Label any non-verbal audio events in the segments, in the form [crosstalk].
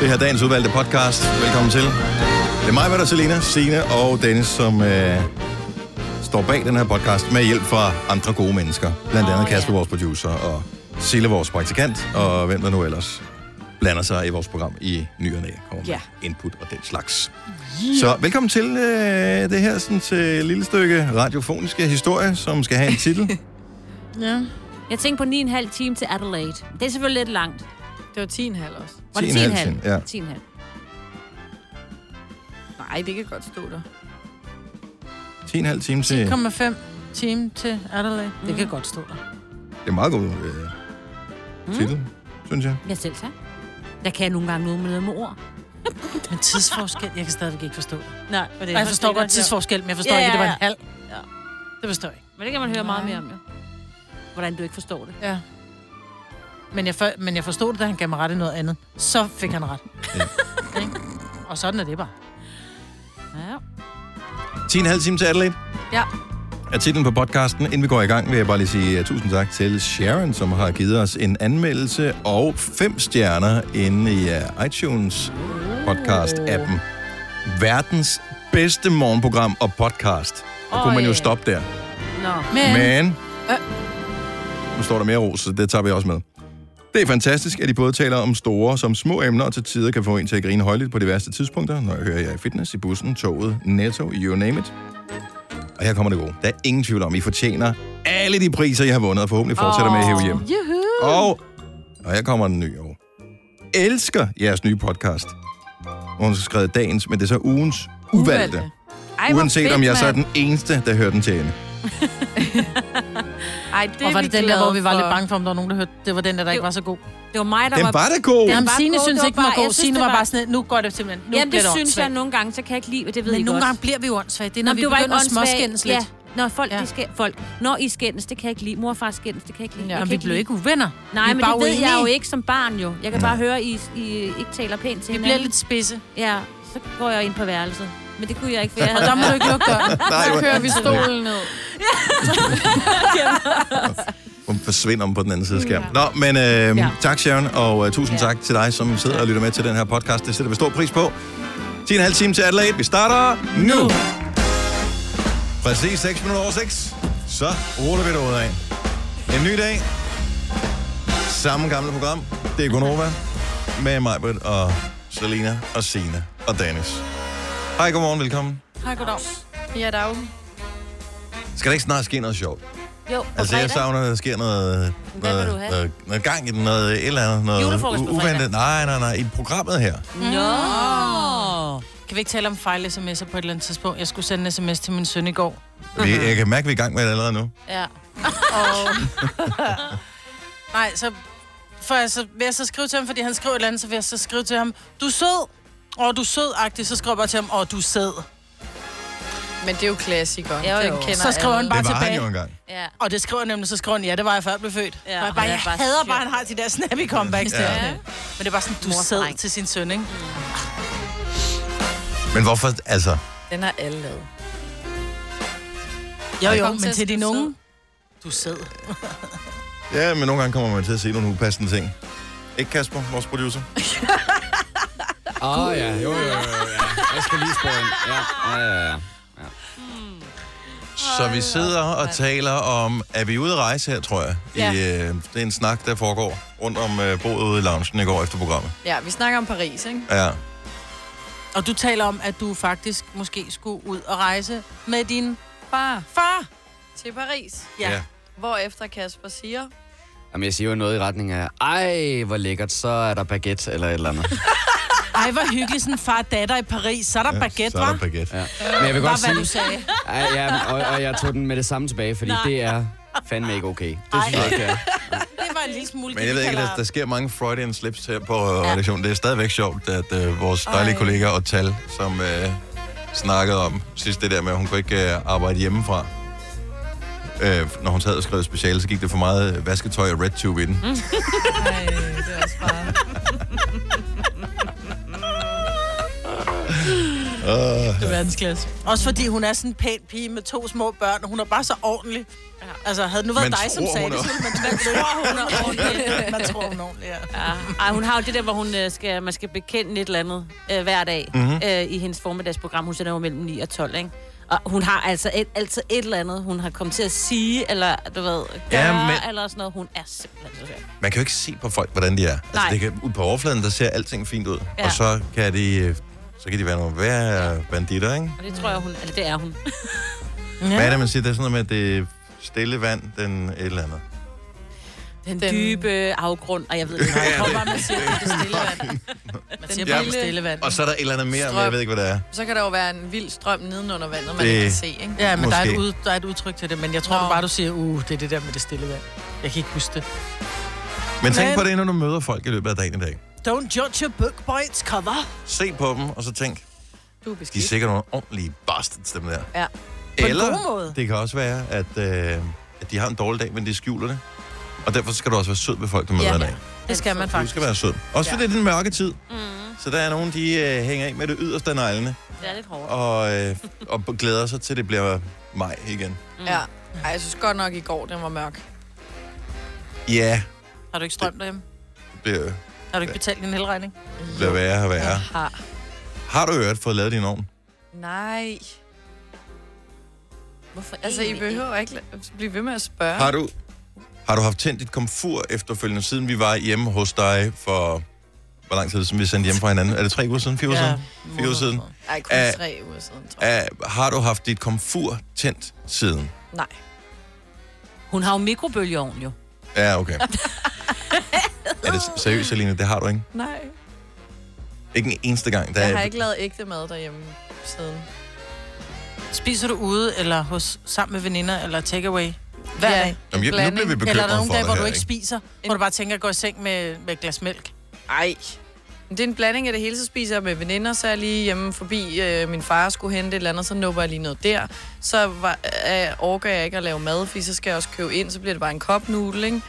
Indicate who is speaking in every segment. Speaker 1: Det her er dagens udvalgte podcast. Velkommen til. Det er mig, hvad der Selina, Sine og Dennis, som øh, står bag den her podcast med hjælp fra andre gode mennesker. Blandt andet oh, Kasper, vores producer, og Sille, vores praktikant, og hvem der nu ellers blander sig i vores program i ny og næ, kommer
Speaker 2: Ja.
Speaker 1: med input og den slags. Så velkommen til øh, det her sådan, til lille stykke radiofoniske historie, som skal have en titel.
Speaker 3: Ja.
Speaker 2: Jeg tænkte på 9,5 time til Adelaide. Det er selvfølgelig lidt langt.
Speaker 3: Det var 10,5 også.
Speaker 2: Var det
Speaker 1: 10,5
Speaker 2: 10,5?
Speaker 1: time, ja.
Speaker 2: 10,5.
Speaker 3: Nej, det kan godt stå der.
Speaker 1: 10,5 time til... Det
Speaker 3: 1,5 time til Adelaide.
Speaker 2: Det kan godt stå der.
Speaker 1: er en meget god øh, titel, synes jeg.
Speaker 2: Jeg selv tak. Der kan jeg nogle gange noget med noget med ord.
Speaker 4: [laughs] Men tidsforskel, jeg kan stadigvæk ikke forstå. det.
Speaker 2: Nej, og det
Speaker 4: Ej, jeg forstår godt tidsforskel, men jeg forstår
Speaker 2: Ja,
Speaker 4: ja, ikke, at det var
Speaker 2: ja,
Speaker 4: en halv. Ja. Det forstår jeg ikke.
Speaker 2: Men det kan man høre meget mere om, jo. Hvordan du ikke forstår det.
Speaker 4: Ja. Men jeg, for, men jeg forstod det, da han gav mig ret i noget andet. Så fik han ret. [laughs] Ja. Og sådan er det bare.
Speaker 2: Ja.
Speaker 1: 10,5 time til Adelaide.
Speaker 3: Ja.
Speaker 1: er titlen på podcasten. Inden vi går i gang, vil jeg bare lige sige uh, tusind tak til Sharon, som har givet os en anmeldelse og fem stjerner inde i uh, iTunes podcast-appen. Verdens bedste morgenprogram og podcast. Og kunne man jo
Speaker 2: Øj.
Speaker 1: stoppe der.
Speaker 2: Nå.
Speaker 3: Men, Men.
Speaker 1: Men... Nu står der mere ros, så det tager vi også med. Det er fantastisk, at de både taler om store som små emner, og til tider kan få en til at grine højligt på de værste tidspunkter, når jeg hører jer i fitness, i bussen, toget, netto, you name it. Og her kommer det gode. Der er ingen tvivl om, I fortjener alle de priser, jeg har vundet, og forhåbentlig fortsætter med at hæve hjem. Og, og her kommer den nye år. Elsker jeres nye podcast. Og hun har skrevet dagens, men det er så ugens uvalgte.
Speaker 3: Uvalgte.
Speaker 1: uvalgte.
Speaker 3: Ej, hvor
Speaker 1: Uanset
Speaker 3: fedt,
Speaker 1: om jeg så er
Speaker 3: mand.
Speaker 1: den eneste, der hører den til ende.
Speaker 3: Ej, det er
Speaker 4: Og var
Speaker 3: vi
Speaker 4: det den der,
Speaker 3: glade
Speaker 4: hvor vi var
Speaker 3: for.
Speaker 4: lidt bange for, om der var nogen, der hørte, det var den der, der ikke var så god.
Speaker 2: Det var mig, der
Speaker 1: Den
Speaker 2: var...
Speaker 1: var da god.
Speaker 4: Jamen,
Speaker 2: var
Speaker 4: Signe
Speaker 2: god,
Speaker 4: synes
Speaker 2: det var
Speaker 4: ikke, den var
Speaker 2: bare-
Speaker 4: god.
Speaker 2: jeg synes,
Speaker 4: Signe
Speaker 2: det
Speaker 4: var
Speaker 2: var-
Speaker 4: bare sådan, lidt, nu går det simpelthen. Nu
Speaker 2: Jamen,
Speaker 4: bliver
Speaker 2: det synes jeg
Speaker 4: åndssvagt.
Speaker 2: nogle gange, så kan jeg ikke lide, og det ved
Speaker 4: Men
Speaker 2: I
Speaker 4: nogle
Speaker 2: godt.
Speaker 4: gange bliver vi jo åndssvagt. Det er, når
Speaker 2: Nå,
Speaker 4: vi
Speaker 2: det var ikke
Speaker 4: begynder at
Speaker 2: åndssvagt.
Speaker 4: småskændes lidt.
Speaker 2: Ja. Når folk, ja.
Speaker 4: Ja.
Speaker 2: de skal, folk, når I skændes, det kan jeg ikke lide. Mor og far skændes, det kan jeg ikke lide.
Speaker 3: Ja.
Speaker 2: Jeg
Speaker 4: Nå,
Speaker 2: kan
Speaker 4: vi blev
Speaker 2: lide-
Speaker 4: ikke uvenner. Vi
Speaker 2: Nej,
Speaker 4: er
Speaker 2: men
Speaker 4: bare
Speaker 2: det ved jeg jo
Speaker 4: uenige.
Speaker 2: ikke som barn jo. Jeg kan bare høre, I, I ikke taler pænt til
Speaker 4: Vi
Speaker 2: hinanden.
Speaker 4: bliver lidt spidse.
Speaker 2: Ja, så går jeg ind på værelset. Men det kunne jeg ikke,
Speaker 4: [laughs]
Speaker 2: for jeg
Speaker 4: Og
Speaker 2: havde...
Speaker 4: der må du ikke lukke
Speaker 1: [laughs]
Speaker 4: døren.
Speaker 1: Nej,
Speaker 3: Så
Speaker 1: hvor-
Speaker 3: kører vi stolen ned.
Speaker 1: Hun forsvinder om på den anden side af skærmen. Nå, men øh, ja. tak Sharon, og øh, tusind ja. tak til dig, som sidder og lytter med til den her podcast. Det sætter vi stor pris på. 10,5 time til Adelaide. Vi starter nu. Præcis 6 minutter over 6. Så ruller vi det af. En ny dag. Samme gamle program. Det er Gunova med mig, og Selina og Sina og Dennis. Hej, godmorgen, velkommen.
Speaker 3: Hej, goddag. Ja, dag.
Speaker 1: Skal der ikke snart ske noget sjovt?
Speaker 2: Jo, på
Speaker 1: Altså, jeg savner, at der sker noget,
Speaker 2: Hvad vil
Speaker 1: noget,
Speaker 2: du have?
Speaker 1: noget, noget gang i den, noget et eller andet, noget
Speaker 2: Julefrokost på
Speaker 1: uventet. Nej, nej, nej, i programmet her.
Speaker 4: Åh. Kan vi ikke tale om fejl-sms'er på et eller andet tidspunkt? Jeg skulle sende en sms til min søn i går.
Speaker 2: Mhm.
Speaker 1: Vi, jeg kan mærke, at vi er i gang med det allerede nu.
Speaker 4: Ja. Og... [laughs] Nej, så, for jeg, så vil jeg så skrive til ham, fordi han skrev et eller andet, så vil jeg så skrive til ham, du er sød. Og du er sød-agtig, så skriver jeg bare til ham, og du er sød.
Speaker 3: Men det er jo klassikeren.
Speaker 2: Ja,
Speaker 3: Den
Speaker 2: jo.
Speaker 3: kender
Speaker 4: Så skriver han
Speaker 3: alle.
Speaker 4: Bare
Speaker 1: det var han
Speaker 4: tilbage.
Speaker 1: jo engang.
Speaker 2: Ja.
Speaker 4: Og det skriver jeg nemlig, så skriver han, ja, det var jeg før jeg blev født.
Speaker 2: Ja,
Speaker 4: Ja, og jeg,
Speaker 2: og
Speaker 4: bare,
Speaker 2: det er
Speaker 4: jeg
Speaker 2: bare
Speaker 4: hader
Speaker 2: sjovt.
Speaker 4: bare, at han har de der snappy comebacks
Speaker 1: Ja.
Speaker 4: ja. der. Men det er bare sådan, du er sød
Speaker 2: Mordreng.
Speaker 4: til sin søn, ikke?
Speaker 1: Men hvorfor, altså,
Speaker 3: Den har alle lavet.
Speaker 4: Jo, jo,
Speaker 3: Kom
Speaker 4: men
Speaker 3: til at
Speaker 4: til din
Speaker 3: sige sød.
Speaker 4: unge, du er sød.
Speaker 1: ja, men nogle gange kommer man til at se nogle upassende ting. Ikke Kasper, vores [laughs] producer?
Speaker 5: Åh oh, ja, jo jo jo. jo ja. Jeg skal lige spørge ind. Ja, ja, ja. ja.
Speaker 1: Så vi sidder og taler om, er vi ude at rejse her, tror jeg? I, øh, det er en snak, der foregår rundt om øh, bordet ude i loungen i går efter programmet.
Speaker 3: Ja, vi snakker om Paris, ikke?
Speaker 1: Ja,
Speaker 4: Og du taler om, at du faktisk måske skulle ud og rejse med din far. Far!
Speaker 3: Til Paris.
Speaker 1: ja.
Speaker 4: Ja.
Speaker 1: ja.
Speaker 3: Hvorefter Kasper siger...
Speaker 5: Jamen, jeg siger jo noget i retning af, ej, hvor lækkert, så er der baguette eller et eller andet.
Speaker 4: Ej, hvor hyggeligt, sådan far og datter i Paris. Så er der ja, baguette,
Speaker 1: så er der
Speaker 4: hva'?
Speaker 1: baguette.
Speaker 5: Ja. Men jeg vil godt
Speaker 4: Bare hvad du
Speaker 5: sige,
Speaker 4: sagde.
Speaker 5: ej, ja, og, og jeg tog den med det samme tilbage, fordi det er fandme ikke okay. Det synes jeg ikke, ja.
Speaker 4: Det var en lille smule...
Speaker 1: Men jeg ved ikke, der, der sker mange Freudian slips her på ja. redaktionen. Det er stadigvæk sjovt, at øh, vores dejlige Ej.
Speaker 3: Ej.
Speaker 1: kollega og Tal, som øh, snakkede om sidst det der med, at hun kunne ikke øh, arbejde hjemmefra. Øh, når hun sad og skrev speciale, så gik det for meget øh, vasketøj og RedTube i den. Mm.
Speaker 3: Ej, det er også bare...
Speaker 4: Det er verdensklasse. Også fordi hun er sådan en pæn pige med to små børn, og hun er bare så ordentlig. Altså, havde det nu været
Speaker 1: Man
Speaker 4: dig, som
Speaker 1: tror,
Speaker 4: sagde
Speaker 1: hun
Speaker 4: det,
Speaker 1: er-
Speaker 4: så ville man, man tror, hun er ordentlig. Man tror, hun er ordentlig, ja.
Speaker 2: Ej, hun har jo det der, hvor hun øh, skal, man skal bekende et eller andet øh, hver dag
Speaker 1: Mhm.
Speaker 2: mm-hmm. øh, i hendes formiddagsprogram. Hun sender jo mellem 9 og 12, ikke? Og hun har altså et, altid et eller andet, hun har kommet til at sige, eller du ved, gøre,
Speaker 1: Ja,
Speaker 2: ja,
Speaker 1: men-
Speaker 2: men... eller sådan noget. Hun er simpelthen så sjov.
Speaker 1: Man kan jo ikke se på folk, hvordan de er. Altså,
Speaker 2: Nej.
Speaker 1: det kan, ud på overfladen, der ser alting fint ud. Ja.
Speaker 2: Ja.
Speaker 1: Og så kan, de, øh, så kan de være nogle værre banditter, ikke?
Speaker 2: Og det tror jeg, hun, eller det er hun.
Speaker 1: Ja. Hvad er det, man siger? Det er sådan noget med, at det er stille vand, den et eller andet.
Speaker 2: Den,
Speaker 3: Den-
Speaker 2: Den... dybe afgrund, og jeg ved ikke, hvad
Speaker 1: Ja,
Speaker 4: Hvor
Speaker 1: det-
Speaker 4: bare man siger, det er stille
Speaker 1: [laughs]
Speaker 4: vand. Man siger
Speaker 1: Ja.
Speaker 4: bare, det er stille vand.
Speaker 1: Og så er der et eller andet mere, men jeg
Speaker 3: Strøm.
Speaker 1: ved ikke, hvad det er.
Speaker 3: Så kan der jo være en vild strøm nedenunder vandet, man
Speaker 1: Det-
Speaker 3: det... ikke kan se, ikke?
Speaker 4: Ja, men der er, et
Speaker 1: Måske.
Speaker 4: ud, der er et udtryk til det, men jeg tror
Speaker 3: Nå.
Speaker 4: du bare, du siger, uh, det er det der med det stille vand. Jeg kan ikke huske det.
Speaker 1: Men tænk
Speaker 4: Men-
Speaker 1: på det, når du møder folk i løbet af dagen i dag.
Speaker 4: Don't judge a book by its cover.
Speaker 1: Se på dem, og så tænk,
Speaker 3: Du
Speaker 1: de
Speaker 3: er
Speaker 1: er
Speaker 3: beskidt.
Speaker 1: sikkert nogle ordentlige bastards, dem der.
Speaker 3: Ja.
Speaker 4: en
Speaker 1: Eller
Speaker 4: god måde.
Speaker 1: det kan også være, at, øh, at de har en dårlig dag, men de skjuler det. Og derfor skal du også være sød ved folk, du møder
Speaker 3: Ja.
Speaker 1: i dag.
Speaker 4: Det skal man
Speaker 1: Du
Speaker 4: faktisk.
Speaker 1: skal være sød. Også fordi det er den mørke tid. Mm. Så der er nogen, de øh, hænger af med det yderste af neglene,
Speaker 2: Det er lidt hårdt.
Speaker 1: og, øh, og glæder sig til, det bliver maj igen.
Speaker 3: Ja. Ej, jeg synes godt nok i går, den var mørk.
Speaker 1: Ja,
Speaker 4: Har du ikke strøm derhjemme?
Speaker 1: det bliver,
Speaker 4: Har du ikke betalt din elregning?
Speaker 1: bliver værre og værre.
Speaker 3: Har.
Speaker 1: Har du i øvrigt fået lavet din ovn?
Speaker 3: Nej.
Speaker 2: Hvorfor
Speaker 3: Altså, I behøver ikke la- blive ved med at spørge.
Speaker 1: Har du, har du haft tændt dit komfur efterfølgende, siden vi var hjemme hos dig for... Hvor lang tid er det, siden vi sendte hjem fra hinanden? Er det tre uger siden? Fire uger siden? Fire uger siden.
Speaker 3: Ej, kun
Speaker 1: Æh,
Speaker 3: tre uger siden, tror jeg.
Speaker 1: Uh, har du haft dit komfur tændt siden?
Speaker 3: Nej.
Speaker 2: Hun har jo mikrobølgeovn, jo.
Speaker 1: Ja, okay. er
Speaker 3: [laughs]
Speaker 1: det seriøst, Aline? Det har du ikke?
Speaker 3: Nej.
Speaker 1: Ikke en eneste gang. Der
Speaker 3: Jeg
Speaker 1: er-
Speaker 3: har ikke lavet ægte mad derhjemme siden.
Speaker 4: Spiser du ude, eller hos, sammen med veninder, eller takeaway? Hver
Speaker 3: Ja.
Speaker 4: ja. dag?
Speaker 1: Jamen, jeg, nu
Speaker 3: blanding.
Speaker 1: bliver vi
Speaker 3: Eller
Speaker 4: Eller er
Speaker 1: bekymret
Speaker 4: der nogle
Speaker 1: for
Speaker 4: dage,
Speaker 1: dig
Speaker 4: hvor
Speaker 1: her,
Speaker 4: du ikke spiser? Hvor du bare tænker at gå i seng med, med et glas mælk?
Speaker 3: Ej. Men Det er en blanding af det hele, så spiser jeg med veninder, så er jeg lige hjemme forbi, øh, min far skulle hente et eller andet, så nupper jeg lige noget der. Så var, øh, orker jeg ikke at lave mad, fordi så skal jeg også købe ind, så bliver det bare en kopnudel, ikke?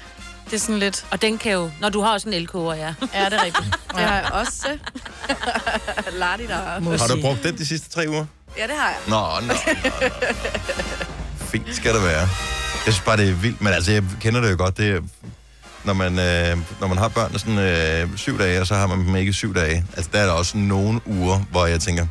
Speaker 3: Det er sådan lidt,
Speaker 2: Og den kan jo... Når du har også en elkoger, ja.
Speaker 3: [laughs] er det rigtigt? Det har jeg også
Speaker 4: [laughs]
Speaker 3: til. Lardi der.
Speaker 1: Har du brugt den de sidste tre uger?
Speaker 3: Ja, det har jeg.
Speaker 1: Nå, nå, nå, nå, nå. Fint skal det være. Jeg synes bare, det er vildt, men altså, jeg kender det jo godt. Det er, når, man, øh, når man har børn der sådan øh, syv dage, og så har man dem ikke i syv dage. Altså, der er der også nogle uger, hvor jeg tænker,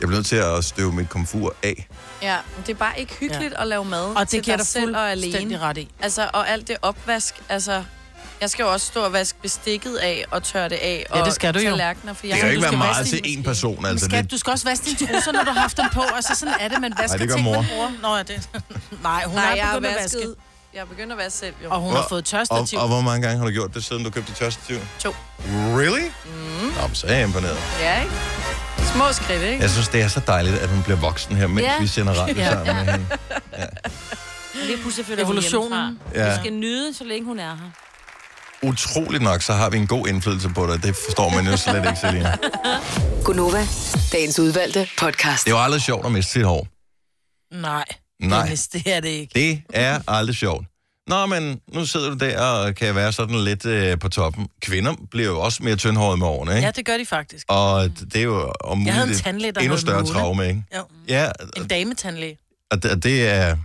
Speaker 1: jeg bliver nødt til at støve mit komfur af.
Speaker 3: Ja, men det er bare ikke hyggeligt ja. at lave mad
Speaker 4: Og det
Speaker 3: til
Speaker 4: giver
Speaker 3: dig
Speaker 4: dig
Speaker 3: selv og alene.
Speaker 4: fuldstændig ret i.
Speaker 3: Altså, og alt det opvask, altså... Jeg skal jo også stå og vaske bestikket af og tørre det af.
Speaker 4: Ja, det
Speaker 3: og
Speaker 4: skal du jo.
Speaker 3: tallerkener, for jeg
Speaker 1: Det kan jo
Speaker 4: du
Speaker 1: ikke være
Speaker 4: skal
Speaker 1: meget
Speaker 4: vaske
Speaker 1: til
Speaker 4: din
Speaker 1: én
Speaker 4: maskine.
Speaker 1: person,
Speaker 4: Men
Speaker 1: altså.
Speaker 4: skat,
Speaker 1: Det,
Speaker 4: du skal også vaske dine trusser, når du har haft dem på. Altså, sådan er det, man vasker
Speaker 1: det gør
Speaker 4: ting,
Speaker 1: mor.
Speaker 4: man bruger. Nå, ja, det... [laughs] Nej, hun
Speaker 3: Nej,
Speaker 4: Nej,
Speaker 3: jeg
Speaker 4: er
Speaker 3: har
Speaker 4: begyndt at
Speaker 3: vasket.
Speaker 4: vaske.
Speaker 3: Jeg er begyndt at vaske selv, jo.
Speaker 4: Og hun har fået
Speaker 1: og,
Speaker 4: tørstativ.
Speaker 1: og hvor mange gange har du gjort det, siden du købte tørstativ?
Speaker 3: To.
Speaker 1: Really? Mm. Nå, men så er jeg imponeret.
Speaker 3: Ja, ikke? Små skridt, ikke?
Speaker 1: Jeg synes, det er så dejligt, at hun bliver voksen her, mens
Speaker 2: [laughs] Ja.
Speaker 1: vi sender radio
Speaker 4: Ja.
Speaker 1: sammen med hende.
Speaker 2: Det er pludselig flytter
Speaker 4: Evolutionen.
Speaker 2: Hun hjemmefra.
Speaker 1: Ja.
Speaker 2: Du skal nyde, så længe hun er her.
Speaker 1: Utroligt nok, så har vi en god indflydelse på dig. Det forstår man jo slet ikke, Selina.
Speaker 6: Gunova, dagens udvalgte podcast.
Speaker 1: Det er jo aldrig sjovt at miste sit hår.
Speaker 4: Nej,
Speaker 1: Nej.
Speaker 4: Dennis, det er det ikke.
Speaker 1: Det er aldrig sjovt. Nå, men nu sidder du der og kan være sådan lidt øh, på toppen. Kvinder bliver jo også mere tyndhårede med årene, ikke?
Speaker 4: Ja,
Speaker 1: Ja.
Speaker 4: det gør de faktisk.
Speaker 1: Og det er jo om muligt
Speaker 4: Jeg havde en
Speaker 1: et
Speaker 4: tandlæge, der
Speaker 1: endnu
Speaker 4: hed
Speaker 1: større
Speaker 4: Mone.
Speaker 1: traume, ikke?
Speaker 4: Jo.
Speaker 1: Ja,
Speaker 4: En dametandlæge.
Speaker 1: og det, og det er,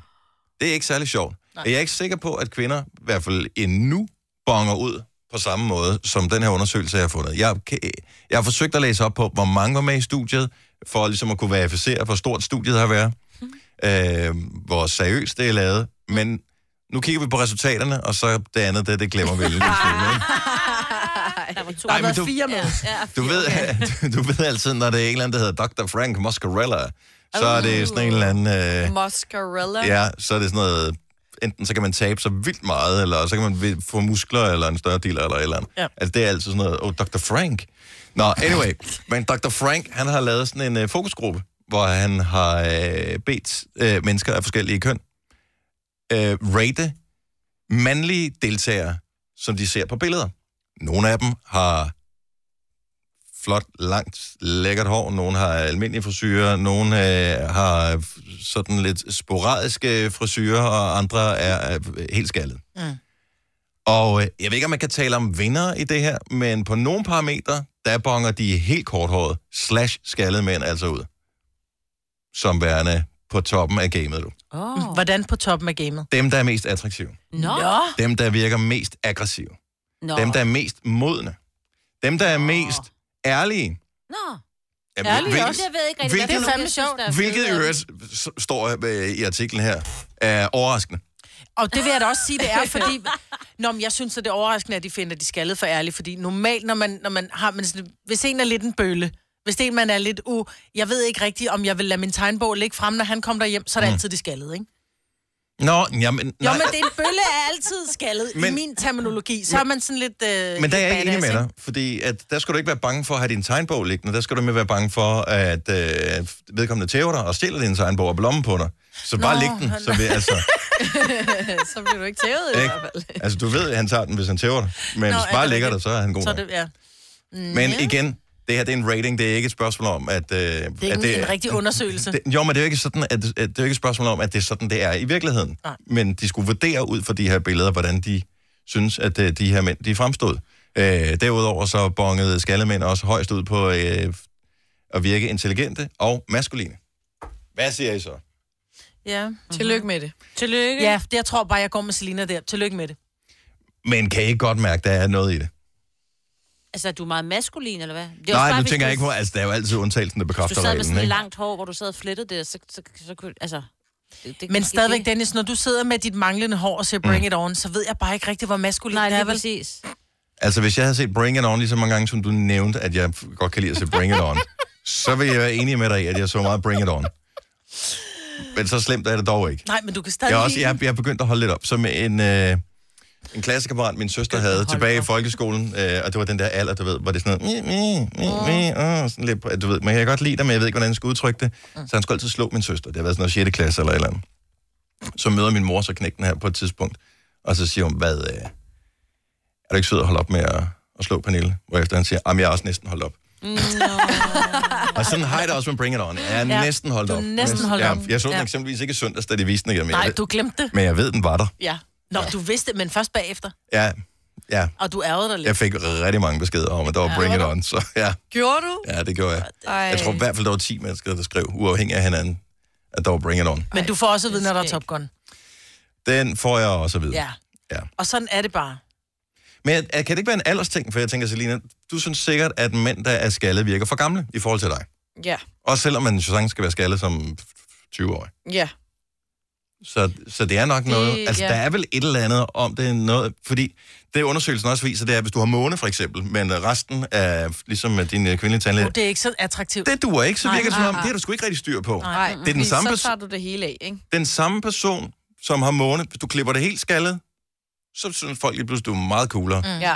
Speaker 1: det er ikke særlig sjovt. Nej. Jeg er ikke sikker på, at kvinder, i hvert fald endnu, bonger ud på samme måde, som den her undersøgelse, jeg har fundet. Jeg, kan- jeg har forsøgt at læse op på, hvor mange var med i studiet, for ligesom at kunne verificere, hvor stort studiet har været, øh, hvor seriøst det er lavet, men nu kigger vi på resultaterne, og så det andet, det, det glemmer vi lidt.
Speaker 2: Der var to.
Speaker 1: Nej, men du,
Speaker 4: Fire med.
Speaker 1: du, ved, [laughs] du ved altid, når det er en eller anden, der hedder Dr. Frank Muscarella, så er det sådan en eller anden... Øh,
Speaker 3: Mozzarella.
Speaker 1: Ja, så er det sådan noget, enten så kan man tabe sig vildt meget, eller så kan man vi- få muskler, eller en større dealer, eller et eller andet.
Speaker 4: Ja.
Speaker 1: Altså, det er altid sådan noget, oh, Dr. Frank. Nå, anyway, men Dr. Frank, han har lavet sådan en øh, fokusgruppe, hvor han har øh, bedt øh, mennesker af forskellige køn øh, rate mandlige deltagere, som de ser på billeder. Nogle af dem har flot, langt, lækkert hår, nogle har almindelige frisyrer, nogle øh, har f- sådan lidt sporadiske frisyrer, og andre er øh, helt skaldet. Mm. Og øh, jeg ved ikke, om man kan tale om vinder i det her, men på nogle parametre, der bonger de helt korthåret slash skaldede mænd altså ud. Som værende på toppen af gamet, du.
Speaker 2: Oh.
Speaker 4: Mm, Hvordan på toppen af gamet?
Speaker 1: Dem, der er mest attraktive.
Speaker 2: Nå.
Speaker 4: Nå.
Speaker 1: Dem, der virker mest aggressive.
Speaker 2: Nå.
Speaker 1: Dem, der er mest modne. Dem, der er mest ærlige.
Speaker 2: Nå.
Speaker 1: Jamen,
Speaker 4: Ærlige
Speaker 1: hvil-
Speaker 4: også.
Speaker 2: Jeg ved ikke rigtig,
Speaker 1: Hvilket-
Speaker 2: hvad
Speaker 1: Det er
Speaker 4: fandme sjovt.
Speaker 2: der er
Speaker 1: Hvilket i
Speaker 2: fede.
Speaker 1: øvrigt s- står øh, i artiklen her, er overraskende.
Speaker 4: Og det vil jeg da også sige, det er, fordi... [laughs] Nå, men jeg synes, at det er overraskende, at de finder, at de skal alle for ærlige, fordi normalt, når man, når man har... Men sådan, hvis en er lidt en bølle, hvis det er en, man er lidt u... Uh, jeg ved ikke rigtigt, om jeg vil lade min tegnbog ligge frem, når han kommer derhjem, så er det altid de skaldede, ikke?
Speaker 1: Nå, jamen,
Speaker 4: Jo,
Speaker 1: Mm. nej.
Speaker 4: men det er en bølle er altid skaldet men,
Speaker 1: Men-
Speaker 4: i min terminologi. Så er man sådan lidt... Øh,
Speaker 1: Men der er jeg
Speaker 4: lidt
Speaker 1: ikke enig med
Speaker 4: badass,
Speaker 1: dig, fordi at der skal du ikke være bange for at have din tegnbog liggende. Der skal du mere være bange for, at øh, vedkommende tæver dig og stjæler din tegnbog og blommen på dig. Så bare
Speaker 4: Nå,
Speaker 1: læg den, så vi, altså,
Speaker 3: [laughs] så bliver du ikke tævet i
Speaker 1: ikke?
Speaker 3: hvert fald.
Speaker 1: altså, du ved, at han tager den, hvis han tæver dig. Men
Speaker 4: Nå,
Speaker 1: hvis
Speaker 4: er
Speaker 1: du bare
Speaker 4: det
Speaker 1: lægger dig,
Speaker 4: rigtigt?
Speaker 1: så er han god
Speaker 4: Så er
Speaker 1: nok.
Speaker 4: det, ja.
Speaker 1: Men igen, det her det er en rating, det er ikke et spørgsmål om, at... Øh, det er
Speaker 4: Det er ikke det,
Speaker 1: [laughs]
Speaker 4: en rigtig undersøgelse. Det,
Speaker 1: Det, jo, men det er jo ikke sådan, at, at det er jo ikke et spørgsmål om, at det er sådan, det er i virkeligheden.
Speaker 4: Nej.
Speaker 1: Men de skulle vurdere ud fra de her billeder, hvordan de synes, at øh, de her mænd, de fremstod. Øh, derudover så bongede skallemænd også højst ud på øh, at virke intelligente og maskuline. Hvad siger I så?
Speaker 3: Ja. Tillykke med det.
Speaker 2: Tillykke.
Speaker 4: ja, det, jeg tror bare, jeg går med Selina der. Tillykke med det.
Speaker 1: Men kan I ikke godt mærke, der er noget i det?
Speaker 2: Altså, er du meget maskulin, eller hvad? Det er også
Speaker 1: Nej,
Speaker 2: bare,
Speaker 1: nu
Speaker 2: hvis
Speaker 1: tænker
Speaker 2: du-
Speaker 1: jeg ikke på, altså der er jo altid undtagelsen, der
Speaker 2: Du
Speaker 1: bekræfter
Speaker 2: sad med
Speaker 1: reglen,
Speaker 2: sådan et
Speaker 1: ikke?
Speaker 2: langt hår, hvor du sad og flettede det, så, så, så, kunne... Altså, det, det
Speaker 4: Men stadigvæk, Dennis, når du sidder med dit manglende hår og siger bring it on, så ved jeg bare ikke rigtig, hvor maskulin
Speaker 2: Nej,
Speaker 4: det er,
Speaker 2: lige
Speaker 4: vel?
Speaker 2: præcis.
Speaker 1: Altså hvis jeg havde set Bring It On lige så mange gange, som du nævnte, at jeg f- godt kan lide at se Bring It On, så ville jeg være enig med dig i, at jeg så meget Bring It On. Men så slemt er det dog ikke.
Speaker 4: Nej, men du kan stadig
Speaker 1: Jeg er, også,
Speaker 4: lide
Speaker 1: jeg, jeg er begyndt at holde lidt op, som en, øh, en klassekammerat, min søster havde tilbage i folkeskolen, øh, og det var den der alder, du ved, hvor det er sådan noget, mi, mi, mi, mi, åh, sådan lidt, på- du ved, men jeg kan godt lide dig, men jeg ved ikke, hvordan jeg skal udtrykke det.
Speaker 4: Mm.
Speaker 1: Så han skulle altid slå min søster. Det har været sådan noget 6. klasse eller et eller andet. Så møder min mor så knægten her på et tidspunkt, og så siger hun, hvad, øh, er du ikke sød at holde op med at, at slå Pernille? Hvorefter han siger, jamen jeg er også næsten holdt op. og sådan har jeg det også med Bring It On. Jeg er ja, næsten holdt
Speaker 4: du er
Speaker 1: op.
Speaker 4: næsten holdt op.
Speaker 1: Ja, jeg så den
Speaker 4: Ja.
Speaker 1: ja. eksempelvis ikke i søndags, da de viste den igen. men jeg
Speaker 4: Nej,
Speaker 1: ved-
Speaker 4: du glemte det.
Speaker 1: men jeg ved, den var der.
Speaker 4: Ja. Nå, du vidste det, men først bagefter.
Speaker 1: Ja, ja.
Speaker 4: Og du ærgede dig lidt.
Speaker 1: Jeg fik rigtig mange beskeder om, at der var bring it on. Så ja,
Speaker 3: Gjorde du?
Speaker 1: ja, det gjorde jeg.
Speaker 3: Ej.
Speaker 1: Jeg tror i hvert fald, der var 10 mennesker, der skrev, uafhængig af hinanden, at der var bring it on.
Speaker 4: Men du får også at vide, når der er
Speaker 2: skægt.
Speaker 4: Top Gun.
Speaker 1: Den får jeg også at vide.
Speaker 4: Ja.
Speaker 1: Ja.
Speaker 4: Og sådan er det bare.
Speaker 1: Men er- kan det ikke være en aldersting? For jeg tænker, Selina, du synes sikkert, at mænd, der er skaldet, virker for gamle i forhold til dig.
Speaker 3: Ja.
Speaker 1: Også selvom man så sagtens skal være skaldet som 20-årig.
Speaker 3: Ja.
Speaker 1: Så, så det er nok noget...
Speaker 3: Det-
Speaker 1: altså,
Speaker 3: ja.
Speaker 1: der er vel et eller andet om det er noget... Fordi det undersøgelsen også viser, det er, hvis du har måne for eksempel, men resten er ligesom med din øh, kvindelige tandlæge,
Speaker 4: Nu, det er ikke så attraktivt.
Speaker 1: det duer ikke, så
Speaker 4: Nej,
Speaker 1: virker det som
Speaker 4: nej,
Speaker 1: om,
Speaker 4: nej.
Speaker 1: det har du sgu ikke rigtig styr på.
Speaker 3: Nej,
Speaker 1: Det er den samme
Speaker 3: så
Speaker 1: pers-
Speaker 3: tager du det hele af, ikke?
Speaker 1: Den samme person, som har måne, hvis du klipper det helt skaldet, så synes folk lige pludselig, du er meget coolere. Mm.
Speaker 3: Mm. Ja.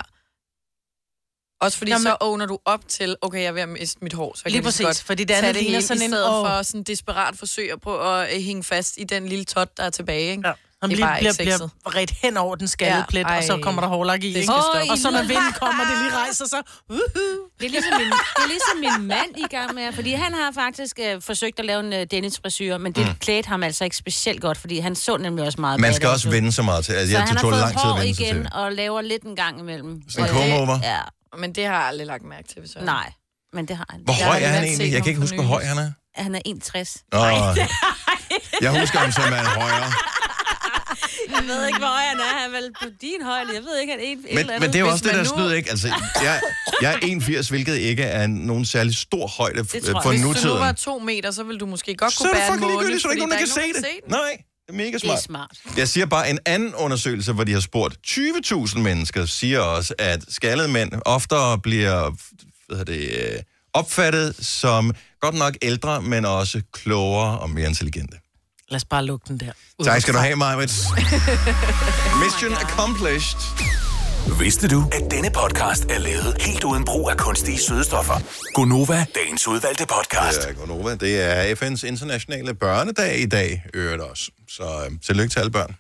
Speaker 3: Også fordi
Speaker 4: Jamen-
Speaker 3: Jamen, så åbner du op til, okay, jeg er ved at miste mit hår, så jeg
Speaker 4: Lige
Speaker 3: kan så
Speaker 4: præcis,
Speaker 3: godt
Speaker 4: fordi det
Speaker 3: tage
Speaker 4: andet
Speaker 3: det
Speaker 4: ligner
Speaker 3: hele,
Speaker 4: sådan
Speaker 3: i
Speaker 4: en,
Speaker 3: stedet
Speaker 4: åh.
Speaker 3: for sådan en desperat forsøg at prøve at øh, hænge fast i den lille tot, der er tilbage, ikke?
Speaker 4: Ja. Han
Speaker 3: Det er
Speaker 4: lige
Speaker 3: bare
Speaker 4: bliver,
Speaker 3: ikke
Speaker 4: bliver
Speaker 3: sexet.
Speaker 4: ret hen over den skaldede
Speaker 3: Ja,
Speaker 4: plet, og så
Speaker 3: ej.
Speaker 4: kommer der hårlak i.
Speaker 3: Det
Speaker 4: Ikke?
Speaker 3: skal
Speaker 2: Åh,
Speaker 3: stoppe.
Speaker 4: Og
Speaker 2: [laughs]
Speaker 4: så når vinden kommer, det lige rejser sig. Uhuh.
Speaker 2: Det er, ligesom min, det er ligesom min mand i gang med, fordi han har faktisk øh, forsøgt at lave en øh, Dennis-frisyr, men det mm. klædte ham altså ikke specielt godt, fordi han så nemlig også meget
Speaker 1: Man skal
Speaker 2: badass
Speaker 1: også
Speaker 2: ud.
Speaker 1: vende sig meget til. Altså,
Speaker 2: Så
Speaker 1: jeg
Speaker 2: han
Speaker 1: det
Speaker 2: har
Speaker 1: tog
Speaker 2: fået
Speaker 1: lang tid at
Speaker 2: hår
Speaker 1: vende sig til. det.
Speaker 2: igen og laver lidt en gang imellem.
Speaker 1: Sådan en
Speaker 2: Og det-
Speaker 1: comb-over?
Speaker 2: Ja,
Speaker 3: Men det har jeg aldrig lagt mærke til, hvis jeg...
Speaker 2: nej. Men det har han.
Speaker 1: Hvor
Speaker 3: Jeg
Speaker 1: høj
Speaker 3: har
Speaker 1: er han
Speaker 3: aldrig
Speaker 1: egentlig?
Speaker 3: set
Speaker 1: Jeg kan ikke
Speaker 3: ham
Speaker 1: huske,
Speaker 3: for
Speaker 1: hvor høj han er.
Speaker 2: Han er 61.
Speaker 1: Nå,
Speaker 2: [laughs]
Speaker 1: jeg husker ham som en højere.
Speaker 2: Jeg ved ikke, hvor høj han er. Han er vel på din højde. Jeg ved ikke, han er en, et
Speaker 1: Men,
Speaker 2: eller andet.
Speaker 1: men det er jo
Speaker 2: Hvis
Speaker 1: også det, der
Speaker 2: man
Speaker 1: nu...
Speaker 2: nu-
Speaker 1: snyder, ikke? Altså, jeg, jeg er 81, hvilket ikke er nogen særlig stor højde
Speaker 2: tror
Speaker 1: øh,
Speaker 2: jeg.
Speaker 1: for
Speaker 2: Hvis
Speaker 3: Hvis du nu var
Speaker 1: nutiden.
Speaker 3: to meter, så ville du måske godt
Speaker 1: Så
Speaker 3: kunne
Speaker 1: er det
Speaker 3: bære en
Speaker 1: fucking
Speaker 3: måne,
Speaker 1: ligegyldigt, så er der ikke
Speaker 3: fordi
Speaker 1: nogen, der kan
Speaker 3: ikke
Speaker 1: se det.
Speaker 3: nogen,
Speaker 1: Nej, det er mega
Speaker 2: Det er
Speaker 1: smart.
Speaker 2: smart.
Speaker 1: Jeg siger bare, en anden undersøgelse, hvor de har spurgt 20.000 mennesker, siger også, at skaldede mænd oftere bliver hvad hedder det, øh, opfattet som godt nok ældre, men også klogere og mere intelligente.
Speaker 4: Lad os bare lukke den der.
Speaker 1: Tak skal du have, Marvitt. Mission accomplished.
Speaker 7: Vidste du, at denne podcast er lavet helt uden brug af kunstige sødestoffer? Gonova, dagens udvalgte podcast.
Speaker 1: Ja, Gonova, det er FN's internationale børnedag i dag, øvrigt også. Så øh, tillykke til alle børn.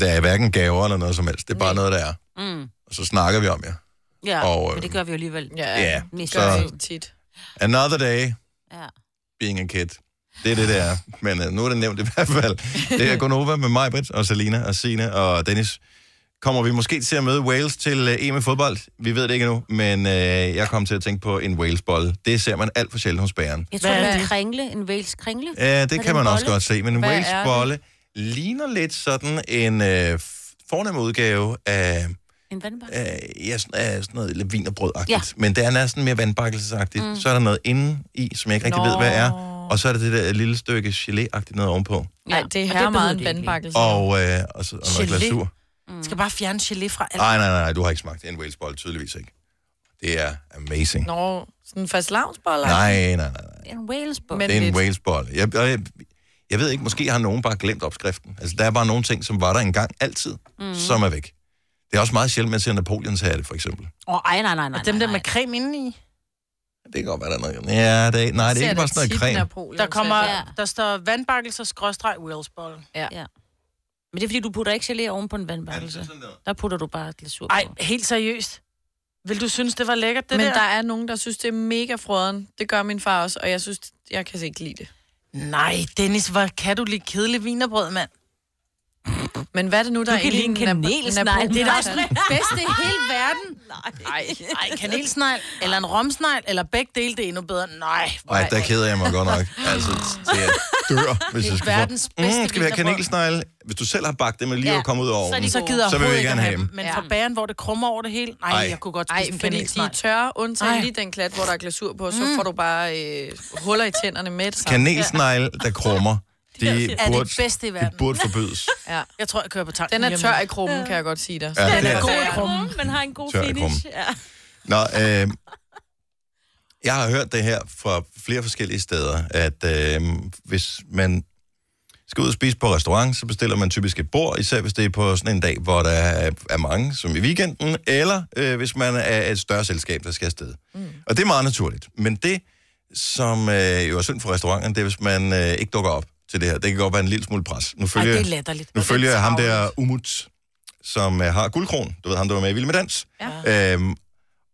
Speaker 1: Der er hverken gaver eller noget som helst. Det er bare noget, der er.
Speaker 2: Mm.
Speaker 1: Og så snakker vi om jer.
Speaker 2: Ja,
Speaker 1: Og, øh,
Speaker 2: men det gør vi jo alligevel.
Speaker 3: Ja,
Speaker 1: Ja,
Speaker 2: Mest
Speaker 1: så-
Speaker 2: af
Speaker 3: Gør
Speaker 2: alt.
Speaker 3: det tit.
Speaker 1: Another day
Speaker 2: Ja.
Speaker 1: being a kid. Det er det, det er. Men øh, nu er det nævnt i hvert fald. Det er Gonova med mig, Britt, og Selina, og Sine og Dennis. Kommer vi måske til at møde Wales til øh, EM i fodbold? Vi ved det ikke endnu, men øh, jeg kom til at tænke på en Wales-bolle. Det ser man alt for sjældent hos bæren.
Speaker 2: Jeg tror,
Speaker 4: Hvad
Speaker 2: det
Speaker 4: er
Speaker 2: er en
Speaker 4: det?
Speaker 2: kringle. En Wales kringle.
Speaker 1: Ja,
Speaker 2: Er
Speaker 1: det kan
Speaker 2: en
Speaker 1: man også
Speaker 2: bolle?
Speaker 1: godt se, men en
Speaker 3: Hvad er
Speaker 1: Wales-bolle ligner lidt sådan en øh, f- fornem udgave af
Speaker 2: En vandbakke.
Speaker 1: øh, ja, sådan, øh, sådan noget lidt vin og brød ja.
Speaker 2: Ja.
Speaker 1: Men det er næsten mere vandbakkelsesagtigt. Mm. Så er der noget inde i, som jeg ikke rigtig Nå. ved, hvad er. Og så er der det der lille stykke gelé-agtigt noget ovenpå.
Speaker 3: Nej, det er
Speaker 2: og
Speaker 3: her meget
Speaker 2: behøver
Speaker 3: en
Speaker 2: det ikke.
Speaker 3: vandbakkelse.
Speaker 1: Og, øh, og, så, og noget
Speaker 4: ligesom. Gelé?
Speaker 1: glasur.
Speaker 4: Mm. Skal bare fjerne gelé fra alt.
Speaker 1: Nej, nej, nej, nej, du har ikke smagt en Wales bolle, tydeligvis ikke. Det er amazing. No.
Speaker 3: Nå, sådan en fast lavnsboller.
Speaker 1: Nej, nej, nej, nej.
Speaker 2: En Wales bog.
Speaker 3: Men
Speaker 1: Det er en
Speaker 3: lidt.
Speaker 1: Wales bolle. Jeg, og jeg, jeg ved ikke, måske har nogen bare glemt opskriften. Altså, der er bare nogle ting, som var der engang altid, mm. som er væk. Det er også meget sjældent, man ser Napoleons hatte, for eksempel.
Speaker 2: Åh, ej, nej, nej, nej.
Speaker 4: Dem der
Speaker 2: nej,
Speaker 4: med
Speaker 2: nej.
Speaker 4: creme indeni.
Speaker 1: Det kan godt være, der er noget. Ja, det er, nej, det er ikke bare sådan noget creme.
Speaker 4: Der, kommer,
Speaker 2: Ja.
Speaker 4: ja. der står vandbakkelser skråstreg Wellsboll.
Speaker 2: Men det er, fordi du putter ikke gelé oven på en vandbakkelse. Der putter du bare glasur på.
Speaker 4: Ej, helt seriøst. Vil du synes, det var lækkert, det
Speaker 3: Men
Speaker 4: der?
Speaker 3: der er nogen, der synes, det er mega frøden. Det gør min far også, og jeg synes, jeg kan ikke lide det.
Speaker 4: Nej, Dennis, hvor kan du lide kedelig vinerbrød, mand?
Speaker 3: Men hvad er det nu, der
Speaker 2: Du
Speaker 3: er
Speaker 2: kan lide en kanelsnegl. Det er da også det
Speaker 4: bedste i hele
Speaker 3: [laughs]
Speaker 4: verden. Nej, Ej, kanelsnegl, eller en romsnegl, eller begge dele, det er endnu bedre. Nej, hvor
Speaker 1: Nej, der keder jeg mig godt nok. Altså, det jeg dør, hvis jeg skal
Speaker 4: verdens
Speaker 1: få... Mm,
Speaker 4: bedste
Speaker 1: skal vi have
Speaker 4: vinterbrød.
Speaker 1: kanelsnegle? Hvis du selv har bagt dem, og lige
Speaker 2: Ja,
Speaker 1: ja. er kommet ud over
Speaker 2: så er de
Speaker 1: ovnen,
Speaker 4: så gider jeg
Speaker 1: så vil vi
Speaker 4: overhovedet
Speaker 1: ikke gerne have
Speaker 4: dem.
Speaker 1: dem.
Speaker 4: Men
Speaker 3: Ja.
Speaker 4: fra bageren, hvor det krummer over det hele, nej,
Speaker 1: Ej.
Speaker 4: jeg kunne godt
Speaker 3: Nej,
Speaker 4: spise en
Speaker 3: fordi de er
Speaker 4: kanelsnegl.
Speaker 3: tørre, undtagen
Speaker 4: Ej. Mm.
Speaker 3: lige den klat, hvor der er glasur på, så får du bare øh, huller i tænderne med det samme.
Speaker 1: Kanelsnegle, der krummer, de
Speaker 4: er det
Speaker 1: burde,
Speaker 4: bedste i
Speaker 1: det
Speaker 4: verden.
Speaker 1: burde
Speaker 4: [laughs]
Speaker 1: forbydes.
Speaker 3: Ja.
Speaker 4: Jeg tror, jeg kører på tanken
Speaker 3: Den er
Speaker 4: hjemme.
Speaker 3: tør i krummen, kan jeg godt sige dig.
Speaker 1: Ja, det er
Speaker 4: god
Speaker 1: det.
Speaker 4: i krummen.
Speaker 2: Men har en god
Speaker 1: Tør i
Speaker 2: finish. Ja.
Speaker 1: Nå, øh, jeg har hørt det her fra flere forskellige steder, at øh, hvis man skal ud og spise på restaurant, så bestiller man typisk et bord, især hvis det er på sådan en dag, hvor der er, er mange, som i weekenden, eller øh, hvis man er et større selskab, der skal afsted. Mm. Og det er meget naturligt. Men det, som øh, jo er synd for restauranterne, det er, hvis man øh, ikke dukker op til det her. Det kan godt være en lille smule pres. Nu
Speaker 4: Ej,
Speaker 1: følger,
Speaker 4: det er latterligt.
Speaker 1: nu
Speaker 4: Og det er
Speaker 1: følger jeg ham
Speaker 4: tarveligt.
Speaker 1: der Umut, som øh, har guldkron. Du ved ham, der var med i Vild med Dans. Ja. Øhm,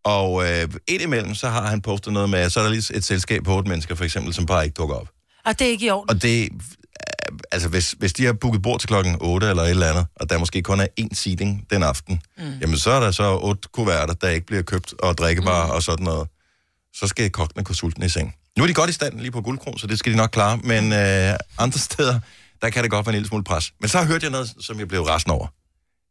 Speaker 1: og øh, indimellem, så har han postet noget med, så er der lige et selskab på otte mennesker, for eksempel, som bare ikke dukker op.
Speaker 4: Og det er ikke i orden.
Speaker 1: Og det, øh, altså hvis, hvis de har booket bord til klokken 8 eller et eller andet, og der måske kun er én seating den aften, mm. jamen så er der så otte kuverter, der ikke bliver købt, og drikkevarer mm. og sådan noget. Så skal kokkene gå sultne i seng. Nu er de godt i stand lige på guldkron, så det skal de nok klare, men øh, andre [laughs] steder, der kan det godt være en lille smule pres. Men så hørte jeg noget, som jeg blev rasende over.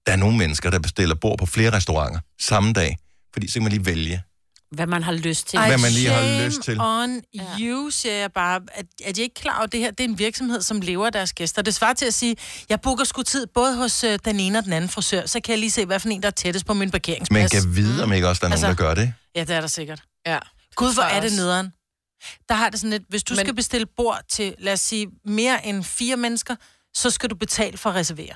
Speaker 1: Der er nogle mennesker, der bestiller bord på flere restauranter samme dag, fordi så kan man lige vælge.
Speaker 2: Hvad man har lyst til.
Speaker 1: Ej.
Speaker 2: Ej.
Speaker 1: hvad man lige har
Speaker 4: shame
Speaker 1: lyst til.
Speaker 4: on you, siger jeg bare. At, at jeg ikke klar over at det her. Det er en virksomhed, som lever af deres gæster. Det svarer til at sige, jeg booker sgu tid både hos øh, den ene og den anden frisør, så kan jeg lige se, hvad for en, der er tættest på min
Speaker 1: Man
Speaker 4: parkeringsplads.
Speaker 1: kan vide, om ikke også der er nogen,
Speaker 4: Altså-
Speaker 1: der gør det.
Speaker 4: Ja, det er der sikkert.
Speaker 3: Ja.
Speaker 4: Gud, hvor
Speaker 3: tror jeg
Speaker 4: er det
Speaker 3: også.
Speaker 4: nederen. Der har det sådan lidt, hvis du
Speaker 3: Men-
Speaker 4: Men... skal bestille bord til, lad os sige, mere end fire mennesker, så skal du betale for at reservere.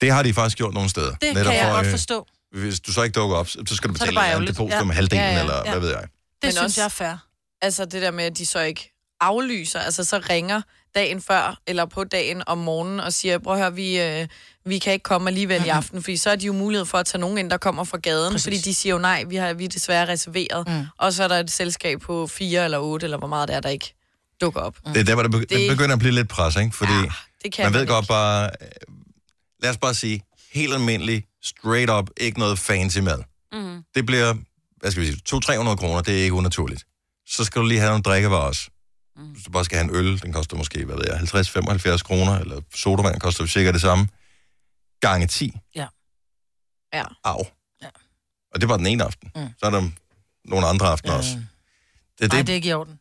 Speaker 1: Det har de faktisk gjort nogle steder.
Speaker 4: Det
Speaker 1: Netop
Speaker 4: kan jeg
Speaker 1: for,
Speaker 4: godt
Speaker 1: øh,
Speaker 4: forstå. Det
Speaker 1: hvis du så ikke dukker op, så skal du
Speaker 4: Så er det
Speaker 1: betale
Speaker 4: bare
Speaker 1: en
Speaker 4: ærgerligt.
Speaker 1: depot
Speaker 4: Ja.
Speaker 1: som halvdelen,
Speaker 3: Ja,
Speaker 1: ja,
Speaker 3: ja,
Speaker 1: ja, eller
Speaker 4: ja.
Speaker 1: hvad ved jeg.
Speaker 4: Men synes
Speaker 3: også-
Speaker 4: jeg er fair.
Speaker 3: Altså det der med, at de så ikke aflyser, altså så ringer dagen før, eller på dagen om morgenen, og siger, prøv at høre, vi, øh, vi kan ikke komme
Speaker 1: Mhm.
Speaker 3: alligevel i aften, fordi så er de jo mulighed for at tage nogen ind, der kommer fra gaden, Præcis. fordi de siger jo nej, vi har vi er desværre reserveret, mm. og så er der et selskab på fire eller otte, eller hvor meget det er, der ikke dukker op. Mm.
Speaker 1: Det er der, hvor det, be- det
Speaker 3: Det-
Speaker 1: begynder at blive lidt pres, ikke? Fordi ja,
Speaker 3: Det kan
Speaker 1: man ved
Speaker 3: ikke.
Speaker 1: godt bare... øh, Lad os bare sige, helt almindelig, straight up, ikke noget fancy mad. Mm. Det bliver, hvad skal vi sige, 200-300 kroner, det er ikke unaturligt. Så skal du lige have nogle drikkevarer også. Hvis du bare skal have en øl, den koster måske, hvad ved jeg, 50-75 kroner, eller sodavand koster cirka det samme. Gange 10.
Speaker 3: Ja.
Speaker 1: Au. Ja. Og det var den ene aften. Mm. Så er der nogle andre aftener mm. også. Det,
Speaker 4: Nej, det er ikke i orden.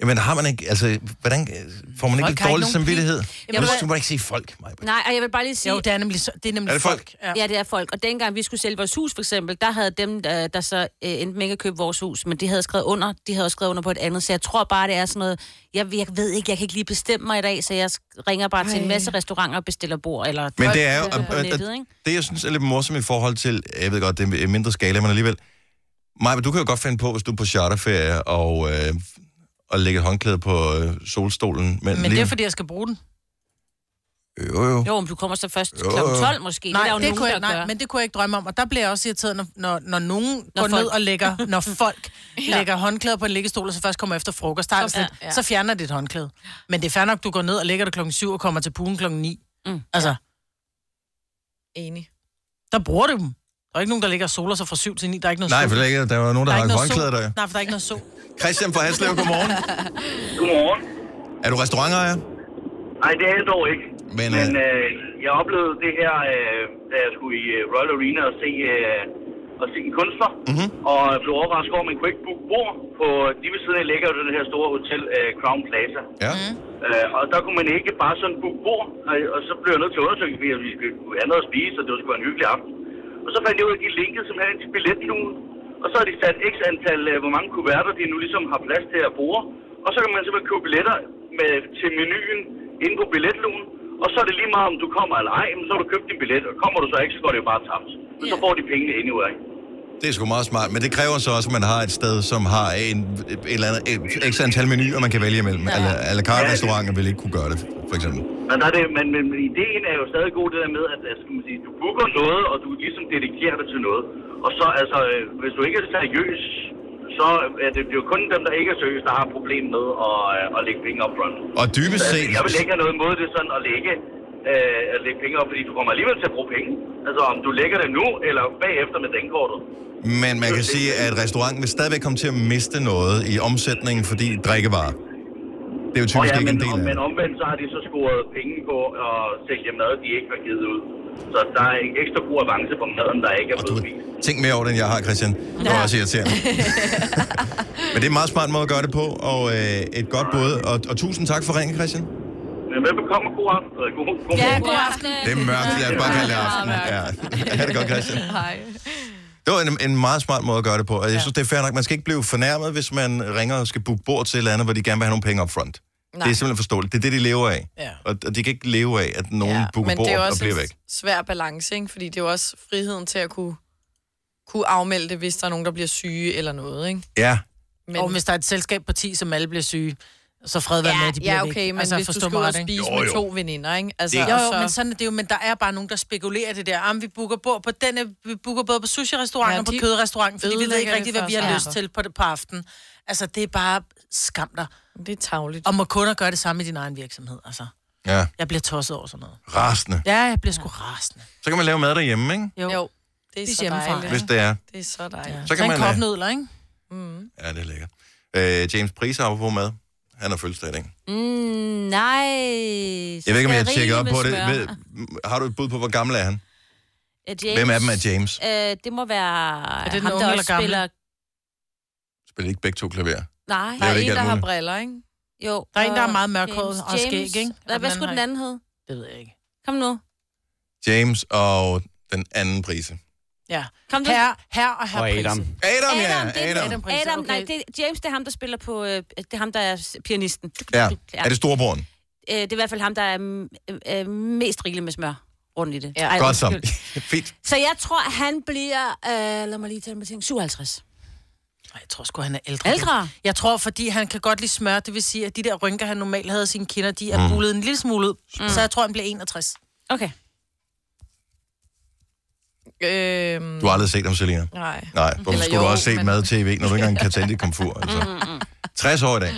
Speaker 1: Jamen har man ikke, altså, hvordan øh, får man
Speaker 4: Folk
Speaker 1: ikke
Speaker 4: har
Speaker 1: et
Speaker 4: ikke
Speaker 1: dårligt
Speaker 4: nogen
Speaker 1: samvittighed? Jamen,
Speaker 2: ved-
Speaker 1: du må ikke sige folk, mig.
Speaker 2: Nej, og jeg vil bare lige sige,
Speaker 4: Jo, det er nemlig, så- det er nemlig
Speaker 1: Er det folk?
Speaker 4: Ja.
Speaker 2: Ja, det er folk. Og dengang vi skulle sælge vores hus, for eksempel, der havde dem, der, der så øh, endte med ikke at købe vores hus, men de havde skrevet under, de havde også skrevet under på et andet. Så jeg tror bare, det er sådan noget, jeg, jeg ved ikke, jeg kan ikke lige bestemme mig i dag, så jeg sk- ringer bare Ej. til en masse restauranter og bestiller bord. Eller
Speaker 1: Men det er jo,
Speaker 2: på
Speaker 1: øh,
Speaker 2: nettet, ikke?
Speaker 1: det jeg synes er lidt morsomt i forhold til, jeg ved godt, det er i mindre skala, men alligevel. Maja, du kan jo godt finde på, hvis du er på charterferie og, øh, og lægger et håndklæde på øh, solstolen. Men,
Speaker 4: Men det er, fordi jeg skal bruge den.
Speaker 1: Jo, jo.
Speaker 2: Jo, men du kommer så først
Speaker 1: Jo,
Speaker 2: kl.
Speaker 1: jo.
Speaker 2: 12 måske.
Speaker 4: Nej,
Speaker 2: det er jo
Speaker 4: det,
Speaker 2: nogen,
Speaker 4: kunne
Speaker 2: der
Speaker 4: jeg, nej,
Speaker 2: gør.
Speaker 4: men det kunne jeg ikke drømme om. Og der bliver jeg også irriteret, når, når, når nogen når går
Speaker 2: Når
Speaker 4: folk. ned
Speaker 2: folk-
Speaker 4: og lægger, når folk ja. lægger håndklæder på en liggestol, og så først kommer efter frokost. Der, så, ja, ja. så fjerner det et håndklæde. Men det er fair nok, du går ned og lægger det klokken 7 og kommer til poolen klokken 9. Mm. Altså,
Speaker 3: Enig.
Speaker 4: Der bruger du dem. Der er ikke nogen, der ligger og soler sig fra 7 til 9. Der er ikke noget
Speaker 1: Nej,
Speaker 4: sol.
Speaker 1: for ikke. Der var nogen, der,
Speaker 4: der er
Speaker 1: der
Speaker 4: ikke
Speaker 1: har
Speaker 4: noget
Speaker 1: håndklæder
Speaker 4: sol.
Speaker 1: der.
Speaker 4: Nej, for der er ikke noget sol.
Speaker 1: Christian fra Haslev, godmorgen.
Speaker 8: Godmorgen.
Speaker 1: Er du restaurantejer?
Speaker 8: Nej, det er jeg dog ikke.
Speaker 1: Men,
Speaker 8: Men
Speaker 1: øh,
Speaker 8: øh, jeg oplevede det her, øh, da jeg skulle i øh, Royal Arena og se, øh, og se en kunstner.
Speaker 1: Mhm.
Speaker 8: Mm-hmm. Og jeg blev overrasket over, at man kunne ikke booke bord på... Lige ved siden af ligger jo det her store hotel, øh, Crown Plaza.
Speaker 1: Ja.
Speaker 8: Øh, og der kunne man ikke bare sådan booke bord, og, og så blev jeg nødt til at undersøge, fordi vi skulle have noget at spise, og det skulle være en hyggelig aften. Og så fandt jeg ud af, at de linkede simpelthen til billetlugen, og så har de sat x antal, øh, hvor mange kuverter de nu ligesom har plads til at bruge, og så kan man simpelthen købe billetter med, til menuen inde på billetlugen, og så er det lige meget, om du kommer eller ej, men så har du købt din billet, og kommer du så ikke, så går det jo bare tabt. Men så får de pengene anyway.
Speaker 1: Det er sgu meget smart, men det kræver så også, at man har et sted, som har en, et eller andet, et, x antal menuer, man kan vælge imellem. Ja. A la carte restauranter vil ikke kunne gøre det, for eksempel.
Speaker 8: Men, der er det, men, men, men ideen er jo stadig god, det der med, at, at skal man sige, du booker noget, og du ligesom dedikerer dig til noget. Og så, altså, øh, hvis du ikke er seriøs, så er det jo kun dem, der ikke er seriøse, der har et problem med at, øh, at lægge penge op front.
Speaker 1: Og dybest set...
Speaker 8: Jeg vil ikke have noget imod det sådan at lægge, øh, at lægge penge op, fordi du kommer alligevel til at bruge penge. Altså, om du lægger det nu, eller bagefter med dankortet.
Speaker 1: Men man kan sige, at restauranten vil stadigvæk komme til at miste noget i omsætningen, fordi drikkevarer. Det er jo
Speaker 8: Og
Speaker 1: typisk
Speaker 8: ja,
Speaker 1: ikke
Speaker 8: men,
Speaker 1: en del
Speaker 8: om,
Speaker 1: af
Speaker 8: men
Speaker 1: det.
Speaker 8: omvendt, så har de så scoret penge på at sælge mad, de ikke har givet ud. Så der er en ekstra god avance på maden, der ikke er blevet spist.
Speaker 1: Tænk mere over det, end jeg har, Christian. Det var også irriterende. men det er en meget smart måde at gøre det på, og øh, et godt bud. Og, og tusind tak for ringen, Christian.
Speaker 8: Men velbekomme, god aften. øh, God, god
Speaker 3: Ja,
Speaker 8: morgen.
Speaker 3: god aften.
Speaker 1: Det er mørkt, lad os bare kalde det aften. Ja. [laughs] Ha' det godt, Christian.
Speaker 3: Hej.
Speaker 1: Det var en, en meget smart måde at gøre det på, og jeg synes, det er fair nok. Man skal ikke blive fornærmet, hvis man ringer og skal booke bord til et eller andet, hvor de gerne vil have nogle penge up front. Det er simpelthen forståeligt. Det er det, de lever af.
Speaker 4: Ja.
Speaker 1: Og, og de kan ikke leve af, at nogen ja, booker
Speaker 3: men
Speaker 1: bord
Speaker 3: det er
Speaker 1: og
Speaker 3: også
Speaker 1: bliver
Speaker 3: en
Speaker 1: væk.
Speaker 3: svær balance, ikke? Fordi det er jo også friheden til at kunne, kunne afmelde det, hvis der er nogen, der bliver syge eller noget, ikke?
Speaker 1: Ja,
Speaker 3: Men,
Speaker 4: Men... Og hvis der er et selskab på 10, som alle bliver syge, så fred være med,
Speaker 3: ja,
Speaker 4: at de bliver
Speaker 3: ja,
Speaker 4: væk.
Speaker 3: okay, men
Speaker 4: altså,
Speaker 3: altså, hvis
Speaker 4: forstå
Speaker 3: du skal ud
Speaker 4: mig
Speaker 3: og
Speaker 4: ret, ikke?
Speaker 3: spise
Speaker 1: Jo,
Speaker 3: jo, jo. med
Speaker 1: jo.
Speaker 3: to veninder, ikke? Altså,
Speaker 1: Det er-
Speaker 4: Jo,
Speaker 3: og
Speaker 4: jo,
Speaker 3: så,
Speaker 4: men sådan er det jo, men der er bare nogen, der spekulerer det der. Jamen, vi booker bord på denne, vi booker både på sushi-restaurant
Speaker 3: Ja,
Speaker 4: og på
Speaker 3: de
Speaker 4: kødrestauranten, fordi vi ved ikke
Speaker 3: ødelægger
Speaker 4: rigtigt,
Speaker 3: det
Speaker 4: hvad vi
Speaker 3: for
Speaker 4: har
Speaker 3: os
Speaker 4: lyst
Speaker 3: andre.
Speaker 4: til på det på aftenen. Altså, det er bare skam dig.
Speaker 3: det er tavligt.
Speaker 4: Og må kunder gøre det samme i din egen virksomhed, altså.
Speaker 1: ja.
Speaker 4: Jeg bliver tosset over sådan noget.
Speaker 1: Rasende.
Speaker 4: Ja, jeg bliver sgu rasende.
Speaker 1: Så kan man lave mad derhjemme, ikke?
Speaker 4: Jo.
Speaker 3: Jo, det er
Speaker 4: Spis
Speaker 3: så
Speaker 4: hjemmefra.
Speaker 3: dejligt.
Speaker 1: Hvis det er.
Speaker 3: Det er så dejligt.
Speaker 1: Så
Speaker 4: Så
Speaker 1: kan
Speaker 4: en
Speaker 1: man...
Speaker 4: kop
Speaker 1: øh,
Speaker 4: nudler, ikke?
Speaker 1: Ja, det er lækkert. Øh, James Price har på mad. Han har fødselsdag i dag.
Speaker 2: Mm, nej.
Speaker 1: Jeg ved ikke, om jeg har tjekket op på det. Ved, har du et bud på, hvor gammel er han?
Speaker 2: James,
Speaker 1: Hvem af dem er James?
Speaker 2: Øh, det må være
Speaker 4: det den
Speaker 2: ham,
Speaker 4: unge
Speaker 2: der
Speaker 4: eller
Speaker 2: også
Speaker 4: gamle?
Speaker 2: spiller...
Speaker 1: Spiller ikke begge to klaver.
Speaker 2: Nej,
Speaker 3: Der
Speaker 1: Jeg
Speaker 3: er
Speaker 1: ved ikke
Speaker 3: en, der
Speaker 1: alt
Speaker 3: har
Speaker 1: muligt.
Speaker 3: briller, ikke?
Speaker 2: jo.
Speaker 4: Der er en, der er
Speaker 2: og
Speaker 4: meget mørkhåret
Speaker 2: James-
Speaker 4: og skæg,
Speaker 2: James.
Speaker 4: ikke?
Speaker 2: Hvad,
Speaker 4: Og
Speaker 2: hvad
Speaker 4: den
Speaker 2: skulle den
Speaker 4: har
Speaker 2: anden hed?
Speaker 4: Det ved jeg ikke.
Speaker 2: Kom nu.
Speaker 1: James og den anden Price.
Speaker 4: Ja.
Speaker 2: Kom nu.
Speaker 4: Herre, herre og herre
Speaker 5: Og Adam.
Speaker 4: Prise.
Speaker 1: Adam, ja!
Speaker 2: Adam, det er den-
Speaker 1: Adam.
Speaker 4: Adam Price,
Speaker 2: Adam,
Speaker 4: okay.
Speaker 2: nej, det, James, det er ham, der spiller på... Øh, det er ham, der er s- pianisten.
Speaker 1: Ja.
Speaker 2: ja.
Speaker 1: Er det storebroren?
Speaker 2: Øh, det er i hvert fald ham, der er mm, øh, øh, mest rigelig med smør rundt i det.
Speaker 3: Ja.
Speaker 2: Ej,
Speaker 1: Godt så.
Speaker 2: undskyld.
Speaker 1: [laughs] Fedt.
Speaker 2: Så jeg tror, at han bliver... Øh, lad mig lige tælle mig ting. 57.
Speaker 4: Nej, jeg tror sgu, han er ældre.
Speaker 2: Ældre?
Speaker 4: Jeg tror, fordi han kan godt lide smør, det vil sige, at de der rynker, han normalt havde i sine kinder, de er mm. bulet en lille smule ud. Mm. Så jeg tror, han bliver 61.
Speaker 2: Okay.
Speaker 3: Øhm,
Speaker 1: Du har aldrig set ham, Selina.
Speaker 3: nej.
Speaker 1: Nej, hvorfor
Speaker 3: Eller
Speaker 1: skulle du
Speaker 3: jo,
Speaker 1: også se
Speaker 3: men-
Speaker 1: mad-tv, når du ikke engang kan tænde dit
Speaker 4: [laughs]
Speaker 1: komfur?
Speaker 2: Mm,
Speaker 1: Altså. 60 år i dag.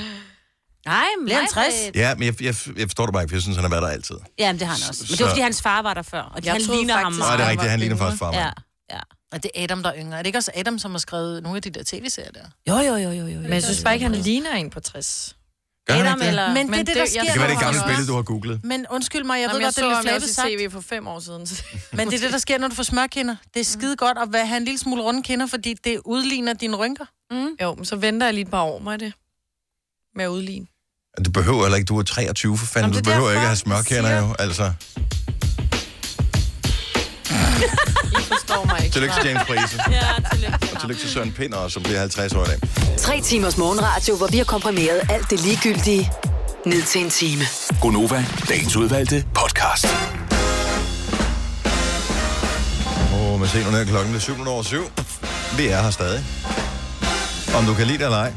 Speaker 2: Nej, men
Speaker 4: Bliver han 60?
Speaker 1: Ja, men jeg, jeg, jeg forstår det bare ikke, for jeg synes, han har været der altid.
Speaker 2: Ja, men det har han også. Men det var,
Speaker 1: Så-
Speaker 2: fordi hans far var der før, og de,
Speaker 3: Jeg
Speaker 2: han
Speaker 3: troede
Speaker 2: ligner ham
Speaker 3: faktisk-
Speaker 1: Nej,
Speaker 2: meget.
Speaker 1: det er rigtigt,
Speaker 3: han var
Speaker 1: han ligner
Speaker 3: yngre.
Speaker 1: faktisk farmand.
Speaker 2: Ja, ja.
Speaker 4: Og det er Adam, der er yngre. Er det ikke også Adam, som har skrevet nogle af de der tv-serier der?
Speaker 2: Jo, jo, jo, jo, jo.
Speaker 3: Men jeg synes bare ikke, han ligner en på 60.
Speaker 1: Gør han
Speaker 2: Adam
Speaker 1: ikke det?
Speaker 2: eller...
Speaker 4: Men, det er
Speaker 3: Men
Speaker 4: det,
Speaker 3: det-
Speaker 4: der
Speaker 3: jeg
Speaker 4: sker.
Speaker 1: Det kan være det
Speaker 4: når-
Speaker 1: gamle billede, du har googlet.
Speaker 4: Men undskyld mig, jeg ved
Speaker 3: Jamen,
Speaker 4: godt, det er lidt
Speaker 3: ham jo også
Speaker 4: flabet sagt.
Speaker 3: i tv for fem år siden. så-
Speaker 4: Men det er det, der sker, når du får smørkinder. Det er
Speaker 1: Mm.
Speaker 4: skide godt at være- have en lille smule runde kinder, fordi det udligner dine rynker.
Speaker 1: Mm.
Speaker 3: jo, men så venter jeg lige et par år med det. Med at udligne.
Speaker 1: Du behøver heller ikke, du er 23 for fanden.
Speaker 4: Jamen,
Speaker 1: Du
Speaker 4: det er
Speaker 1: behøver
Speaker 4: derfor,
Speaker 1: ikke at have
Speaker 4: jeg
Speaker 1: smørkænder jo, altså.
Speaker 3: Forstår mig
Speaker 1: [laughs]
Speaker 3: ikke.
Speaker 1: Tillykke til James Price.
Speaker 2: Ja, tillykke.
Speaker 1: Og tillykke til Søren Pinder, som bliver 50 år i dag.
Speaker 6: Tre timers morgenradio, hvor vi har komprimeret alt det ligegyldige ned til en time.
Speaker 7: Gonova, dagens udvalgte podcast.
Speaker 1: Åh, man ser nu ned klokken er 7 over 7. Vi er her stadig. Om du kan lide det eller ej.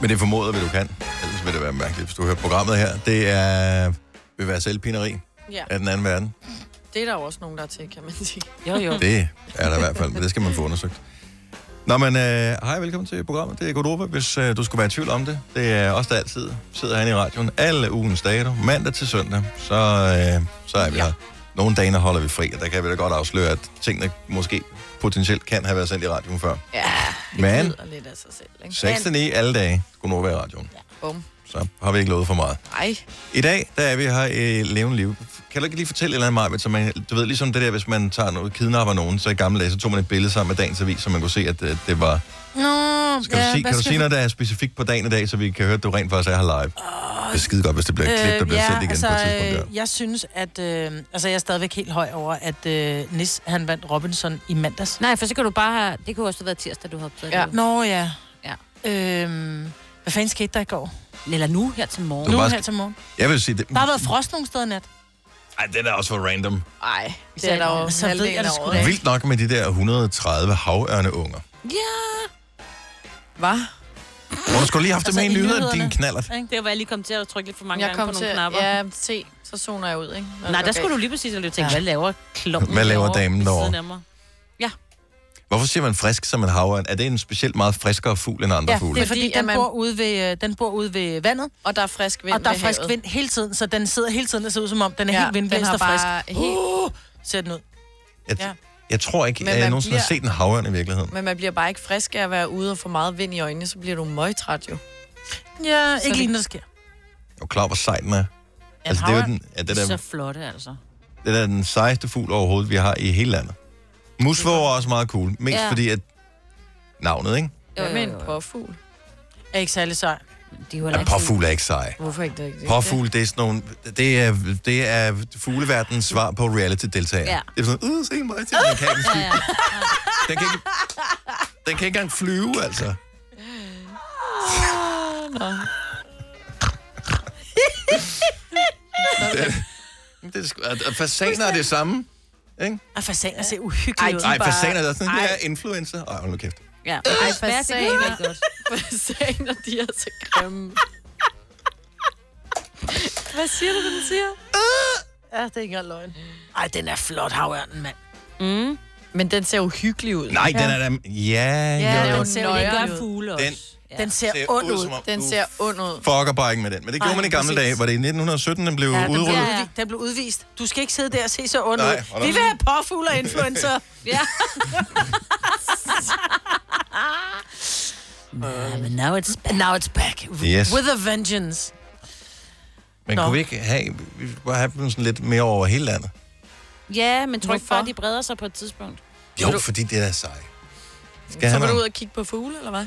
Speaker 1: Men det formoder vi, du kan. Ellers vil det være mærkeligt, hvis du hører programmet her. Det er, vil være selvpineri
Speaker 3: Ja,
Speaker 1: af den anden verden.
Speaker 3: det er der jo også nogen, der er til, kan man sige.
Speaker 2: Jo, jo.
Speaker 1: Det er der i hvert fald, men det skal man få undersøgt. Nå, men øh, hej, velkommen til programmet. Det er Godova, hvis øh, du skulle være i tvivl om det. Det er os, der altid sidder herinde i radioen alle ugens dage, du. mandag til søndag, så, øh, så er vi ja. her. Nogle dage der holder vi fri, og der kan vi da godt afsløre, at tingene måske potentielt kan have været sendt i radioen før.
Speaker 3: Ja,
Speaker 1: Men-
Speaker 3: det lyder lidt af sig selv, ikke?
Speaker 1: 6 til 9 alle dage skulle nu være i radioen.
Speaker 3: Bum.
Speaker 1: Så har vi ikke lovet for meget.
Speaker 3: Ej,
Speaker 1: I dag, der er vi her i øh, levende liv. Kan du ikke lige fortælle et eller andet, Marvind, så man, du ved, ligesom det der, hvis man tager noget, kidnapper nogen, så i gamle dage, så tog man et billede sammen med dagens avis, så man kunne se, at øh, det var...
Speaker 4: Nå,
Speaker 1: Skal du sige, kan du sige noget, der er specifikt på dagen i dag, så vi kan høre, at du rent faktisk er her live? Det er skide godt, hvis det bliver et klip, der bliver sendt igen på et tidspunkt.
Speaker 4: øh, jeg synes, at... Øh, altså, jeg er stadigvæk helt høj over, at øh, Nis, han vandt Robinson i mandags.
Speaker 2: Nej, for så kan du bare have... Det kunne også have været tirsdag, du havde optaget
Speaker 3: Ja.
Speaker 2: det.
Speaker 4: Nå, ja.
Speaker 2: Ja.
Speaker 4: Øhm, hvad fanden skete der i går?
Speaker 2: Eller nu her til morgen.
Speaker 1: Du-
Speaker 4: Nu
Speaker 1: bare
Speaker 4: her
Speaker 1: skal-
Speaker 4: til morgen.
Speaker 1: der. Jeg vil sige, det,
Speaker 4: Der har været frost nogle steder i nat.
Speaker 1: ej, den er også for random.
Speaker 3: ej. Det er der jo
Speaker 4: Så ved
Speaker 3: halvdelen
Speaker 4: jeg det
Speaker 3: af
Speaker 4: sgu
Speaker 3: året,
Speaker 4: da
Speaker 3: ikke?
Speaker 4: ikke.
Speaker 1: Vildt nok med de der 130 havørneunger.
Speaker 3: Hvad?
Speaker 1: Må du skulle lige have haft det
Speaker 4: Altså,
Speaker 1: med i
Speaker 4: i
Speaker 1: nyhederne,
Speaker 4: nyhederne.
Speaker 1: din knallert.
Speaker 2: Det var jeg lige kom til at trykke lidt for mange
Speaker 3: Jeg
Speaker 2: gange
Speaker 3: kom
Speaker 2: på
Speaker 3: til...
Speaker 2: nogle knapper.
Speaker 3: Ja, se, så zoner jeg ud, ikke? Når
Speaker 2: Nej,
Speaker 3: jeg
Speaker 2: der
Speaker 3: går
Speaker 2: skulle du
Speaker 3: bag.
Speaker 2: lige præcis have tænkt, hvad laver klumpen
Speaker 1: Hvad laver
Speaker 2: derovre
Speaker 1: damen
Speaker 2: ved
Speaker 1: derovre?
Speaker 2: siden af mig?
Speaker 1: Hvorfor siger man frisk som en havørn? Er det en specielt meget friskere fugl end andre
Speaker 4: Ja,
Speaker 1: fugle?
Speaker 4: det er fordi,
Speaker 3: Fordi,
Speaker 4: den,
Speaker 3: at man-
Speaker 4: bor ude ved, øh, den bor ude ved vandet,
Speaker 3: Og der er frisk vind
Speaker 4: og der er
Speaker 3: ved
Speaker 4: frisk
Speaker 3: havet.
Speaker 4: vind hele tiden, så den sidder hele tiden og ser ud som om, den er
Speaker 3: Ja,
Speaker 4: helt vindblæst
Speaker 3: den
Speaker 4: og
Speaker 3: har
Speaker 4: frisk.
Speaker 3: bare helt-
Speaker 4: Uh, ser den ud.
Speaker 1: Jeg,
Speaker 4: Ja.
Speaker 1: jeg tror ikke,
Speaker 3: Men
Speaker 1: at jeg
Speaker 3: man
Speaker 1: nogensinde har
Speaker 3: bliver-
Speaker 1: set en havørn i virkeligheden.
Speaker 3: Men man bliver bare ikke frisk af at være ude og få meget vind i øjnene, så bliver du møgtræt jo.
Speaker 4: Ja, ikke
Speaker 3: det-
Speaker 4: lige, når det sker.
Speaker 1: Jeg er jo klar, hvor sej den er.
Speaker 4: Ja,
Speaker 1: Altså, det er jo den, ja, det,
Speaker 2: Så
Speaker 1: der,
Speaker 2: flotte, altså.
Speaker 1: det der er den sejeste fugl overhovedet, vi har i hele landet. Musvåger er også meget cool. Mest
Speaker 2: Ja.
Speaker 1: fordi, at navnet, ikke?
Speaker 2: Jo, jo,
Speaker 3: Hvad med
Speaker 2: jo,
Speaker 3: en
Speaker 2: jo.
Speaker 3: påfugl?
Speaker 4: er ikke særlig sej.
Speaker 2: De er jo heller
Speaker 1: Ja,
Speaker 2: ikke
Speaker 1: påfugl er ikke sej.
Speaker 3: Hvorfor ikke det?
Speaker 1: Påfugl, det er sådan nogle... Det er, det er fugleverdenens svar på reality-deltagere.
Speaker 2: Ja.
Speaker 1: Det er sådan, uh, se mig, til den kan ikke
Speaker 2: Ja,
Speaker 1: flyve.
Speaker 2: ja.
Speaker 1: Den kan ikke, den kan ikke engang flyve, altså.
Speaker 3: Ah,
Speaker 1: det, det er, sgu- og- og fasaner er det samme, ikke?
Speaker 4: Og fasaner ser uhyggeligt ud.
Speaker 1: Nej,
Speaker 3: bare-
Speaker 1: fasaner er sådan, det
Speaker 3: Ej.
Speaker 1: er influencer. Ej, hold nu kæft.
Speaker 2: [laughs] ja. Ej, fasaner. Det kan jeg ikke godt.
Speaker 3: Fasaner, de er så grimme.
Speaker 2: Hvad siger du, den siger?
Speaker 1: Øh!
Speaker 4: Ja, det er ikke engang løgn. Ej, den er flot, havørnen, mand. Mm.
Speaker 3: Men den ser uhyggelig ud.
Speaker 1: Nej, den er da... Ja,
Speaker 3: Ja,
Speaker 1: jo, jo.
Speaker 3: den
Speaker 2: Det
Speaker 3: ser
Speaker 2: er jo
Speaker 3: nøjeren
Speaker 2: ikke
Speaker 3: ud.
Speaker 2: fugle
Speaker 1: Den
Speaker 2: også. Ja.
Speaker 4: Den ser ond ud.
Speaker 1: som om,
Speaker 3: Den
Speaker 1: du
Speaker 3: ser ond ud.
Speaker 1: fucker bare ikke med den. Men det gjorde man i gamle
Speaker 4: præcis.
Speaker 1: dage. Var det i 1917, den blev
Speaker 4: Ja, den,
Speaker 1: udryddet?
Speaker 4: blev
Speaker 2: Ja, ja.
Speaker 4: udvist. den blev udvist. Du skal ikke sidde der og se så ond
Speaker 1: Nej,
Speaker 4: ud.
Speaker 1: hold op.
Speaker 4: Vi vil have påfugle og
Speaker 3: [laughs]
Speaker 4: influencer. [laughs]
Speaker 2: Ja. Nah, but now it's
Speaker 4: And now it's back.
Speaker 1: Yes.
Speaker 4: With a vengeance.
Speaker 1: Men
Speaker 4: Nå.
Speaker 1: kunne vi ikke have, vi skulle bare have dem sådan lidt mere over hele landet?
Speaker 2: Ja, men tror ikke
Speaker 4: Hvorfor?
Speaker 2: bare, de breder sig på et tidspunkt.
Speaker 1: Jo, fordi det er sej. Skal
Speaker 3: Så
Speaker 1: han
Speaker 3: var du ud
Speaker 1: have...
Speaker 3: og kigge på fugle, eller hvad?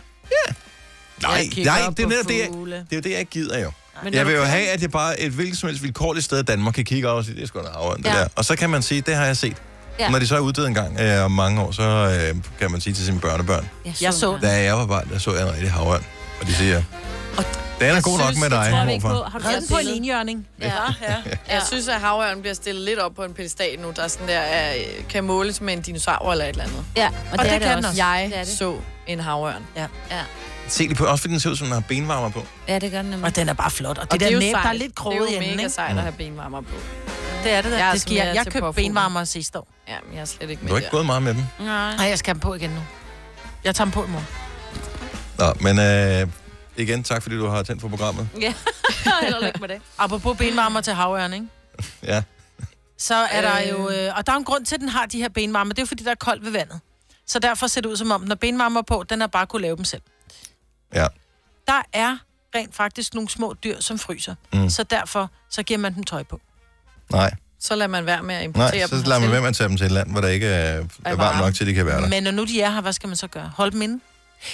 Speaker 1: Nej,
Speaker 3: Jeg kigger
Speaker 1: nej,
Speaker 3: op
Speaker 1: det er,
Speaker 3: på
Speaker 1: netop det, jeg,
Speaker 3: fugle.
Speaker 1: det er jo det, jeg ikke gider jo.
Speaker 2: Men
Speaker 1: Jeg
Speaker 2: når
Speaker 1: vil
Speaker 2: du
Speaker 1: jo
Speaker 2: kører-
Speaker 1: have, at jeg bare et hvilket som helst vilkårligt sted i Danmark kan kigge over og sige, det er sgu da afhånd, det
Speaker 2: Ja.
Speaker 1: der. Og så kan man sige, det har jeg set.
Speaker 2: Ja.
Speaker 1: Når de så er uddøde en gang øh, om mange år, så øh, kan man sige til sine børnebørn,
Speaker 4: Jeg så
Speaker 2: den.
Speaker 1: da jeg var barn, der så jeg en rigtig havørn. Og de siger, den er god nok med
Speaker 2: Det tror
Speaker 1: dig,
Speaker 2: vi ikke på.
Speaker 1: morfar.
Speaker 2: Har du
Speaker 4: Red
Speaker 2: set
Speaker 4: den på en
Speaker 2: billedet?
Speaker 4: linjørning.
Speaker 2: Ja, ja.
Speaker 3: [laughs] Jeg synes, at havørnen bliver stillet lidt op på en pedestal nu, der sådan der øh, kan måles med en dinosaur eller et eller andet.
Speaker 2: ja og, det,
Speaker 4: det
Speaker 2: er det
Speaker 4: kan
Speaker 2: også.
Speaker 4: den også.
Speaker 2: Det er
Speaker 3: Jeg
Speaker 2: det.
Speaker 3: så en havørn.
Speaker 2: Ja.
Speaker 1: Se det på, også fordi den ser ud, som den har benvarmer på.
Speaker 2: ja, det gør den nemlig.
Speaker 4: Og den er bare flot. Og det,
Speaker 3: Og
Speaker 4: der
Speaker 3: jo
Speaker 4: næb, der er
Speaker 3: sejt.
Speaker 4: lidt kroget i
Speaker 3: Det er jo
Speaker 4: enden,
Speaker 3: mega
Speaker 4: ikke?
Speaker 3: sejt at have benvarmer på.
Speaker 4: Det er det der.
Speaker 3: Jeg er
Speaker 4: Jeg, det skal
Speaker 3: altså
Speaker 4: jeg,
Speaker 3: mere
Speaker 4: jeg
Speaker 3: til
Speaker 4: købte
Speaker 3: påfugle.
Speaker 4: benvarmer sidste år.
Speaker 3: Ja, men jeg er slet ikke
Speaker 1: Du
Speaker 3: med
Speaker 1: har ikke
Speaker 3: der.
Speaker 1: gået meget med dem.
Speaker 2: Nej.
Speaker 4: Nej, jeg skal have dem på igen nu. Jeg tager dem på i morgen.
Speaker 1: Nå, men øh, igen, tak fordi du har tændt for programmet.
Speaker 3: [laughs]
Speaker 2: Ja, heller ikke med det.
Speaker 4: Apropos benvarmer til havørn, ikke?
Speaker 1: Ja.
Speaker 4: Så er der jo... Øh, og der er en grund til, at den har de her benvarmer. Det er jo, fordi der er koldt ved vandet. Så derfor ser det ud som om, når benvarmer er på, den har bare kunne lave dem selv.
Speaker 1: Ja.
Speaker 4: Der er rent faktisk nogle små dyr, som fryser.
Speaker 1: Mm.
Speaker 4: Mm. Så derfor, så giver man dem tøj på.
Speaker 1: Nej,
Speaker 3: Så lader man være med at importere
Speaker 1: nej,
Speaker 3: dem.
Speaker 1: så lader man
Speaker 3: hertil.
Speaker 1: være med at tage dem til et land, hvor der ikke er, er varmt
Speaker 3: varme.
Speaker 1: nok til, at de kan være der.
Speaker 4: Men når nu de er her, hvad skal man så gøre? Hold dem inde.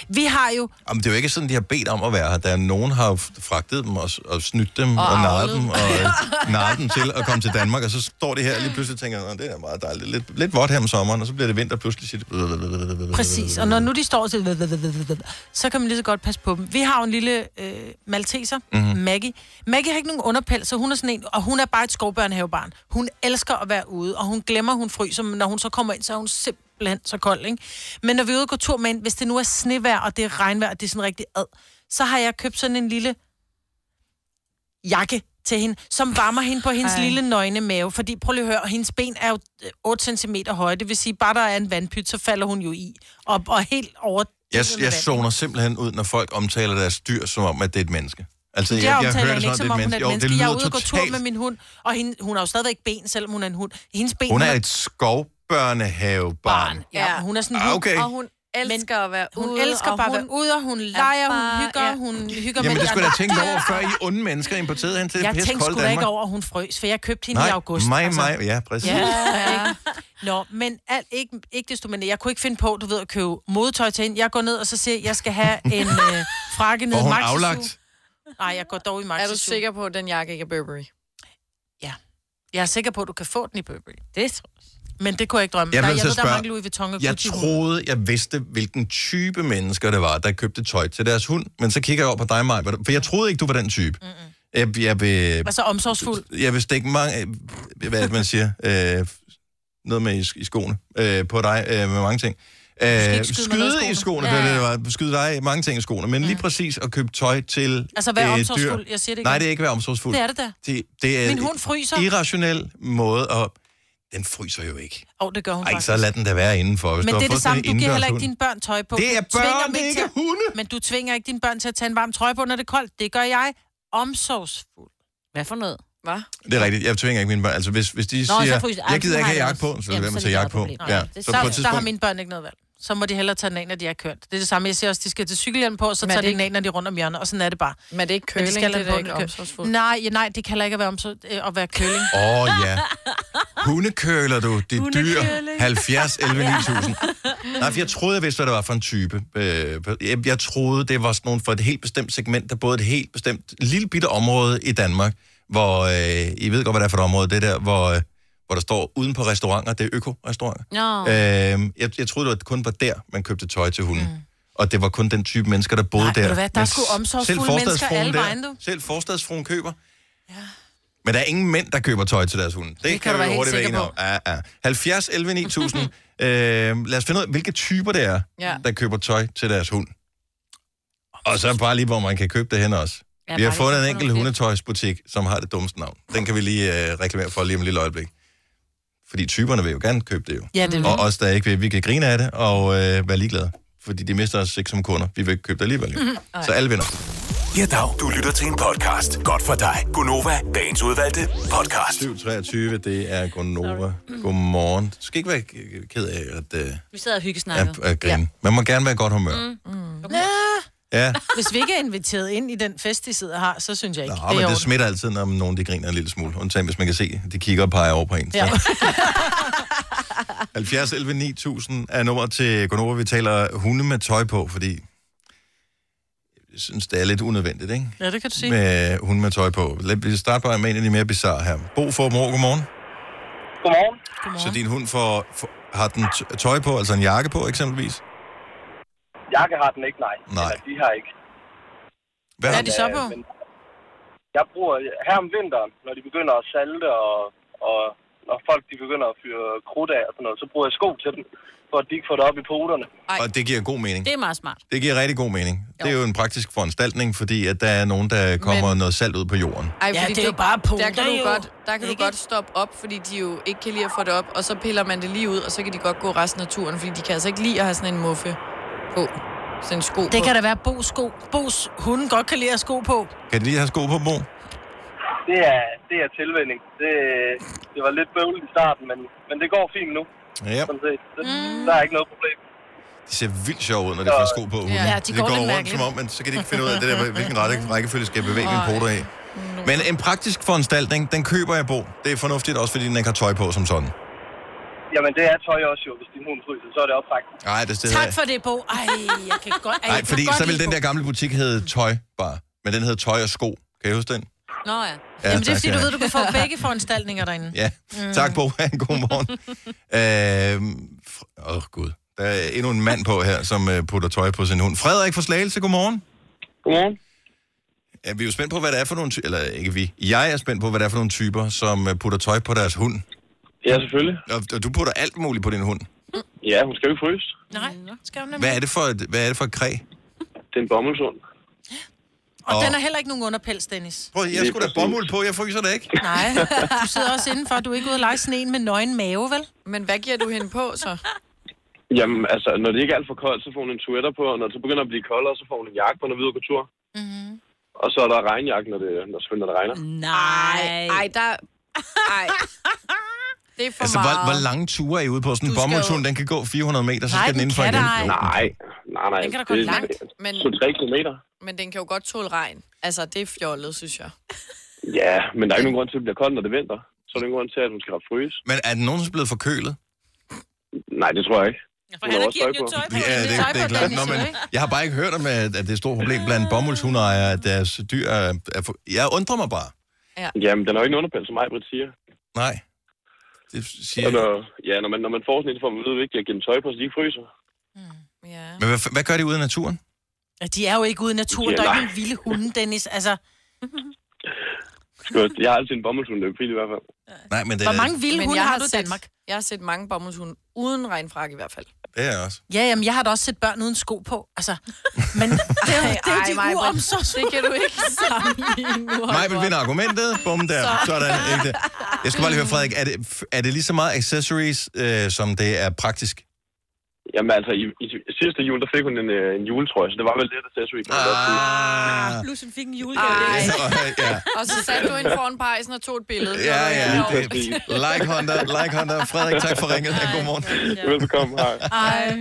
Speaker 4: Vi har jo...
Speaker 1: Jamen, det er jo ikke sådan, de har bedt om at være her. Der er nogen, har jo fragtet dem og, og snydt dem og, og narret
Speaker 3: avlet
Speaker 1: dem og øh, narret dem til at komme til Danmark. Og så står de her og lige pludselig og tænker, "Nå, det er meget dejligt. Lidt, lidt vådt her om sommeren, og så bliver det vinter pludselig. Siger det...
Speaker 4: Præcis. Og når nu de står til... Så kan man lige så godt passe på dem. Vi har jo en lille øh, malteser, mm-hmm. Maggie. Maggie har ikke nogen underpels, så hun er sådan en... Og hun er bare et skovbørnehavebarn. Hun elsker at være ude, og hun glemmer, hun fryser. Men når hun så kommer ind, så er hun simpelthen så kold, ikke? Men når vi er ude og går tur med hende, hvis det nu er snevejr, og det er regnvejr, og det er sådan rigtig ad, så har jeg købt sådan en lille jakke til hende, som varmer hende på hendes Ej.
Speaker 3: Ej.
Speaker 4: lille nøgne mave. Fordi, prøv lige at høre, hendes ben er jo øh, 8 cm høje. Det vil sige, bare der er en vandpyt, så falder hun jo i. Og, og helt over...
Speaker 1: Jeg,
Speaker 4: med
Speaker 1: jeg
Speaker 4: Ligesom vand.
Speaker 1: zoner simpelthen ud, når folk omtaler deres dyr, som om, at det er et menneske. Altså,
Speaker 4: Det
Speaker 1: jeg, jeg,
Speaker 4: omtaler
Speaker 1: hører
Speaker 4: jeg
Speaker 1: det sådan,
Speaker 4: ikke, som om
Speaker 1: at
Speaker 4: hun
Speaker 1: det,
Speaker 4: er et
Speaker 1: jo, det
Speaker 4: menneske. Jeg er
Speaker 1: lyder
Speaker 4: ude og gå tur
Speaker 1: totalt...
Speaker 4: med min hund, og hende, hun har jo stadigvæk ben, selvom hun er en hund. Hendes ben
Speaker 1: Hun er et skovbørnehavebarn.
Speaker 4: Ja, men hun er sådan en
Speaker 1: Ah,
Speaker 4: hund.
Speaker 1: okay.
Speaker 3: Og hun elsker at være
Speaker 4: Hun
Speaker 3: ude.
Speaker 4: elsker
Speaker 3: og
Speaker 4: bare at
Speaker 3: hun...
Speaker 4: være ude, og hun leger,
Speaker 3: bare-
Speaker 4: hun hygger,
Speaker 3: ja.
Speaker 4: hun hygger
Speaker 1: Jamen,
Speaker 4: med
Speaker 1: det
Speaker 4: de
Speaker 1: skulle jeg
Speaker 4: andre.
Speaker 1: da tænke over, før I onde mennesker importerede hende til
Speaker 4: Jeg
Speaker 1: det pisse
Speaker 4: tænkte
Speaker 1: kolde
Speaker 4: sgu da
Speaker 1: Danmark.
Speaker 4: ikke over, at hun frøs, for jeg købte hende
Speaker 1: Nej,
Speaker 4: i august. altså.
Speaker 1: mig, mig, ja, præcis.
Speaker 4: Ja, ja. Nå, men alt, ikke, ikke desto mindre. Jeg kunne ikke finde på, du ved, at købe modetøj til hende. Jeg går ned, og så siger jeg, jeg skal have en øh, frakke ned
Speaker 1: Og
Speaker 4: i
Speaker 1: hun er
Speaker 4: Maxi Zoo.
Speaker 1: aflagt.
Speaker 4: Nej, jeg går dog i Maxi
Speaker 3: Er du
Speaker 4: Zoo.
Speaker 3: sikker på, at den jakke ikke er Burberry?
Speaker 4: Jeg er sikker på, at du kan få den i Burberry.
Speaker 2: Det tror jeg.
Speaker 4: Men det kunne jeg ikke drømme.
Speaker 1: Jeg
Speaker 4: Jeg,
Speaker 1: er
Speaker 4: Nej,
Speaker 1: nødt
Speaker 4: jeg
Speaker 1: til
Speaker 4: ved,
Speaker 1: at
Speaker 4: der er
Speaker 1: spørge-
Speaker 4: mange Louis Vuitton og
Speaker 1: Jeg
Speaker 4: Gucci. hunde.
Speaker 1: troede, jeg vidste, hvilken type mennesker det var, der købte tøj til deres hund. Men så kigger jeg over på dig, Maja, for jeg troede ikke, du var den type. Jeg, jeg, vil,
Speaker 4: Altså omsorgsfuld.
Speaker 1: jeg vil stikke mange... øh, Hvad er det, man siger? Øh, noget med i, sk- i skoene øh, på dig, øh, med mange ting. Øh,
Speaker 4: ikke skyde mig noget i
Speaker 1: skyde i skoene,
Speaker 4: skoene.
Speaker 2: Ja,
Speaker 1: ja,
Speaker 2: ja.
Speaker 1: ja. det var. Skyde dig mange ting i skoene, men lige præcis at købe tøj til
Speaker 4: Altså,
Speaker 1: øh,
Speaker 4: vær
Speaker 1: dyr.
Speaker 4: omsorgsfuld. Jeg siger det ikke.
Speaker 1: Nej, det er ikke være omsorgsfuld.
Speaker 4: det er det da.
Speaker 1: Det, det er
Speaker 4: Min hund fryser.
Speaker 1: en irrationel måde at... Den fryser jo ikke.
Speaker 4: Åh, oh, det gør hun
Speaker 1: Ej,
Speaker 4: faktisk.
Speaker 1: så lad den da være indenfor. Hvis
Speaker 4: Men
Speaker 1: du
Speaker 4: det
Speaker 1: har
Speaker 4: er det
Speaker 1: fået sådan
Speaker 4: samme,
Speaker 1: en
Speaker 4: du giver heller ikke
Speaker 1: indendørshund.
Speaker 4: dine børn tøj på.
Speaker 1: Det er
Speaker 4: Du tvinger
Speaker 1: børn,
Speaker 4: dem
Speaker 1: det er
Speaker 4: til
Speaker 1: ikke
Speaker 4: at-
Speaker 1: hunde.
Speaker 4: Men du tvinger ikke dine børn til at tage en varm trøje på, når det er koldt. Det gør jeg omsorgsfuld.
Speaker 2: Hvad for noget?
Speaker 3: Hvad?
Speaker 1: Det er rigtigt. Jeg tvinger ikke mine børn. Altså, hvis, hvis de
Speaker 2: så
Speaker 1: siger,
Speaker 2: fryser- Ej,
Speaker 1: jeg gider
Speaker 2: så
Speaker 1: ikke
Speaker 2: har
Speaker 1: have
Speaker 2: jeg
Speaker 1: jakke
Speaker 2: også-
Speaker 1: på, så lad
Speaker 2: Jamen,
Speaker 1: være med at
Speaker 2: så er
Speaker 1: tage
Speaker 2: det
Speaker 1: jakke på.
Speaker 2: mit problem.
Speaker 1: Ja.
Speaker 2: Nej, det er
Speaker 1: Så
Speaker 2: så-
Speaker 1: på
Speaker 4: Der,
Speaker 1: et
Speaker 4: der har
Speaker 1: tidspunkt...
Speaker 4: mine børn ikke noget valg. Så må de hellere tage den af, når de har kørt. Det er det samme, jeg siger også, de skal til cykelhjelm på, og så
Speaker 3: Men er
Speaker 4: tager
Speaker 3: det
Speaker 4: de den af, når de er rundt om hjørnet, og sådan er det bare.
Speaker 3: Men er det ikke
Speaker 4: Men de
Speaker 3: curling, det,
Speaker 4: skal
Speaker 3: skal
Speaker 4: lade
Speaker 3: det der
Speaker 4: den
Speaker 3: er
Speaker 4: bunde
Speaker 3: ikke
Speaker 4: køre.
Speaker 3: omsorgsfuldt?
Speaker 4: øh, Nej, ja, nej, det kan heller ikke at være, omsorg, øh, at være køling.
Speaker 1: Åh, oh, ja. Hundekøler, du. Det
Speaker 4: [laughs]
Speaker 1: er dyr. 70, 11, 9000. Nej, for jeg troede, jeg vidste, hvad det var for en type. Øh, Jeg, jeg troede, det var sådan nogle for et helt bestemt segment, der både et helt bestemt lille bitte område i Danmark, hvor, øh, I ved godt, hvad det er for et område, det der, hvor, øh, hvor der står uden på restauranter, det er øko-restauranter.
Speaker 2: Nå.
Speaker 1: Øh, jeg, jeg troede, det var kun var der, man købte tøj til hunden. Mm. Og det var kun den type mennesker, der boede
Speaker 4: Nej,
Speaker 1: der.
Speaker 4: ved du hvad, der er
Speaker 1: Men
Speaker 4: sgu
Speaker 1: s-
Speaker 4: omsorgsfulde
Speaker 1: selv
Speaker 4: mennesker
Speaker 1: forstadsfruen
Speaker 4: alle
Speaker 1: der-
Speaker 4: vegne, du.
Speaker 1: Selv forstadsfruen køber. Men der er ingen mænd, der køber tøj til deres hunde. Det, det kan,
Speaker 4: kan du
Speaker 1: vi
Speaker 4: være helt
Speaker 1: hurtigt være enige
Speaker 4: sikker
Speaker 1: om. Ja, ja. 70, 11,
Speaker 4: [laughs]
Speaker 1: 9000. øh, lad os finde ud af, hvilke typer det er, ja.
Speaker 3: Ja.
Speaker 1: der køber tøj til deres hund. Og så bare lige, hvor man kan købe det hen også.
Speaker 2: Ja,
Speaker 1: vi har
Speaker 2: bare lige
Speaker 1: fundet en
Speaker 2: få
Speaker 1: enkelt
Speaker 2: noget
Speaker 1: hundetøjsbutik, som har det dummeste navn. Den kan vi lige øh, reklamere for lige om et lille øjeblik. Fordi typerne vil jo gerne købe det jo.
Speaker 4: Ja, det er
Speaker 1: Og os, der ikke vil, vi kan grine af det og øh, være ligeglade. Fordi de mister os ikke som kunder. Vi vil ikke købe det alligevel.
Speaker 4: Mm.
Speaker 1: Jo.
Speaker 2: Mm-hmm.
Speaker 1: Så alle vinder.
Speaker 7: Ja, dag. Du lytter til en podcast. Godt for dig. Gunova, dagens udvalgte podcast.
Speaker 1: 7.23, det er Gunova. Godmorgen. Du skal ikke være k- ked af at, øh,
Speaker 2: Vi sad og hyggesnakkede.
Speaker 1: at, at grine. Man må gerne være i godt humør.
Speaker 4: Mm.
Speaker 1: Ja,
Speaker 4: Hvis vi ikke er inviteret ind i den fest, de sidder og har, så synes jeg ikke,
Speaker 1: Nå,
Speaker 4: det er
Speaker 1: men det
Speaker 4: det
Speaker 1: smitter altid, når nogen de griner en lille smule. Undtagen, hvis man kan se, de kigger og peger over på
Speaker 4: [laughs]
Speaker 1: en. Så.
Speaker 4: Ja.
Speaker 1: 70 11 9000 er nummer til Gonova. Vi taler hunde med tøj på, fordi jeg synes, det er lidt unødvendigt, ikke?
Speaker 4: Ja, det kan du sige.
Speaker 1: Med hunde med tøj på. Lad vi starte bare med en af de mere bizarre her. Bo for mor, godmorgen.
Speaker 8: Godmorgen.
Speaker 1: Så din hund får, får, har den t- tøj på, altså en jakke på eksempelvis?
Speaker 8: Jakke har den ikke, nej.
Speaker 1: Nej.
Speaker 8: Eller, de har ikke.
Speaker 1: Hvad har
Speaker 4: Hvad er de så på?
Speaker 8: Øh, men Jeg bruger her om vinteren, når de begynder at salte, og, og når folk de begynder at fyre krudt af og sådan noget, så bruger jeg sko til dem, for at de ikke får det op i poterne.
Speaker 1: Og det giver god mening.
Speaker 2: Det er meget smart.
Speaker 1: Det giver rigtig god mening. Det er jo en praktisk foranstaltning, fordi at der er nogen, der kommer Men... noget salt ud på jorden.
Speaker 3: Ej,
Speaker 4: Ja,
Speaker 3: fordi
Speaker 4: det er jo bare punkter,
Speaker 3: der kan du
Speaker 4: jo.
Speaker 3: godt, der kan
Speaker 4: Ikke?
Speaker 3: du godt stoppe op, fordi de jo ikke kan lide at få det op, og så piller man det lige ud, og så kan de godt gå resten af turen, fordi de kan altså ikke lide at have sådan en muffe på, sådan en sko
Speaker 4: Det
Speaker 3: på.
Speaker 4: kan da være Bo's sko. Bo's hunden godt kan lide at have sko på.
Speaker 1: Kan de lige have sko på, Bo?
Speaker 8: Det er, det er tilvænding. Det, det var lidt bøvlet i starten, men, men det går fint nu,
Speaker 1: Ja,
Speaker 8: sådan set. Det, mm. Der er ikke noget problem.
Speaker 1: de ser vildt sjove ud, når de får sko på. hunde.
Speaker 4: Ja, de går lidt
Speaker 1: rundt
Speaker 4: mærkeligt.
Speaker 1: som om, men så kan de ikke finde ud af, det
Speaker 4: [laughs]
Speaker 1: der, hvilken rette, rækkefølge skal jeg bevæge mine poter i. Men en praktisk foranstaltning, den køber jeg, Bo. Det er fornuftigt, også fordi den ikke har tøj på som sådan.
Speaker 8: Jamen, det er tøj også jo. Hvis din hund fryser, så er det oprækket.
Speaker 1: Nej, det er
Speaker 4: Tak for det, Bo. Ej, jeg kan godt... Ej,
Speaker 1: Nej,
Speaker 4: jeg kan
Speaker 1: fordi
Speaker 4: godt
Speaker 1: så ville
Speaker 4: lide
Speaker 1: den
Speaker 4: Bo.
Speaker 1: der gamle butik hedde Tøj bare. Men den hed Tøj og Sko. Kan I huske den?
Speaker 2: Nå ja.
Speaker 1: Ja,
Speaker 4: Jamen, det er
Speaker 1: tak,
Speaker 4: fordi,
Speaker 1: ja.
Speaker 4: du ved, du kan
Speaker 1: [laughs]
Speaker 4: få begge foranstaltninger derinde.
Speaker 1: Ja,
Speaker 4: Mm.
Speaker 1: tak Bo. Ha' en god
Speaker 4: [laughs]
Speaker 1: morgen. Øhm, fr- Åh, øh, Gud. Der er endnu en mand på her, som øh, putter tøj på sin hund. Frederik fra Slagelse, godmorgen.
Speaker 8: Godmorgen.
Speaker 1: Ja, vi er jo spændt på, hvad det er for nogle ty- eller ikke vi. Jeg er spændt på, hvad det er for nogle typer, som øh, putter tøj på deres hund.
Speaker 8: Ja, selvfølgelig.
Speaker 1: Og, og du putter alt muligt på din hund.
Speaker 8: Ja, hun skal jo ikke fryse.
Speaker 4: Nej, skal hun nemlig.
Speaker 1: Hvad er det for et, hvad er det for et kræ?
Speaker 8: Det er en bommelshund.
Speaker 4: Og den har heller ikke nogen underpels, Dennis.
Speaker 1: Prøv, jeg
Speaker 8: Lige
Speaker 1: skulle da
Speaker 8: præcis.
Speaker 1: bomuld på, jeg fryser da ikke.
Speaker 4: Nej, du sidder også indenfor. Du er ikke ude og lege sneen med nøgen mave, vel?
Speaker 3: Men hvad giver du hende på, så?
Speaker 8: Jamen, altså,
Speaker 2: Mm-hmm.
Speaker 8: når det ikke er alt for koldt, så får hun en sweater på, og når det så begynder at blive koldere, så får hun en jakke på, når vi er ude og gå tur.
Speaker 9: Og så er der regnjakke, når det, når, selvfølgelig, når det regner.
Speaker 1: Mm.
Speaker 2: Nej.
Speaker 3: Ej, der... Ej. [laughs] Det er for
Speaker 1: Altså,
Speaker 3: meget.
Speaker 1: hvor, hvor lange ture er I ude på? Sådan en
Speaker 3: Du skal jo-
Speaker 1: bomuldsund, den kan gå 400 meter, så
Speaker 4: Nej,
Speaker 1: skal den
Speaker 4: den
Speaker 1: indenfor
Speaker 4: kan
Speaker 1: igen.
Speaker 4: der
Speaker 1: Jo.
Speaker 4: ej.
Speaker 9: Nej, nej, nej.
Speaker 4: Den kan da gå langt,
Speaker 3: men-
Speaker 9: Så 3 kilometer.
Speaker 3: Men den kan jo godt tåle regn. Altså, det er fjollet, synes jeg.
Speaker 9: Ja, men der er ikke nogen grund til, at det bliver koldt, når det er vinter. Så er der ingen grund til, at hun skal fryse.
Speaker 1: Men er den nogensinde blevet forkølet?
Speaker 9: Nej, det tror jeg ikke.
Speaker 2: For
Speaker 9: Hun
Speaker 2: han
Speaker 9: har
Speaker 2: har
Speaker 9: også tøj
Speaker 2: givet den jo
Speaker 9: på.
Speaker 2: tøj på. ligesom,
Speaker 1: Ja, det, det er klart. Nå, men jeg har bare ikke hørt om, at at det er et stort problem blandt bomuldshundeejere, at deres dyr er... er for... Jeg undrer mig bare.
Speaker 9: Jamen, den har jo ikke en underpæl, som Majbrit siger.
Speaker 1: Nej. Det siger
Speaker 9: Og når, ja, når man, når man får sådan en, så får man ved vigtigt at give dem tøj på, så de ikke fryser.
Speaker 3: Ja.
Speaker 1: Men hvad, hvad gør de ude i naturen?
Speaker 4: Ja, de er jo ikke ude i naturen.
Speaker 9: Ja,
Speaker 4: Der er
Speaker 9: nej.
Speaker 4: ikke en vilde hunde, Dennis. Altså,
Speaker 9: Skønt. Jeg har altid en bommelsund løb i hvert fald.
Speaker 1: Nej, men det,
Speaker 4: hvor mange vilde
Speaker 3: Men
Speaker 4: hunde
Speaker 3: jeg
Speaker 4: har
Speaker 3: har
Speaker 4: du i
Speaker 3: set-
Speaker 4: Danmark?
Speaker 3: Jeg har set mange bommelshunde uden regnfrak i hvert fald.
Speaker 1: det er jeg også.
Speaker 4: Ja, jamen, jeg har da også set børn uden sko på.
Speaker 3: [laughs]
Speaker 4: Altså, men det er jo, det er jo
Speaker 3: Ej,
Speaker 4: de
Speaker 3: Maj-Brit,
Speaker 4: uomsorgsfulde.
Speaker 3: Det kan du ikke
Speaker 4: [laughs]
Speaker 3: sammenligne nu.
Speaker 1: Mig vil vinde argumentet. Bum, der. Sådan. Ikke det. Jeg skal bare lige høre, Frederik, er det, er det lige så meget accessories, øh, som det er praktisk?
Speaker 9: Jamen altså, i, i, sidste jul, der fik hun en, øh, en juletrøje, så det var vel lidt accessory. kan man godt sige.
Speaker 1: Ah.
Speaker 2: Plus hun fik en julegave.
Speaker 3: Ej.
Speaker 1: ja.
Speaker 3: Og så satte du ind foran pejsen og tog et billede. Det
Speaker 1: Altså- Ja,
Speaker 3: var
Speaker 1: ja.
Speaker 3: jo-
Speaker 9: Lige præcis.
Speaker 1: Like Honda, like Honda. Frederik, tak for ringet. Ha' God morgen.
Speaker 9: Velbekomme, hej.
Speaker 3: Ej.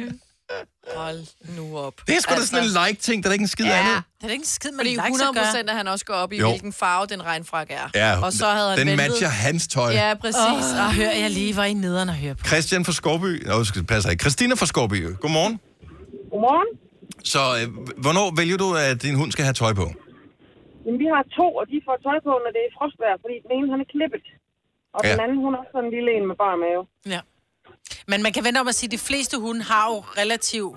Speaker 3: Hold nu op.
Speaker 1: Det er sgu da sådan en
Speaker 4: Altså.
Speaker 1: like-ting, der er ikke en skid ja. andet.
Speaker 4: Det er da ikke en skid, man
Speaker 3: Fordi
Speaker 4: lige så
Speaker 3: 100
Speaker 4: gør.
Speaker 3: procent, at han også går op i,
Speaker 1: Jo.
Speaker 3: jo. hvilken farve den regnfrak er.
Speaker 1: Ja,
Speaker 3: og så havde han
Speaker 1: den
Speaker 3: ventet.
Speaker 1: matcher hans tøj.
Speaker 3: Ja, præcis.
Speaker 4: Så
Speaker 3: Oh.
Speaker 4: hører jeg lige, hvor I nederen at høre på.
Speaker 1: Christian fra Skorby. Nå, det passer ikke. Christina fra Skorby. Godmorgen.
Speaker 10: Godmorgen.
Speaker 1: Så øh, hvornår vælger du, at din hund skal have tøj på?
Speaker 10: Jamen, vi har to, og de får tøj på, når det er frostvejr, fordi den ene, han er klippet. Og
Speaker 1: Ja.
Speaker 10: ja. den anden, hun er sådan en lille en med bar mave.
Speaker 4: Ja. Men man kan vente om at sige, at de fleste hunde har jo relativt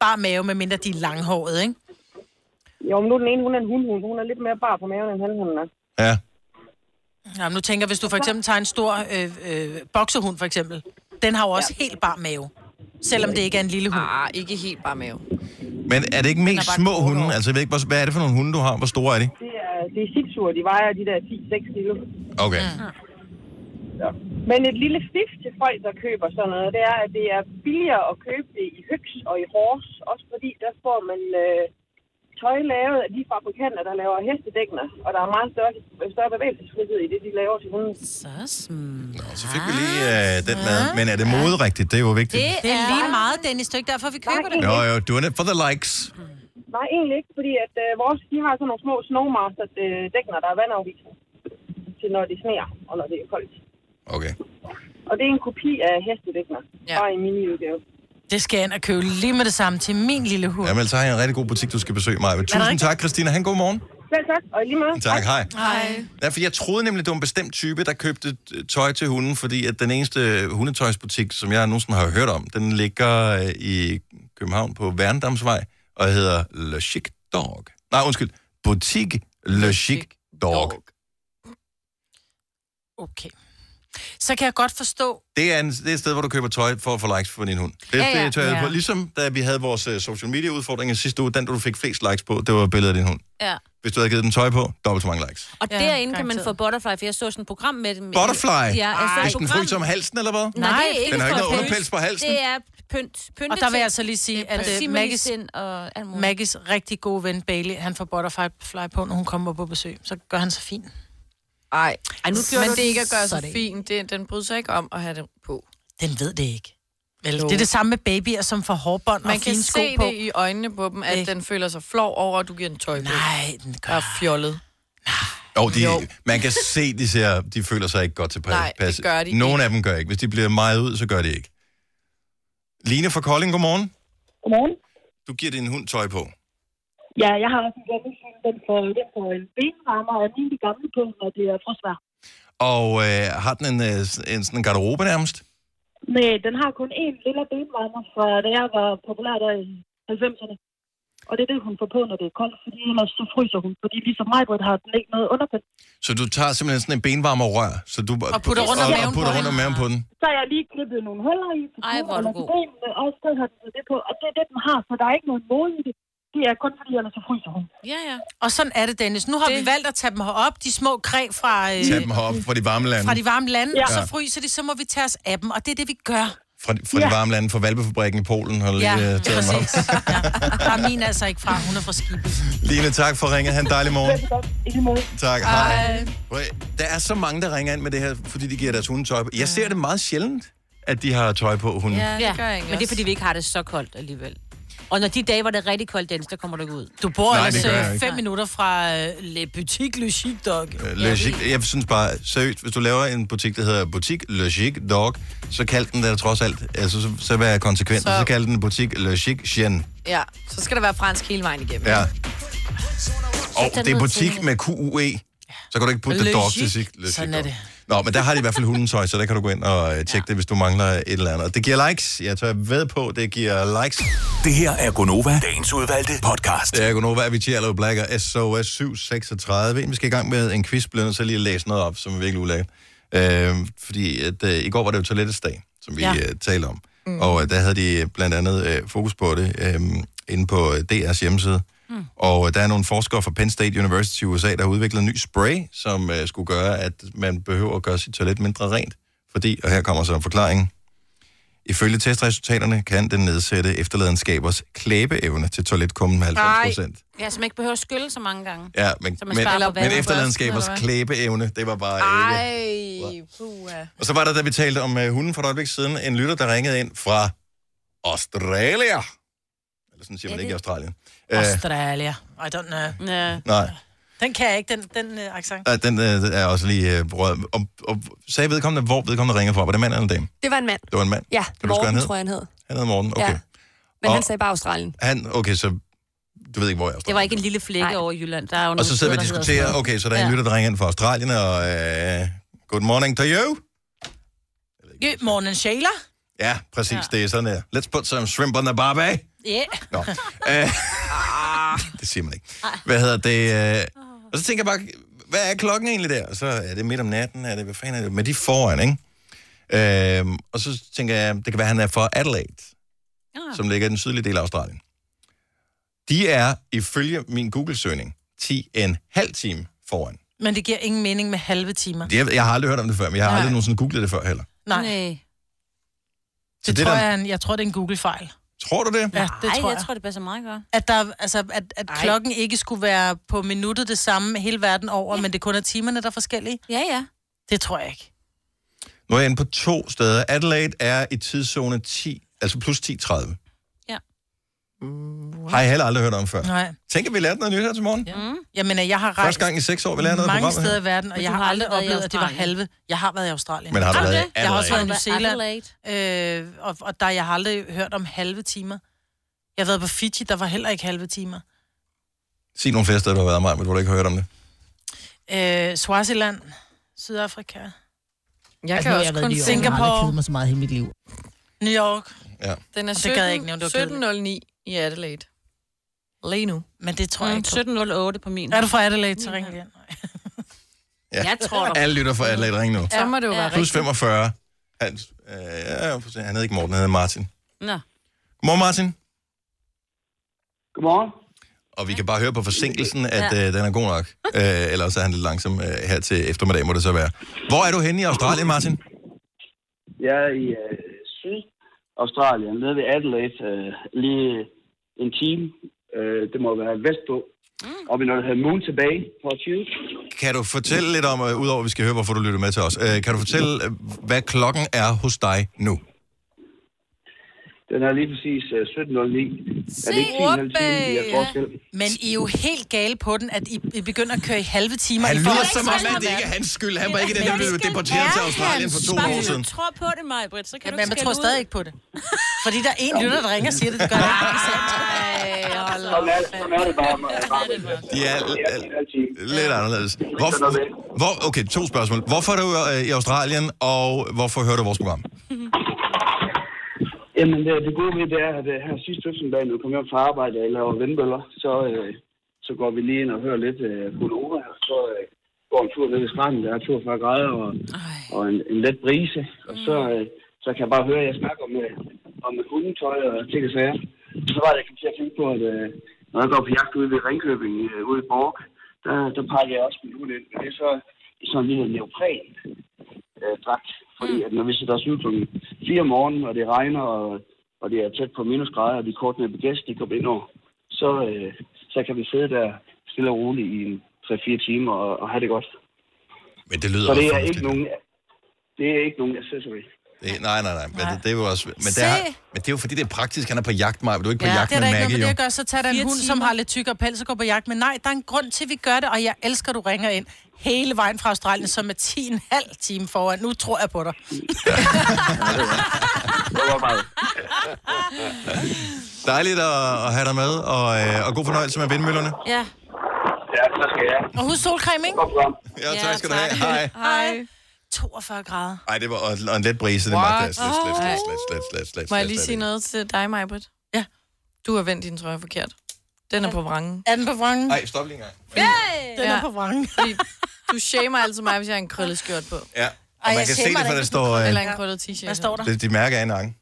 Speaker 4: bare mave, medmindre de er langhårede, ikke?
Speaker 10: Jo, men nu er den ene, hun er en hundhund. Hun er lidt mere bar på maven, end hanhunden er.
Speaker 1: Ja.
Speaker 4: Nå, men nu tænker jeg, hvis du for eksempel tager en stor øh, øh, boksehund, for eksempel. Den har jo også ja. helt bar mave. Selvom det ikke er en lille hund.
Speaker 3: Ah, ikke helt bare mave.
Speaker 1: Men er det ikke mest
Speaker 4: bare
Speaker 1: små
Speaker 4: kort
Speaker 1: hunde?
Speaker 4: over.
Speaker 1: Altså, jeg ved ikke, hvor- hvad er det for nogle hunde, du har? Hvor store er de?
Speaker 10: Det er, det er sitsuer, de vejer de der 10-6 kilo.
Speaker 1: Okay.
Speaker 10: Ja. Men et lille fif til folk, der køber sådan noget, det er, at det er billigere at købe det i høks og i hors. Også fordi der får man øh, tøj lavet af de fabrikanter, der laver hestedækner. Og der er meget større, større bevægelsesfrihed i det, de laver til hunden.
Speaker 2: Så sm-
Speaker 1: Nå, så fik vi lige
Speaker 4: Ah.
Speaker 1: øh, den med. Men er det moderigtigt? Det er jo vigtigt.
Speaker 2: Det
Speaker 4: Det er lige meget, Dennis. Det er ikke derfor, vi køber det.
Speaker 1: Jo, jo, du er net for the likes.
Speaker 10: Nej, egentlig ikke, fordi at øh, vores, de har sådan nogle små snowmaster øh, dækner, der er vandafvisende til når det sneer og når det er koldt.
Speaker 1: Okay.
Speaker 10: Og det er en kopi af hestedækner,
Speaker 3: Ja.
Speaker 10: ja. bare i miniudgave.
Speaker 4: Det skal jeg ind og købe lige med det samme til min lille hund.
Speaker 1: Jamen, så har jeg en rigtig god butik, du skal besøge mig. Tusind tak, Christina. Han god morgen.
Speaker 10: Selv tak, og i lige meget.
Speaker 1: Tak, hej.
Speaker 3: Ej.
Speaker 1: Ja, for jeg troede nemlig, det var en bestemt type, der købte øh, tøj til hunden, fordi at den eneste øh, hundetøjsbutik, som jeg nogensinde har hørt om, den ligger øh, i København på Værendamsvej, og hedder Le Chic Dog. Nej, undskyld. Butik Le Chic Dog.
Speaker 4: Okay. Så kan jeg godt forstå...
Speaker 1: Det er, en, det er et sted, hvor du køber tøj for at få likes på din hund. Det,
Speaker 4: Ja, ja.
Speaker 1: det tøj,
Speaker 4: Ja.
Speaker 1: på. Ligesom da vi havde vores øh, social media udfordringer sidste uge, den du fik flest likes på, det var billedet af din hund.
Speaker 2: Ja.
Speaker 1: Hvis du havde givet den tøj på, dobbelt så mange likes.
Speaker 2: Og
Speaker 4: Ja,
Speaker 2: derinde kan man
Speaker 4: garanteret.
Speaker 2: få Butterfly, for jeg så sådan et program med dem.
Speaker 1: Butterfly?
Speaker 2: Ja, jeg så
Speaker 1: Ej,
Speaker 2: et
Speaker 1: Hvis den
Speaker 2: program.
Speaker 1: fryser om halsen, eller hvad?
Speaker 2: Nej, det er ikke
Speaker 1: Den har ikke
Speaker 2: for
Speaker 1: noget
Speaker 2: at fryse.
Speaker 1: underpels på halsen.
Speaker 2: Det er pynt. pynt
Speaker 4: Og der vil jeg altså lige sige, at uh, Maggies,
Speaker 2: Magis... og alt muligt.
Speaker 4: Maggies rigtig gode ven Bailey, han får butterfly på, når hun kommer på besøg. Så gør han så fint.
Speaker 3: Ej.
Speaker 2: Ej, nu gjorde
Speaker 3: Men
Speaker 2: du
Speaker 3: det er ikke at gøre så
Speaker 4: sådan.
Speaker 3: fint. Det, den bryder sig ikke om at have det på.
Speaker 4: Den ved det ikke. Vel,
Speaker 3: Jo.
Speaker 4: det er det samme med babyer, som får hårbånd
Speaker 3: Man
Speaker 4: og
Speaker 3: kan
Speaker 4: fine sko
Speaker 3: se
Speaker 4: på.
Speaker 3: det i øjnene på dem, at
Speaker 4: Ikke.
Speaker 3: den føler sig flov over, at du giver den tøj på.
Speaker 4: Nej, den
Speaker 3: Der
Speaker 4: gør...
Speaker 3: er fjollet.
Speaker 1: Jo, de,
Speaker 3: Jo.
Speaker 1: man kan se, de, ser, de føler sig ikke godt tilpas.
Speaker 3: Nej, det
Speaker 1: pas.
Speaker 3: gør de
Speaker 1: Nogle af dem gør ikke. Hvis de bliver meget ud, så gør de ikke. Line fra Kolding, godmorgen.
Speaker 10: Godmorgen.
Speaker 1: Du giver din hund tøj på.
Speaker 10: Ja, jeg har også en gammel hund, den får, den får en benrammer og en de gamle på, når det er frostvær.
Speaker 1: Og øh, har den en, øh, s- en sådan en garderobe nærmest?
Speaker 10: Nej, den har kun én lille benrammer fra da jeg var populær der i 90'erne. Og det er det, hun får på, når det er koldt, fordi ellers så fryser hun. Fordi ligesom mig, har den ikke noget underpænd.
Speaker 1: Så du tager simpelthen sådan en benvarmerrør, så du og
Speaker 4: putter rundt om
Speaker 1: og,
Speaker 4: maven
Speaker 1: og putter
Speaker 4: på
Speaker 1: rundt om
Speaker 4: den.
Speaker 1: maven på den.
Speaker 10: Så har jeg lige klippet nogle huller i. til
Speaker 2: Ej,
Speaker 10: knuden
Speaker 2: hvor er du
Speaker 10: og til
Speaker 2: god.
Speaker 10: Benene, og så har den fået det på. Og det er det, den har, så der er ikke noget mode i det. Det er kun fordi, ellers så fryser hun.
Speaker 2: Ja, ja.
Speaker 4: Og sådan er det, Dennis. Nu har det... vi valgt at tage dem herop, de små kræ fra, øh,
Speaker 1: Tag dem herop fra de varme lande.
Speaker 4: fra de varme lande, ja.
Speaker 10: Ja.
Speaker 4: og så fryser de, så må vi tage os af dem, og det er det, vi gør.
Speaker 1: Fra, fra ja.
Speaker 4: Ja.
Speaker 1: det varme lande, fra Valbefabrikken i Polen, har du
Speaker 4: Ja,
Speaker 1: lige uh, taget mig op.
Speaker 4: præcis. Ja. Bare min er altså ikke fra, hun er fra Skibby.
Speaker 1: Line, tak for ringet. Ha' en dejlig morgen. Tak, hej. Prøv at- Der er så mange, der ringer ind med det her, fordi de giver deres hunde tøj på. Jeg ser det meget sjældent, at de har tøj på øh, hunden.
Speaker 2: Ja, det gør jeg
Speaker 3: egentlig
Speaker 2: Men det er,
Speaker 3: også.
Speaker 2: fordi vi ikke har det så koldt alligevel. Og når de dage, hvor det er rigtig koldt, Dennis, der kommer du ikke ud.
Speaker 4: Du bor
Speaker 1: Nej,
Speaker 4: Nej,
Speaker 1: det
Speaker 4: altså
Speaker 1: gør jeg ikke.
Speaker 4: øh, fem minutter fra uh, Le Boutique Le Chic Dog.
Speaker 1: Øh, Le Chic, jeg synes bare, seriøst, hvis du laver en butik, der hedder Butik Le Chic Dog, så kald den der trods alt, altså så, så vær konsekvent, så,
Speaker 3: Så-
Speaker 1: så kald den Butik Le Chic Chien.
Speaker 3: Ja, så skal det være fransk hele vejen igennem.
Speaker 1: Ja. Og
Speaker 3: den
Speaker 1: det er
Speaker 3: ud
Speaker 1: butik
Speaker 3: til-
Speaker 1: med QUE, så kan du ikke putte
Speaker 3: Le
Speaker 1: det dog
Speaker 3: Chic.
Speaker 1: til sig. Le Chic
Speaker 4: Sådan er
Speaker 1: Dog.
Speaker 4: det.
Speaker 1: Nå, men der har de i hvert fald hundetøj, så der kan du gå ind og øh, tjekke det, hvis du mangler et eller andet. Det giver likes. Jeg tør ved på, det giver likes.
Speaker 7: Det her er Gonova, dagens udvalgte podcast.
Speaker 1: Det er Gunova, Avicii, Hello Black og SOS 736. Inden Vi skal i gang med en quiz, bliver jeg nødt til lige at læse noget op, som er virkelig ulækkert. Øh, fordi at, øh, i går var det jo toilettets dag, som vi ja.
Speaker 11: Ja.
Speaker 1: øh, talte om. Mm. Og øh, der havde de øh, blandt andet øh, fokus på det øh, inde på øh, DR's hjemmeside. Mm. Og øh, der er nogle forskere fra Penn State University i USA, der har udviklet en ny spray, som øh, skulle gøre, at man behøver at gøre sit toilet mindre rent. Fordi, og her kommer så en forklaring, ifølge testresultaterne kan den nedsætte efterladenskabers klæbeevne til toiletkummen med 90 procent.
Speaker 2: Ja, så man ikke behøver at skylle så mange gange.
Speaker 1: Ja, men,
Speaker 2: Så man
Speaker 1: men,
Speaker 2: sparer på
Speaker 1: men
Speaker 2: vandet.
Speaker 1: efterladenskabers
Speaker 2: Eller hvad?
Speaker 1: klæbeevne, det var bare ikke.
Speaker 3: Ej, puha.
Speaker 1: Og så var der, da vi talte om uh, hunden for et øjeblik siden, en lytter, der ringede ind fra Australia. Eller sådan siger man ikke i Australien. Øh,
Speaker 4: Australia. I don't know. Ja.
Speaker 1: nej,
Speaker 4: Den kan jeg ikke, den, den uh, accent.
Speaker 1: nej, den øh, er også lige uh, rød. Og, og, sagde vedkommende, hvor vedkommende ringer fra? Var det mand eller dame?
Speaker 12: Det var en mand.
Speaker 1: Det var en mand?
Speaker 12: Ja,
Speaker 1: Kan du huske, hvad han
Speaker 12: Morten,
Speaker 1: hed?
Speaker 12: tror jeg, han hed.
Speaker 1: Han hedder Morten, okay.
Speaker 12: Ja. Men
Speaker 1: Og-
Speaker 12: og... han sagde bare Australien.
Speaker 1: Han, okay, så du ved ikke, hvor jeg er.
Speaker 2: Det var ikke en lille flække over i Jylland. Der er jo
Speaker 1: Og
Speaker 2: nogle
Speaker 1: så sidder vi og
Speaker 2: steder, der hedder
Speaker 1: diskuterer,
Speaker 2: sådan
Speaker 1: okay, så der er en lytter, der ringer ind fra Australien, og uh, good morning to you.
Speaker 4: Good morning, Sheila.
Speaker 1: Ja, præcis, ja. det er sådan her. Let's put some shrimp on the barbie.
Speaker 4: Yeah.
Speaker 1: Nå. Øh, Ah. [laughs] det siger man ikke. Hvad hedder det? øh, Og så tænker jeg bare, hvad er klokken egentlig der? Og så er det midt om natten, er det, hvad fanden er det? Men de er foran, ikke? Øhm, og så tænker jeg, det kan være, han er fra Adelaide,
Speaker 4: Ah.
Speaker 1: som ligger i den sydlige del af Australien. De er, ifølge min Google-søgning, 10 en halv time foran.
Speaker 4: Men det giver ingen mening med halve timer.
Speaker 1: Jeg, jeg har aldrig hørt om det før, men jeg har
Speaker 4: Nej.
Speaker 1: aldrig nogensinde googlet det før heller.
Speaker 4: Nej. Nej.
Speaker 1: Så
Speaker 4: Det,
Speaker 1: det
Speaker 4: det tror
Speaker 1: der-
Speaker 4: jeg, er en- jeg tror, det er en Google-fejl.
Speaker 1: Tror du det?
Speaker 4: Ja, det
Speaker 2: Ej,
Speaker 4: tror
Speaker 2: jeg
Speaker 4: jeg.
Speaker 2: tror, det passer meget godt.
Speaker 4: At, der, altså, at, at klokken ikke skulle være på minuttet det samme hele verden over, ja. men det kun er timerne, der er forskellige?
Speaker 2: Ja, ja.
Speaker 4: Det tror jeg ikke.
Speaker 1: Nu er jeg inde på to steder. Adelaide er i tidszone 10, altså plus 10.30.
Speaker 4: Ja.
Speaker 1: Har jeg heller aldrig hørt om før.
Speaker 4: Nej.
Speaker 1: Tænk, at vi lærte noget nyt her til morgen. Ja.
Speaker 4: Mm. Jamen, jeg har rejst
Speaker 1: Første gang i seks år, vi lærer noget af
Speaker 4: mange
Speaker 1: programmet her.
Speaker 4: steder i verden, og
Speaker 2: Men
Speaker 4: jeg
Speaker 2: du
Speaker 4: har
Speaker 2: har
Speaker 4: aldrig
Speaker 2: aldrig været i
Speaker 4: oplevet, at det var
Speaker 2: Australien.
Speaker 4: halve. Jeg har været i Australien.
Speaker 1: Men har du
Speaker 4: Har
Speaker 1: været i
Speaker 4: det? Jeg har også været i New
Speaker 2: Adelaide?
Speaker 4: Zealand, øh, og, og der jeg har aldrig hørt om halve timer. Jeg har været på Fiji, der var heller ikke halve timer.
Speaker 1: Sig nogle flere steder, du har været mig, men hvor du ikke har hørt om det.
Speaker 4: Øh, Swaziland, Sydafrika. Altså, Jeg
Speaker 2: Altså,
Speaker 3: Jeg kan også kun
Speaker 4: Singapore,
Speaker 13: mig så meget i mit liv.
Speaker 4: New York.
Speaker 1: Ja.
Speaker 3: Den er
Speaker 4: Og det gad jeg ikke nævne, det var
Speaker 3: 17, 17.09 i Adelaide. Lige nu.
Speaker 4: Men det tror jeg ikke på.
Speaker 2: 17.08 på min.
Speaker 4: Er du fra Adelaide, så ring igen.
Speaker 1: Ja.
Speaker 4: Jeg tror dig.
Speaker 1: Alle lytter fra Adelaide, ring nu.
Speaker 4: Så må det jo være
Speaker 1: Plus
Speaker 4: rigtigt.
Speaker 1: 45. Han, øh, ja, for se, han hed ikke Morten, han hed Martin.
Speaker 2: Nå.
Speaker 1: Godmorgen, Martin.
Speaker 14: Godmorgen.
Speaker 1: Og vi kan bare høre på forsinkelsen, at
Speaker 14: Ja.
Speaker 1: øh, den er god
Speaker 4: [laughs]
Speaker 1: nok. Øh, ellers er han lidt langsom øh, her til eftermiddag, må det så være. Hvor er du henne i Australien, Martin?
Speaker 14: Jeg er i øh, Syd-Australien, nede ved Adelaide, øh, lige en time. Øh, det må være vestpå. Mm. Og vi når der hedder Moon tilbage på 20.
Speaker 1: Kan du fortælle lidt om, øh, udover at vi skal høre, hvorfor du lytter med til os, øh, kan du fortælle, øh, hvad klokken er hos dig nu?
Speaker 14: Den er lige præcis øh, 17.09. Er det ikke 10 halv time, vi er forskel?
Speaker 4: Men I er jo helt gale på den, at I, I begynder at køre i halve timer.
Speaker 1: Han
Speaker 4: i
Speaker 1: lyder
Speaker 4: forhold
Speaker 1: som
Speaker 4: til
Speaker 1: om,
Speaker 4: resten
Speaker 1: at
Speaker 4: af
Speaker 1: det ikke
Speaker 4: verden.
Speaker 1: er hans skyld. Han var ikke den, der blev deporteret
Speaker 4: er
Speaker 1: til Australien for to
Speaker 4: hans
Speaker 1: år
Speaker 4: skyld.
Speaker 1: siden.
Speaker 2: tror på det, Maja Britt, så kan
Speaker 4: Jamen,
Speaker 2: du
Speaker 4: jeg
Speaker 2: ikke
Speaker 4: tror stadig ikke på det. Fordi der er en lytter, der ringer og siger det, det gør jeg ikke.
Speaker 14: Sådan er, sådan er det bare.
Speaker 1: De er l- l- lidt anderledes. Hvor, hvor, okay, to spørgsmål. Hvorfor er du øh, i Australien, og hvorfor hører du vores program?
Speaker 14: Jamen, det, det gode ved det er, at øh, her sidste eftermiddag, når jeg kommer hjem fra arbejde og laver vindmøller, så, øh, så går vi lige ind og hører lidt øh, på Nova, og så øh, går en tur ned ved stranden, der er 42 grader og, og en, en let brise, og så, øh, så kan jeg bare høre, at jeg snakker om, øh, om hundetøj og ting og sager. Så var det, jeg kom til at tænke på, at øh, når jeg går på jagt ude ved Ringkøbing, øh, ude i Borg, der, der pakker jeg også min hund ind, men det er så det er sådan en lille neopren øh, dragt, Fordi at når vi sætter os ud kl. 4 om morgenen, og det regner, og, og det er tæt på minusgrader, og de kortnæbbede gæster, de kommer ind over, så, øh, så kan vi sidde der stille og roligt i en 3-4 timer og, og have det godt.
Speaker 1: Men det lyder
Speaker 14: så det
Speaker 1: også
Speaker 14: er ikke
Speaker 1: fornuftigt.
Speaker 14: nogen, det er ikke nogen accessory.
Speaker 1: Det, nej, nej, nej. Men det, det er jo også... Men det, er,
Speaker 4: Se.
Speaker 1: men det er jo fordi, det er praktisk. Han er på jagt, Maja. men Du er ikke på
Speaker 4: Ja,
Speaker 1: jagt
Speaker 4: det er der
Speaker 1: med
Speaker 4: ikke
Speaker 1: Maggie,
Speaker 4: noget med
Speaker 1: jo.
Speaker 4: det at gøre. Så tag dig en
Speaker 2: Fire
Speaker 4: hund, som har lidt tykkere pels og går på jagt. Men nej, der er en grund til, at vi gør det, og jeg elsker, at du ringer ind hele vejen fra Australien, som er 10,5 time foran. Nu tror jeg på
Speaker 2: [laughs]
Speaker 4: dig.
Speaker 1: Dejligt at, at have dig med, og, øh, og god fornøjelse med vindmøllerne.
Speaker 4: Ja.
Speaker 14: Ja, så skal jeg.
Speaker 4: Og husk solcreme, ikke?
Speaker 1: Ja, tak skal du have. Hej.
Speaker 4: Hej. 42 grader.
Speaker 1: Ej, det var og, og en let brise. Det
Speaker 4: What?
Speaker 1: var slet, slet, slet, slet, slet, slet, slet, slet,
Speaker 3: Må jeg
Speaker 1: slet,
Speaker 3: lige
Speaker 1: slet,
Speaker 3: sige
Speaker 1: ikke.
Speaker 3: noget til dig, Majbrit? Ja. Du har vendt din trøje forkert. Den er på vrangen.
Speaker 4: Er den på vrangen?
Speaker 1: Ej, stop lige en gang.
Speaker 4: Den er på [laughs] vrangen.
Speaker 3: Fordi du shamer altid mig, hvis jeg har en krøllet skørt på.
Speaker 1: Ja, og man kan se det, for der står...
Speaker 3: Eller
Speaker 1: Øh,
Speaker 3: en krøllet t-shirt.
Speaker 4: Hvad står der?
Speaker 1: det, de mærker af en ange.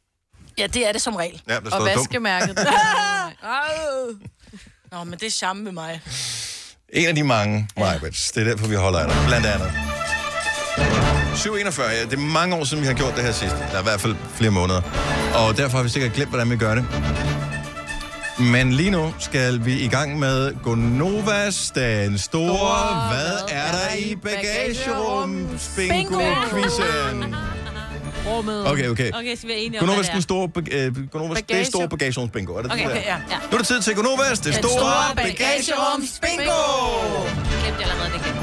Speaker 4: Ja, det er det som regel.
Speaker 1: Ja, der
Speaker 3: Og
Speaker 1: står dum.
Speaker 4: [laughs]
Speaker 3: vaskemærket.
Speaker 4: Nå, men det er charme med mig.
Speaker 1: En af de mange, Majbrits. Det er derfor, vi holder af dig. Blandt andet. 7.41. Ja, det er mange år siden, vi har gjort det her sidst. Der er i hvert fald flere måneder. Og derfor har vi sikkert glemt, hvordan vi gør det. Men lige nu skal vi i gang med Gonovas, den store, hvad er der i bagagerummet? Bingo quizzen.
Speaker 3: Rummet.
Speaker 1: Okay, okay.
Speaker 2: Okay, så vi er enige om,
Speaker 1: Gonovas,
Speaker 2: hvad
Speaker 1: den
Speaker 2: det
Speaker 1: store, bag- øh, Gonovas, det
Speaker 2: Bagage-
Speaker 1: store bagagerumsbingo. Er det
Speaker 2: Okay,
Speaker 1: det der?
Speaker 2: okay, ja. ja.
Speaker 1: Nu er det tid til Gonovas, det store
Speaker 4: bingo!
Speaker 2: Jeg glemte allerede, det glemte.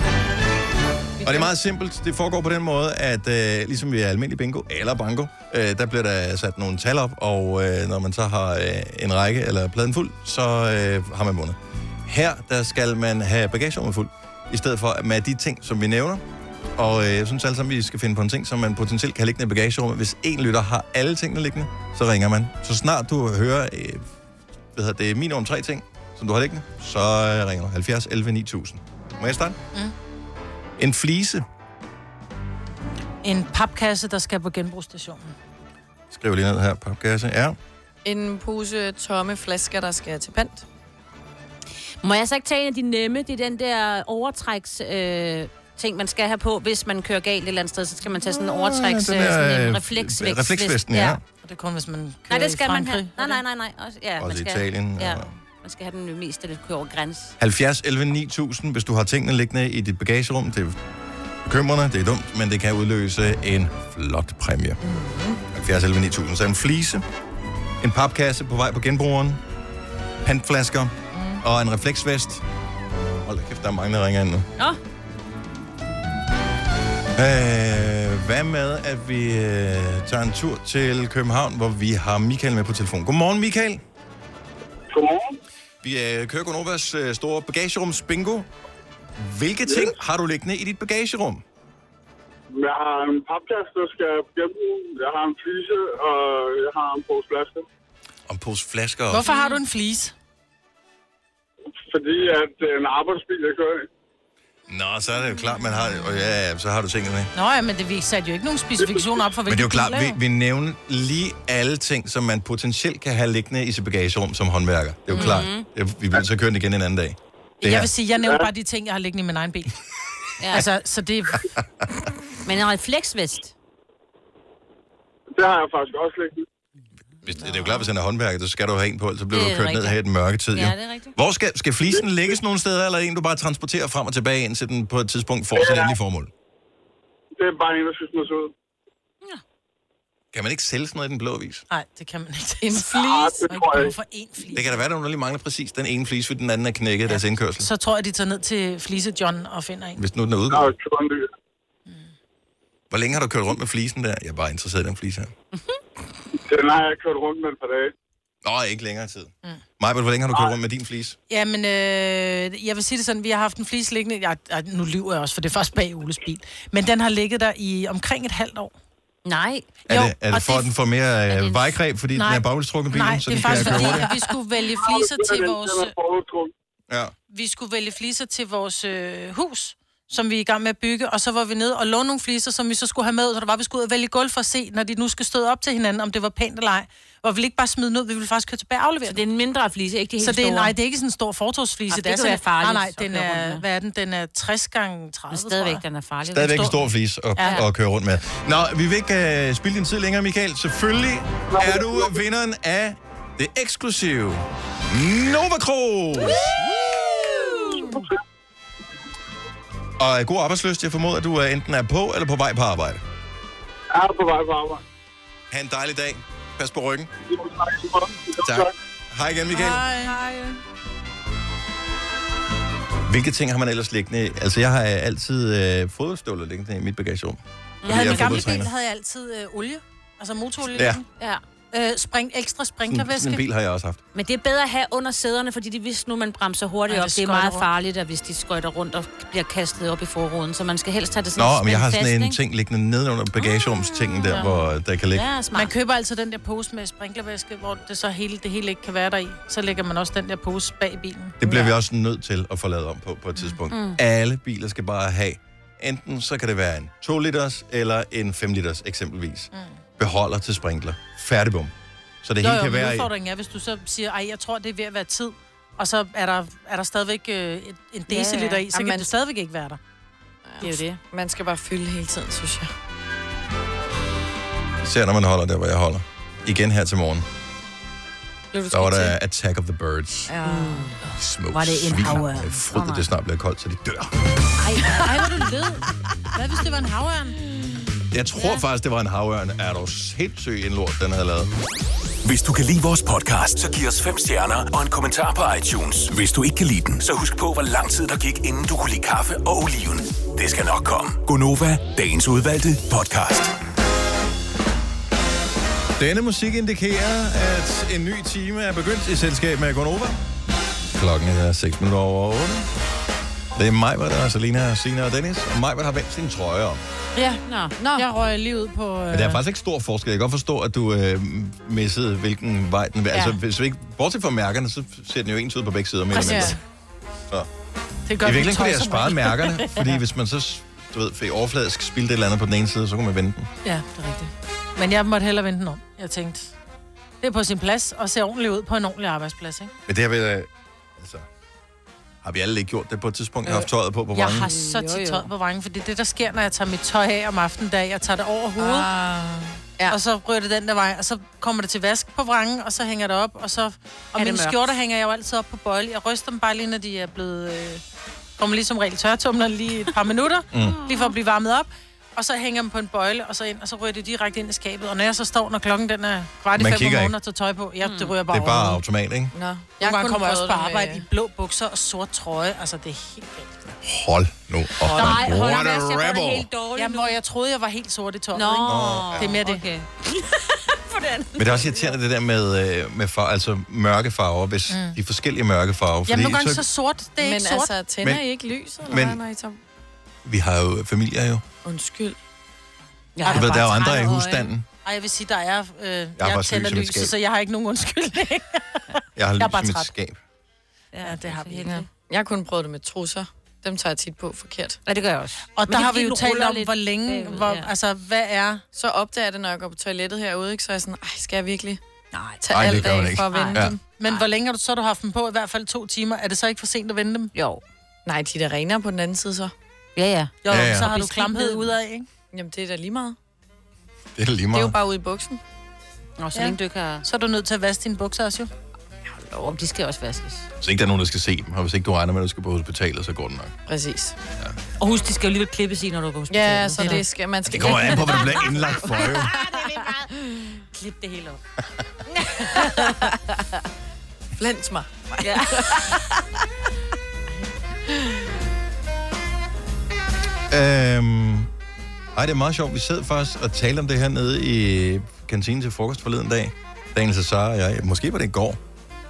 Speaker 1: Og det er meget simpelt. Det foregår på den måde, at øh, ligesom ved almindelig bingo eller banko, øh, der bliver der sat nogle tal op, og øh, når man så har øh, en række eller pladen fuld, så øh, har man vundet. Her, der skal man have bagagerummet fuld, i stedet for med de ting, som vi nævner. Og øh, jeg synes alle sammen, vi skal finde på en ting, som man potentielt kan have liggende i bagagerummet. Hvis en lytter har alle tingene liggende, så ringer man. Så snart du hører, øh, hvad hedder det, minimum tre ting, som du har liggende, så øh, ringer du 70 11 9000. Må jeg starte?
Speaker 4: Mm.
Speaker 1: En flise.
Speaker 4: En papkasse, der skal på genbrugsstationen.
Speaker 1: Skriv lige ned her, papkasse. Ja.
Speaker 3: En pose tomme flasker, der skal til pant.
Speaker 2: Må jeg så ikke tage en af de nemme? Det er den der overtræks... Øh, ting, man skal have på, hvis man kører galt et eller andet sted, så skal man tage sådan en overtræks,
Speaker 1: Ah, den
Speaker 2: øh,
Speaker 1: der,
Speaker 2: sådan en
Speaker 1: øh,
Speaker 2: refleksvest.
Speaker 1: refleksvesten, ja.
Speaker 4: Og det er kun, hvis man kører
Speaker 2: Nej, det skal
Speaker 4: i
Speaker 2: man
Speaker 4: Frankrig.
Speaker 2: have. Nej, nej, nej, nej. Også, ja,
Speaker 1: Også
Speaker 2: man skal,
Speaker 1: Italien,
Speaker 2: Ja.
Speaker 1: og-
Speaker 2: Man skal have den mest, der det kører over grænse.
Speaker 1: 70 11 9000, hvis du har tingene liggende i dit bagagerum. Det er bekymrende, det er dumt, men det kan udløse en flot præmie. 70 11 9000. Så en flise, en papkasse på vej på genbrugeren, pantflasker og en refleksvest. Hold da kæft, der er mange, der ringer ind nu.
Speaker 2: Nå,
Speaker 1: Øh, hvad med, at vi øh, tager en tur til København, hvor vi har Michael med på telefon. Godmorgen, Michael.
Speaker 11: Godmorgen.
Speaker 1: Vi øh, kører Gonovas øh, store bagagerums bingo. Hvilke ting har du liggende i dit bagagerum?
Speaker 11: Jeg har en papkasse, der skal gennem. Jeg har en flise, og jeg har en pose flasker.
Speaker 1: Om pose flasker og...
Speaker 4: Hvorfor har du en flise?
Speaker 11: Fordi at det er en arbejdsbil, jeg kører i.
Speaker 1: Nå, så er det jo klart, man har... Og ja, ja, så har du tingene med.
Speaker 4: Nå ja, men det, vi satte jo ikke nogen specifikationer op for,
Speaker 1: Men det er jo
Speaker 4: hvilken
Speaker 1: klart,
Speaker 4: bil,
Speaker 1: vi, vi nævner lige alle ting, som man potentielt kan have liggende i sit bagagerum som håndværker. Det er jo
Speaker 4: Mhm.
Speaker 1: klart. Det- Vi bliver så køre den igen en anden dag. Det
Speaker 4: jeg
Speaker 1: her.
Speaker 4: vil sige, jeg nævner bare de ting, jeg har liggende i min egen
Speaker 1: [laughs]
Speaker 4: bil. ja. Altså, så
Speaker 11: [laughs]
Speaker 4: det...
Speaker 2: men en refleksvest.
Speaker 11: Det har jeg faktisk også liggende.
Speaker 1: Hvis, det er jo klart, hvis han er håndværker, så skal du have en på, ellers så bliver
Speaker 11: Det
Speaker 1: du
Speaker 11: er
Speaker 1: kørt ned
Speaker 11: rigtigt.
Speaker 1: her i den mørke tid.
Speaker 11: Ja,
Speaker 1: jo.
Speaker 11: det er rigtigt.
Speaker 1: Hvor skal, skal flisen lægges nogle steder, eller er en, du bare transporterer frem og tilbage, indtil den på et tidspunkt får sit endelige formål?
Speaker 11: Det er bare en, der synes, man er sød.
Speaker 1: Kan man ikke sælge sådan noget i den blå vis?
Speaker 4: Nej, det kan man ikke. En
Speaker 11: Ah,
Speaker 4: flise.
Speaker 11: det
Speaker 4: Og ikke
Speaker 11: tror jeg
Speaker 4: bare
Speaker 11: ikke.
Speaker 4: for én flise.
Speaker 1: Det kan da være, at der lige mangler præcis den ene flise, fordi den anden er knækket i deres indkørsel.
Speaker 4: Så tror jeg, de tager ned til Flise John og finder en.
Speaker 1: Hvis nu den er udgået. Hvor længe har du kørt rundt med flisen der? Jeg er bare interesseret i den flise her.
Speaker 11: Den har jeg kørt rundt med et par dage.
Speaker 1: Nå, ikke længere tid. Mm. Maja, hvor længe har du kørt rundt med din flise?
Speaker 4: Jamen, øh, jeg vil sige det sådan, vi har haft en flise liggende... Ja, ja, nu lyver jeg også, for det er først bag Oles bil. Men den har ligget der i omkring et halvt år.
Speaker 2: Nej.
Speaker 1: Er det, er det for, at den får mere øh, vejgreb, fordi
Speaker 4: Nej.
Speaker 1: den er bagudstrukket bilen,
Speaker 4: Nej,
Speaker 1: så
Speaker 4: det
Speaker 1: den
Speaker 4: er
Speaker 1: kan
Speaker 4: faktisk
Speaker 1: køre
Speaker 4: fordi,
Speaker 1: hurtigt?
Speaker 4: at vi skulle vælge
Speaker 11: [laughs]
Speaker 4: fliser til vores...
Speaker 1: Ja.
Speaker 4: Vi skulle vælge fliser til vores øh, hus. som vi er i gang med at bygge, og så var vi ned og låne nogle fliser, som vi så skulle have med, så der var, vi skulle ud og vælge gulv for at se, når de nu skal støde op til hinanden, om det var pænt eller ej. Hvor vi ville ikke bare smide den ud, vi ville faktisk køre tilbage og aflevere Så
Speaker 2: det er en mindre flise, ikke de helt
Speaker 4: så det er,
Speaker 2: store?
Speaker 4: Nej, det er ikke sådan en stor fortorvsflise.
Speaker 2: Ah, det
Speaker 4: er
Speaker 2: kan
Speaker 4: sådan
Speaker 2: være
Speaker 4: en-
Speaker 2: farligt
Speaker 4: Nej,
Speaker 2: at
Speaker 4: nej, den
Speaker 2: køre
Speaker 4: er,
Speaker 2: rundt med.
Speaker 4: hvad er den? Den er 60 gange 30,
Speaker 2: Men stadigvæk,
Speaker 4: tror jeg.
Speaker 2: den er farlig.
Speaker 1: Stadigvæk en stor flis at,
Speaker 4: Ja.
Speaker 1: ja. at køre rundt med. Nå, vi vil ikke uh, spille din tid længere, Michael. Selvfølgelig er du vinderen af det eksklusive Nova Cruz. Og øh, god arbejdsløst. Jeg formoder, at du øh, enten er på eller på vej på arbejde.
Speaker 11: Jeg er på vej på arbejde.
Speaker 1: Ha' en dejlig dag. Pas på ryggen.
Speaker 11: Tak.
Speaker 1: Hej igen, Michael.
Speaker 3: Hej.
Speaker 1: Hvilke ting har man ellers liggende? Altså, jeg har øh, altid øh, fodboldstøvler liggende i mit bagagerum.
Speaker 4: Jeg havde
Speaker 1: Fordi
Speaker 4: min
Speaker 1: er
Speaker 4: gamle bil,
Speaker 1: fodboldtræner.
Speaker 4: der havde jeg altid øh, olie. Altså motorolie.
Speaker 1: Ja.
Speaker 2: Ja.
Speaker 4: Øh, spring,
Speaker 1: Sådan,
Speaker 4: ekstra sprinklervæske.
Speaker 1: sådan en bil har jeg også haft.
Speaker 2: Men det er bedre at have under sæderne, fordi de, hvis nu man bremser hurtigt
Speaker 4: Ja,
Speaker 2: ja,
Speaker 4: det
Speaker 2: op, det er
Speaker 4: skøjter
Speaker 2: meget
Speaker 4: rundt.
Speaker 2: farligt, at hvis de skøjter rundt og bliver kastet op i forruden. Så man skal helst have det sådan
Speaker 1: Nå, men jeg har
Speaker 2: spændt
Speaker 1: sådan en
Speaker 2: fast,
Speaker 1: ting liggende nedenunder bagagerumstingen der, hvor der kan ligge.
Speaker 4: Ah, Ja, man køber altså den der pose med sprinklervæske, hvor det så hele, det hele ikke kan være der i. Så lægger man også den der pose bag bilen.
Speaker 1: Det bliver vi også nødt til at få lavet om på på et tidspunkt.
Speaker 4: Mm.
Speaker 1: Mm. Alle biler skal bare have, enten så kan det være en 2-liters eller en 5-liters eksempelvis, mm. beholder til sprinkler. Færdigbom. Så det
Speaker 4: Nå,
Speaker 1: hele
Speaker 4: jo,
Speaker 1: kan
Speaker 4: men
Speaker 1: være i.
Speaker 4: udfordringen er, hvis du så siger, ej, jeg tror, det er ved at være tid, og så er der, er der stadigvæk øh, et- en
Speaker 3: Ja, ja.
Speaker 4: deciliter ja, ja. i, så kan
Speaker 3: Jamen, man-
Speaker 4: det stadigvæk ikke være der.
Speaker 3: Det er jo det. Man skal bare fylde hele tiden, synes jeg.
Speaker 1: Især når man holder der, hvor jeg holder. Igen her til morgen.
Speaker 3: Blev du
Speaker 1: Der var
Speaker 3: skudt
Speaker 1: der
Speaker 3: til?
Speaker 1: Attack of the Birds.
Speaker 3: Ja.
Speaker 1: Små
Speaker 3: Var det en
Speaker 1: svin.
Speaker 3: havørn?
Speaker 1: Jeg frygtede, det snart bliver koldt, så de dør.
Speaker 4: Ej, ej hvor du led. Hvad hvis det var en havørn?
Speaker 1: Jeg tror faktisk, det var en havørn. Er du sindssyg en lort, den havde lavet.
Speaker 7: Hvis du kan lide vores podcast, så giv os fem stjerner og en kommentar på iTunes. Hvis du ikke kan lide den, så husk på, hvor lang tid der gik, inden du kunne lide kaffe og oliven. Det skal nok komme.
Speaker 1: Gonova, dagens udvalgte podcast. Denne musik indikerer, at en ny time er begyndt i selskab med Gonova. Klokken er 6 minutter over 8. Det er Majbert og Selina, Sina og Dennis. Og Majbert har vendt sin trøje om.
Speaker 4: Ja, nå. nå. Jeg røg lige ud på... Øh...
Speaker 1: Men der er faktisk ikke stor forskel. Jeg kan godt forstå, at du øh, missede, hvilken vej den... Ja. Altså, hvis vi ikke... Bortset fra mærkerne, så ser den jo ens ud på begge sider. Mere eller
Speaker 4: Ja.
Speaker 1: mindre. Så.
Speaker 4: Det
Speaker 1: I virkeligheden kunne jeg have sparet
Speaker 4: [laughs]
Speaker 1: mærkerne, fordi hvis man så du ved, fik overfladisk spildt et eller andet på den ene side, så kunne man vende den.
Speaker 4: Ja, det er rigtigt. Men jeg måtte hellere vente den om. Jeg tænkte, det er på sin plads og ser ordentligt ud på en ordentlig arbejdsplads, ikke?
Speaker 1: Men det har vi, øh, altså, har vi alle ikke gjort det på et tidspunkt? Jeg har haft tøjet på på
Speaker 4: Øh, Jeg
Speaker 1: vrangen.
Speaker 4: har så tit tøj på vangen, for det er det, der sker, når jeg tager mit tøj af om aftenen, da jeg tager det over hovedet. Ah. Ja. Og så rører det den der vej, og så kommer det til vask på vrangen, og så hænger det op, og så... Og
Speaker 2: det
Speaker 4: mine
Speaker 2: mørkt?
Speaker 4: skjorter hænger jeg jo altid op på bøjle. Jeg ryster dem bare lige, når de er blevet... Øh, kommer lige som regel tørretumler lige et par minutter, mm.
Speaker 2: Mm.
Speaker 4: lige for at blive varmet op. Og så hænger dem på en bøjle, og så ind, og så ryger det direkte ind i skabet. Og når jeg så står, når klokken den er kvart i
Speaker 1: Man
Speaker 4: fem om
Speaker 1: kigger
Speaker 4: morgenen
Speaker 1: ikke.
Speaker 4: og tager tøj på, ja, det ryger bare
Speaker 1: Det er bare
Speaker 4: over.
Speaker 1: automat, ikke?
Speaker 4: Nå.
Speaker 3: Mm. Jeg
Speaker 4: Jeg
Speaker 3: har
Speaker 4: Nogle gange
Speaker 3: kun
Speaker 4: kommer jeg også på
Speaker 3: prøvet det med-
Speaker 4: arbejde i blå bukser og sort trøje. Altså, det er helt galt.
Speaker 1: Hold nu op.
Speaker 4: Nej, hold
Speaker 1: What a
Speaker 4: fast, jeg får det
Speaker 1: rebel.
Speaker 4: helt dårligt Jamen, hvor jeg troede, jeg var helt sort i tøjet. Nå,
Speaker 1: Nå,
Speaker 4: det er mere det. Okay. [laughs]
Speaker 1: Men det er også irriterende, det der med, øh, med far, altså mørke farver, hvis
Speaker 4: Mm.
Speaker 1: mm. de forskellige mørke farver.
Speaker 4: Jamen, nogle gange så sort, det er
Speaker 3: Men
Speaker 4: ikke sort.
Speaker 3: altså, tænder
Speaker 1: Men-
Speaker 3: I ikke lys, eller
Speaker 1: men-
Speaker 3: hvad, når I tager...
Speaker 1: Vi har jo familier jo.
Speaker 3: Undskyld.
Speaker 4: Jeg
Speaker 1: Du ved,
Speaker 4: har bare
Speaker 1: der er jo
Speaker 4: trætte
Speaker 1: andre i
Speaker 4: øjne.
Speaker 1: husstanden.
Speaker 4: Ej, jeg vil sige, der er... Øh, jeg, jeg
Speaker 1: bare sløs
Speaker 4: tænder
Speaker 1: i mit
Speaker 4: lyset,
Speaker 1: skab.
Speaker 4: så jeg har ikke nogen undskyldning.
Speaker 1: Jeg har
Speaker 4: Jeg er bare
Speaker 1: lys i mit
Speaker 4: træt.
Speaker 1: skab.
Speaker 4: ja, det har vi ikke.
Speaker 3: Ja. Jeg har kun prøvet det med trusser. Dem tager jeg tit på forkert.
Speaker 2: Ja, det gør jeg også.
Speaker 4: Og
Speaker 3: Men
Speaker 4: der
Speaker 3: det er
Speaker 4: har
Speaker 3: fordi,
Speaker 4: vi jo
Speaker 3: den
Speaker 4: talt
Speaker 3: ruller
Speaker 4: om,
Speaker 3: lidt
Speaker 4: hvor længe...
Speaker 3: bagud,
Speaker 4: Hvor,
Speaker 3: ja.
Speaker 4: Altså, hvad er...
Speaker 3: Så opdager jeg det, når jeg går på toilettet herude, ikke? så er jeg sådan, ej, skal jeg virkelig
Speaker 4: Nej,
Speaker 3: tage Ej, alt af for at vende dem?
Speaker 4: Men hvor længe har du så du har haft dem på? I hvert fald to timer. Er det så ikke for sent at vende dem?
Speaker 2: Jo.
Speaker 3: Nej, de er da renere på den anden side så.
Speaker 2: Ja, ja.
Speaker 4: Jo,
Speaker 1: Ja, ja.
Speaker 4: så
Speaker 1: Og
Speaker 4: har du
Speaker 3: bliver
Speaker 4: klamhed
Speaker 3: slidt ned.
Speaker 4: ud af, ikke?
Speaker 3: Jamen, det er da lige meget.
Speaker 1: Det er da lige
Speaker 3: Det er jo
Speaker 1: meget.
Speaker 3: bare ude i buksen.
Speaker 2: Nå, så
Speaker 4: Ja.
Speaker 2: længe du ikke har...
Speaker 4: Så er du nødt til at vaske dine bukser også, jo.
Speaker 2: Jo, de skal også vaskes.
Speaker 1: Hvis ikke der er nogen, der skal se dem, og hvis ikke du regner med, at du skal på hospitalet, så går det nok.
Speaker 3: Præcis.
Speaker 2: Og husk, de skal jo alligevel klippes i, når du er på hospitalet.
Speaker 3: Ja, så det skal man skal...
Speaker 1: Det kommer an på, hvad du
Speaker 3: [laughs]
Speaker 1: bliver indlagt for, jo.
Speaker 2: Klip det hele op.
Speaker 3: Flens mig. [laughs]
Speaker 2: Ja.
Speaker 1: Øhm, ej, det er meget sjovt. Vi sad faktisk og talte om det her nede i kantinen til frokost forleden dag. Daniel Cesar og jeg. Måske var det i går.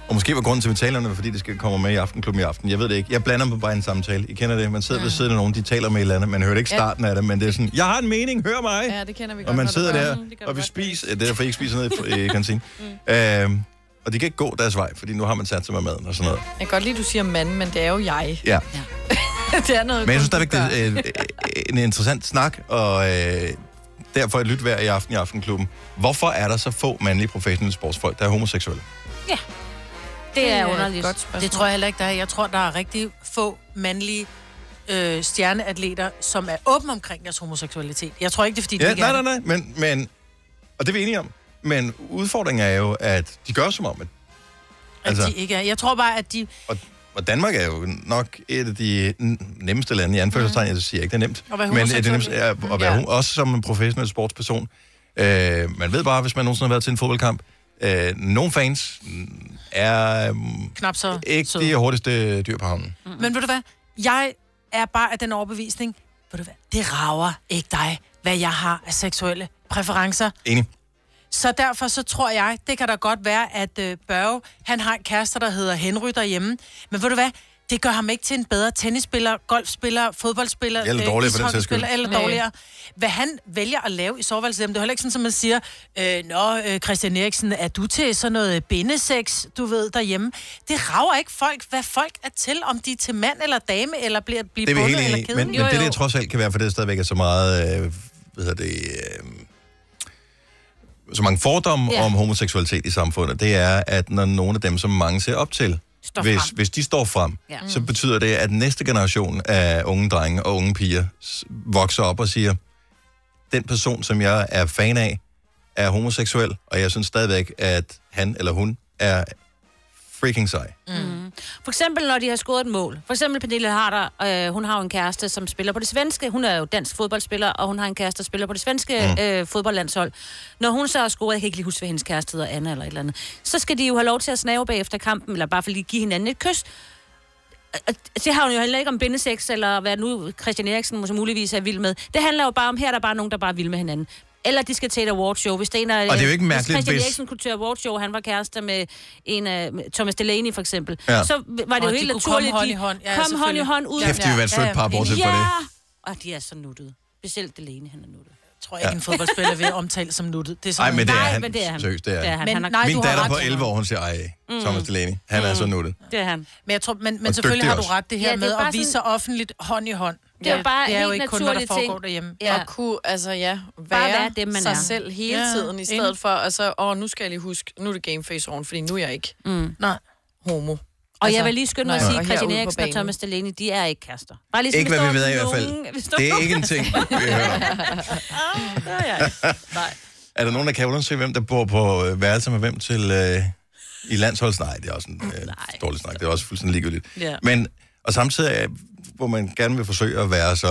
Speaker 1: Og måske var grunden til, at vi taler om det, fordi det skal komme med i Aftenklubben i aften. Jeg ved det ikke. Jeg blander dem bare i en samtale. I kender det. Man sidder ved siden af nogen, de taler med et eller andet. Man hører det ikke
Speaker 3: Ja.
Speaker 1: starten af det, men det er sådan, jeg har en mening, hør mig.
Speaker 3: Ja, det kender vi godt.
Speaker 1: og man
Speaker 3: når
Speaker 1: sidder
Speaker 3: det
Speaker 1: der,
Speaker 3: gør. Mm, det gør
Speaker 1: og
Speaker 3: vi
Speaker 1: vi
Speaker 3: godt.
Speaker 1: spiser, det er derfor, I ikke spiser ned
Speaker 3: [laughs]
Speaker 1: i, i kantinen. mm. øhm, og de kan ikke gå deres vej, fordi nu har man sat sig med maden og sådan noget.
Speaker 3: Jeg [laughs] kan godt lide, at du siger mand, men det er jo jeg.
Speaker 1: Ja.
Speaker 3: det er noget...
Speaker 1: Men jeg synes stadigvæk, det er øh, øh, en interessant snak, og øh, derfor et lyt værd i aften i Aftenklubben. Hvorfor er der så få mandlige professionelle sportsfolk, der er homoseksuelle?
Speaker 2: Ja.
Speaker 4: Det
Speaker 2: er
Speaker 4: er
Speaker 2: underligt.
Speaker 4: underligt. det tror jeg heller ikke, der er. Jeg tror, der er rigtig få mandlige øh, stjerneatleter, som er åbne omkring deres homoseksualitet. Jeg tror ikke, det er, fordi de
Speaker 1: Ja,
Speaker 4: ikke
Speaker 1: nej,
Speaker 4: er
Speaker 1: nej,
Speaker 4: det.
Speaker 1: nej, men, men, og det er vi enige om. Men udfordringen er jo, at de gør som om, at,
Speaker 4: At altså. de ikke er. Jeg tror bare, at de...
Speaker 1: Og, og Danmark er jo nok et af de n- nemmeste lande, i anførselstegn,
Speaker 4: Mhm.
Speaker 1: jeg siger ikke, det er nemt.
Speaker 4: At være
Speaker 1: men det er
Speaker 4: homoseksuel.
Speaker 1: nemt at, at være
Speaker 4: Ja.
Speaker 1: ja. også som en professionel sportsperson. Øh, man ved bare, hvis man nogensinde har været til en fodboldkamp, øh, nogle fans mm, er mm,
Speaker 4: Knap så
Speaker 1: ikke
Speaker 4: søde.
Speaker 1: de hurtigste dyr på havnen.
Speaker 4: Mm. Men ved du hvad? Jeg er bare af den overbevisning, ved du hvad? Det rager ikke dig, hvad jeg har af seksuelle præferencer.
Speaker 1: Enig.
Speaker 4: Så derfor så tror jeg, det kan da godt være, at øh, Børge, han har en kæreste, der hedder Henry derhjemme. Men ved du hvad? Det gør ham ikke til en bedre tennisspiller, golfspiller, fodboldspiller, øh,
Speaker 1: Eller dårligere for den sags skyld.
Speaker 4: ishockeyspiller, eller
Speaker 2: Nej.
Speaker 4: dårligere. Hvad han vælger at lave i soveværelset, hjemme, det er heller ikke sådan, som man siger, øh, Nå, øh, Christian Eriksen, er du til sådan noget bindesex, du ved, derhjemme? Det rager ikke folk, hvad folk er til, om de er til mand eller dame, eller bliver, bliver
Speaker 1: Det er vi helt
Speaker 4: bundet
Speaker 1: enige
Speaker 4: eller
Speaker 1: i, men, men
Speaker 4: kæden.
Speaker 1: det, det trods alt kan være, for det stadigvæk er så meget, øh, hvad hedder det, øh, så mange fordomme
Speaker 4: Ja.
Speaker 1: ja. om homoseksualitet i samfundet, det er, at når nogle af dem, som mange ser op til,
Speaker 2: Står
Speaker 1: hvis,
Speaker 2: frem.
Speaker 1: hvis de står frem,
Speaker 2: Ja.
Speaker 1: ja. så betyder det, at næste generation af unge drenge og unge piger s- vokser op og siger, den person, som jeg er fan af, er homoseksuel, og jeg synes stadigvæk, at han eller hun er freaking sej.
Speaker 2: Mm. For eksempel, når de har scoret et mål. For eksempel Pernille Harder, øh, hun har jo en kæreste, som spiller på det svenske. Hun er jo dansk fodboldspiller, og hun har en kæreste, der spiller på det svenske
Speaker 12: Mm.
Speaker 2: mm. øh, fodboldlandshold. Når hun så har scoret, jeg kan ikke lige huske, hvad hendes kæreste hedder, Anna eller et eller andet, så skal de jo have lov til at snave bagefter kampen, eller bare for lige give hinanden et kys. Og Det har hun jo heller ikke om bindesex, eller hvad nu Christian Eriksen måske muligvis er vild med. Det handler jo bare om, her er der bare nogen, der bare er vild med hinanden. Eller de skal til et awardshow. Hvis det er en af,
Speaker 1: Og det er jo ikke mærkeligt,
Speaker 2: hvis... Christian
Speaker 1: hvis-
Speaker 2: Eriksen kunne til awardshow, han var kærester med en af med Thomas Delaney for eksempel.
Speaker 1: Ja.
Speaker 2: Ja. Så var det
Speaker 4: Og
Speaker 2: jo
Speaker 4: de
Speaker 2: helt
Speaker 4: kunne
Speaker 2: naturligt,
Speaker 4: komme hånd
Speaker 2: de
Speaker 4: i hånd. Ja,
Speaker 2: kom hånd i
Speaker 4: selvfølgelig.
Speaker 2: hånd ud.
Speaker 1: Kæft, de vil være et sødt par, bortset
Speaker 2: ja.
Speaker 1: fra det.
Speaker 2: Og Ah! de er så nuttede. Specielt Delaney, han er nuttet. Jeg
Speaker 4: tror ikke, en fodboldspiller vil omtale som nuttet. Det er sådan
Speaker 1: Ej, men det er
Speaker 4: Nej,
Speaker 1: han.
Speaker 4: men det er han.
Speaker 1: Seriøst, det er,
Speaker 4: Det er han.
Speaker 1: Men,
Speaker 4: Han har-
Speaker 1: nej,
Speaker 4: Nej,
Speaker 1: Min
Speaker 4: du har
Speaker 1: datter
Speaker 4: ret,
Speaker 1: på
Speaker 4: Jonas.
Speaker 1: 11 år, hun siger, ej,
Speaker 4: Mm.
Speaker 1: Thomas Delaney, han er så nuttet.
Speaker 2: Det er han.
Speaker 4: Men, jeg tror, men, men
Speaker 1: Og
Speaker 4: selvfølgelig
Speaker 1: dygtig
Speaker 4: har du
Speaker 1: også.
Speaker 4: ret det her
Speaker 2: Ja, det er
Speaker 4: med
Speaker 2: bare
Speaker 4: at vise sig offentligt hånd i hånd.
Speaker 2: Det er jo bare
Speaker 4: det er jo
Speaker 2: helt
Speaker 4: ikke kun, hvad der
Speaker 2: naturlige
Speaker 4: foregår
Speaker 2: ting.
Speaker 4: derhjemme.
Speaker 2: Ja.
Speaker 4: Og
Speaker 3: kunne altså, ja, være,
Speaker 2: Bare være det, man
Speaker 3: sig
Speaker 2: er.
Speaker 3: selv hele
Speaker 4: Ja,
Speaker 3: tiden, i stedet
Speaker 4: enig.
Speaker 3: for, altså, åh, nu skal jeg lige huske, nu er det game face on, fordi nu er jeg ikke
Speaker 2: Mm.
Speaker 4: Nej.
Speaker 3: homo.
Speaker 2: Og
Speaker 3: altså,
Speaker 2: jeg vil lige skynde mig
Speaker 3: nej,
Speaker 2: at sige,
Speaker 3: og
Speaker 2: at Christian
Speaker 3: herude på
Speaker 2: Eriksen og
Speaker 3: banen.
Speaker 2: Thomas Delaney, de er ikke kærester. Bare
Speaker 1: Ikke
Speaker 2: hvis
Speaker 1: hvad
Speaker 2: der
Speaker 1: vi ved
Speaker 2: var
Speaker 1: i hvert fald.
Speaker 2: nogen- hvis der
Speaker 1: Det er
Speaker 2: var
Speaker 1: ikke en ting, vi
Speaker 4: [laughs]
Speaker 1: hører om.
Speaker 2: [laughs] Ah, det er jeg ikke. Nej.
Speaker 1: Er der nogen, der kan undersøge, hvem der bor på øh, værelser med hvem til øh, i landsholds? Nej, det er også en øh, dårlig snak. Det er også fuldstændig ligegyldigt.
Speaker 2: Ja.
Speaker 1: Men, og samtidig, øh, hvor man gerne vil forsøge at være så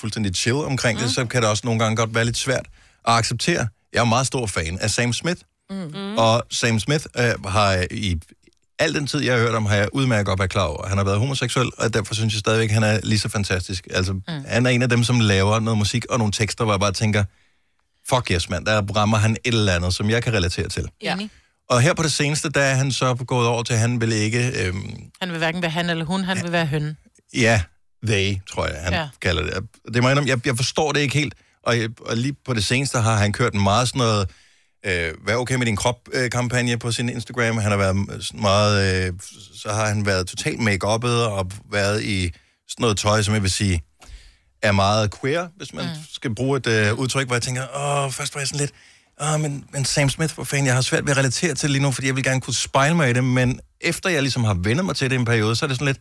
Speaker 1: fuldstændig chill omkring mm. det, så kan det også nogle gange godt være lidt svært at acceptere. Jeg er meget stor fan af Sam Smith,
Speaker 13: Mm.
Speaker 1: Og Sam Smith øh, har i al den tid, jeg har hørt om, har jeg udmærket godt været klar over. at Han har været homoseksuel, og derfor synes jeg stadigvæk, at han er lige så fantastisk. Altså, mm. han er en af dem, som laver noget musik og nogle tekster, hvor jeg bare tænker, fuck yes, mand, der rammer han et eller andet, som jeg kan relatere til.
Speaker 4: Ja.
Speaker 1: Og her på det seneste, der er han så gået over til, at han vil ikke... Øhm,
Speaker 4: Han vil hverken være han eller hun, han vil være høn.
Speaker 1: Ja, they, tror jeg, han
Speaker 4: Ja.
Speaker 1: ja. kalder det. Det må jeg, indrømme, jeg, jeg forstår det ikke helt, og, jeg, og lige på det seneste har han kørt en meget sådan noget, øh, vær okay med din krop-kampagne på sin Instagram. Han har været sådan meget, øh, så har han været totalt make og været i sådan noget tøj, som jeg vil sige, er meget queer, hvis man mm. skal bruge et øh, udtryk, hvor jeg tænker, åh, først var jeg sådan lidt, åh, men, men Sam Smith, hvor fanden, jeg har svært ved at relatere til det lige nu, fordi jeg vil gerne kunne spejle mig i det, men efter jeg ligesom har vendt mig til det i en periode, så er det sådan lidt,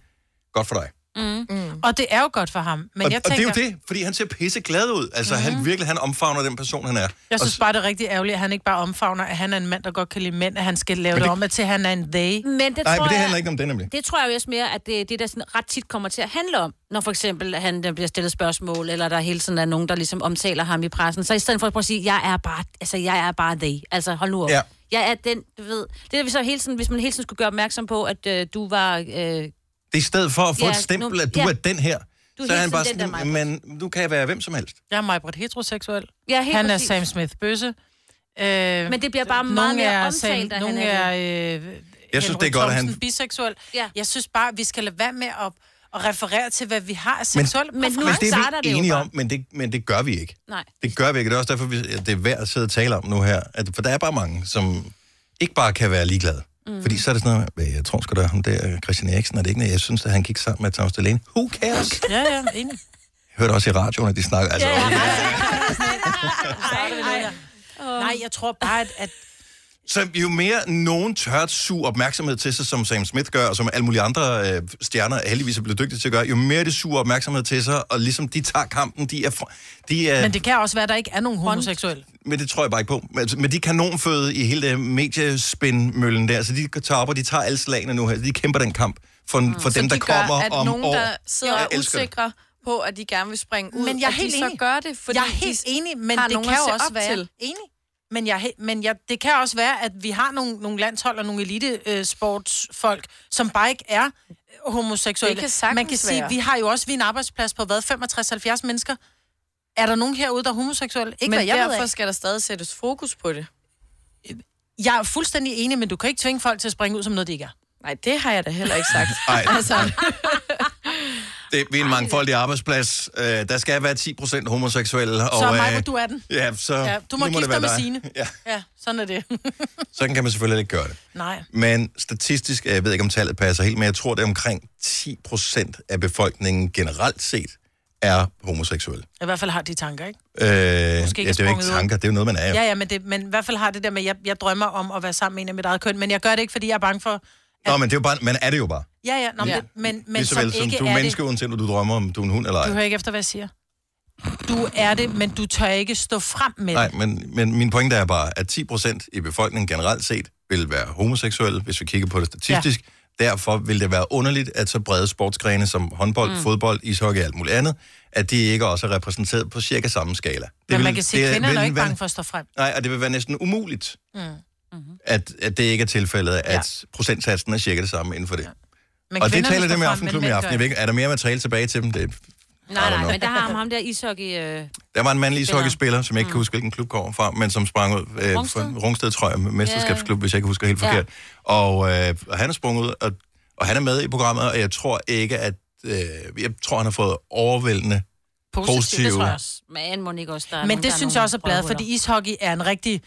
Speaker 1: godt for dig.
Speaker 4: Mm. Mm. Og det er jo godt for ham. Men
Speaker 1: og,
Speaker 4: jeg
Speaker 1: og det
Speaker 4: tænker,
Speaker 1: er jo det, fordi han ser pisse glad ud. Altså, mm-hmm. han virkelig, han omfavner den person, han er.
Speaker 4: Jeg
Speaker 1: og,
Speaker 4: synes bare, det er rigtig ærgerligt, at han ikke bare omfavner, at han er en mand, der godt kan lide mænd, at han skal lave
Speaker 1: Men
Speaker 4: det,
Speaker 1: det-
Speaker 4: om, at til han er en they.
Speaker 2: Men det
Speaker 1: nej,
Speaker 2: tror
Speaker 1: men det
Speaker 2: jeg-
Speaker 1: handler ikke om det nemlig.
Speaker 2: Det tror jeg jo også mere, at det er det, der sådan ret tit kommer til at handle om, når for eksempel han der bliver stillet spørgsmål, eller der hele tiden er nogen, der ligesom omtaler ham i pressen. Så i stedet for at prøve at sige, jeg er bare, altså, jeg er bare they. Altså, hold nu op.
Speaker 1: Ja.
Speaker 2: Jeg er den, du ved. Det er vi så hele tiden, hvis man hele tiden skulle gøre opmærksom på, at øh, du var... Øh,
Speaker 1: Det er i stedet for at få
Speaker 2: Ja,
Speaker 1: et stempel,
Speaker 2: nu-
Speaker 1: at du
Speaker 2: ja.
Speaker 1: er den her,
Speaker 2: Du er
Speaker 1: så er
Speaker 2: hele
Speaker 1: han bare
Speaker 2: tiden den
Speaker 1: sådan, men nu kan jeg være hvem som helst.
Speaker 4: Jeg er meget heteroseksuel.
Speaker 2: Ja, helt
Speaker 4: han
Speaker 2: præcis.
Speaker 4: er Sam Smith bøsse. Øh,
Speaker 2: Men det bliver bare meget
Speaker 4: nogle
Speaker 2: mere
Speaker 4: er
Speaker 2: omtalt, at
Speaker 4: Nogle
Speaker 2: han er
Speaker 4: er, øh,
Speaker 1: Jeg synes,
Speaker 4: Henrik
Speaker 1: det er godt, at han-
Speaker 4: Thomsen biseksuel. Ja. Jeg synes bare, vi skal lade være med at, at referere til, hvad vi har af
Speaker 1: Men,
Speaker 4: seksuelle
Speaker 1: det er vi enige om, men det, men det gør vi ikke.
Speaker 2: Nej.
Speaker 1: Det gør vi ikke. Det er også derfor, vi, at det er værd at sidde og tale om nu her. At, for der er bare mange, som ikke bare kan være ligeglade. Mm. Fordi så er det sådan noget, "Hvad, jeg tror sgu da ham der, Christian Eriksen, er det ikke, noget, jeg synes, at han gik sammen med Thomas Delaney. Who cares?
Speaker 4: [laughs] Ja, ja, enig.
Speaker 1: Jeg hørte også i radioen, at de snakkede, altså, yeah.
Speaker 4: Nej, nej. Nej, jeg tror bare, at, at
Speaker 1: Så jo mere nogen tør at suge opmærksomhed til sig, som Sam Smith gør, og som alle mulige andre øh, stjerner heldigvis er blevet dygtige til at gøre, jo mere det suger opmærksomhed til sig, og ligesom de tager kampen, de er... For, de er
Speaker 4: Men det kan også være, at der ikke er nogen homoseksuel.
Speaker 1: men det tror jeg bare ikke på. Men, altså, men de er kanonføde i hele det mediespindmøllen der, så de tager op, og de tager alle slagene nu her. De kæmper den kamp for, mm. for
Speaker 3: Så
Speaker 1: dem,
Speaker 3: de
Speaker 1: der kommer
Speaker 3: gør, at
Speaker 1: om
Speaker 3: nogen,
Speaker 1: år.
Speaker 3: der sidder
Speaker 1: Jeg
Speaker 3: og er
Speaker 1: elsker det.
Speaker 3: usikre på, at de gerne vil springe ud,
Speaker 4: Men jeg er
Speaker 3: at
Speaker 4: helt
Speaker 3: de så
Speaker 4: enig.
Speaker 3: gør det, fordi
Speaker 4: jeg er helt
Speaker 3: de
Speaker 4: enig, men
Speaker 3: har
Speaker 4: det
Speaker 3: nogen
Speaker 4: kan
Speaker 3: at se
Speaker 4: jo også
Speaker 3: op
Speaker 4: være...
Speaker 3: til.
Speaker 4: Enig. Men, jeg, er he- men jeg, det kan også være, at vi har nogle, nogle landshold og nogle elitesportsfolk, som bare ikke er øh, homoseksuelle.
Speaker 3: Det kan sagtens
Speaker 4: Man kan sige,
Speaker 3: være.
Speaker 4: vi har jo også vi er en arbejdsplads på hvad, 65-70 mennesker. Er der nogen herude, der er homoseksuelle? Ikke
Speaker 3: Men
Speaker 4: hvad jeg ved
Speaker 3: derfor
Speaker 4: af. Øh,
Speaker 3: skal der stadig sættes fokus på det.
Speaker 4: Jeg er fuldstændig enig, men du kan ikke tvinge folk til at springe ud som noget, de ikke er.
Speaker 3: Nej, det har jeg da heller ikke sagt.
Speaker 1: Ej.
Speaker 3: altså,
Speaker 1: Det, vi er en mangfoldig arbejdsplads. Øh, der skal være 10% homoseksuelle.
Speaker 4: Så
Speaker 1: og, øh,
Speaker 4: mig, hvor du er den.
Speaker 1: Ja, så
Speaker 4: Ja, du må
Speaker 1: nu det
Speaker 4: gifte
Speaker 1: være
Speaker 4: dig med
Speaker 1: dig.
Speaker 4: Signe.
Speaker 1: [laughs] Ja,
Speaker 4: Ja, sådan er det. [laughs]
Speaker 1: sådan kan man selvfølgelig ikke gøre det.
Speaker 4: Nej.
Speaker 1: Men statistisk, jeg ved ikke om tallet passer helt, men jeg tror, det er omkring 10% af befolkningen generelt set er homoseksuel.
Speaker 4: I hvert fald har de tanker, ikke?
Speaker 1: Øh, ja, det
Speaker 4: ikke
Speaker 1: er jo ikke
Speaker 4: sprunget ud.
Speaker 1: tanker, det er jo noget, man er.
Speaker 4: Ja, ja, men, det, men i hvert fald har det der med, at jeg, jeg drømmer om at være sammen med en af mit eget køn, men jeg gør det ikke, fordi jeg er bange for...
Speaker 1: Nå, men det er jo bare, man er det jo bare.
Speaker 4: Ja, ja, nå,
Speaker 1: Ja.
Speaker 4: ja. Det, men, men
Speaker 1: Men
Speaker 4: som,
Speaker 1: vel, som
Speaker 4: ikke
Speaker 1: du
Speaker 4: er
Speaker 1: er
Speaker 4: det.
Speaker 1: menneske, uanset om du drømmer om, du er en hund eller
Speaker 4: Du
Speaker 1: ej.
Speaker 4: hører ikke efter, hvad jeg siger. Du er det, men du tør ikke stå frem med
Speaker 1: Nej,
Speaker 4: det.
Speaker 1: men, men min pointe er bare, at 10% i befolkningen generelt set vil være homoseksuelle, hvis vi kigger på det statistisk. Ja. Derfor vil det være underligt, at så brede sportsgrene som håndbold,
Speaker 4: Mm.
Speaker 1: mm. fodbold, ishockey og alt muligt andet, at de ikke også er repræsenteret på cirka samme skala. Det
Speaker 4: Men man
Speaker 1: vil-
Speaker 4: kan sige,
Speaker 1: det
Speaker 4: at kvinderne er
Speaker 1: vil
Speaker 4: jo ikke
Speaker 1: være-
Speaker 4: bange for at stå frem.
Speaker 1: Nej, og det vil være næsten umuligt,
Speaker 4: Mm.
Speaker 1: at, at det ikke er tilfældet, at procentsatsen er cirka det samme inden for det.
Speaker 2: Men
Speaker 1: Ja. Og det
Speaker 2: kvinderne
Speaker 1: taler
Speaker 2: står
Speaker 1: dem i
Speaker 2: frem,
Speaker 1: Aftenklubben i
Speaker 2: men mænd
Speaker 1: aften.
Speaker 2: gør
Speaker 1: Jeg ved
Speaker 2: ikke.
Speaker 1: ikke, er der mere materiale tilbage til dem? Det,
Speaker 2: Nej,
Speaker 1: I don't
Speaker 2: nej,
Speaker 1: know.
Speaker 2: men der har ham, ham der ishockey... Øh,
Speaker 1: der var en mandlig
Speaker 2: Spiller. Mm.
Speaker 1: ishockeyspiller, som jeg ikke kan huske, hvilken klub går fra, men som sprang ud øh,
Speaker 2: Rungsted?
Speaker 1: fra Rungsted, tror jeg, mesterskabsklub, hvis jeg ikke husker helt
Speaker 2: Ja.
Speaker 1: forkert. Og, øh, og han er sprunget ud, og, og han er med i programmet, og jeg tror ikke, at... Øh, jeg tror, han har fået overvældende positive...
Speaker 2: Det tror jeg også. Men må ikke også, der er
Speaker 4: Men
Speaker 2: nogen,
Speaker 4: det
Speaker 2: der
Speaker 4: synes
Speaker 2: nogle
Speaker 4: jeg også er blad, [laughs]
Speaker 2: røvhuller.
Speaker 4: fordi ishockey er en rigtig...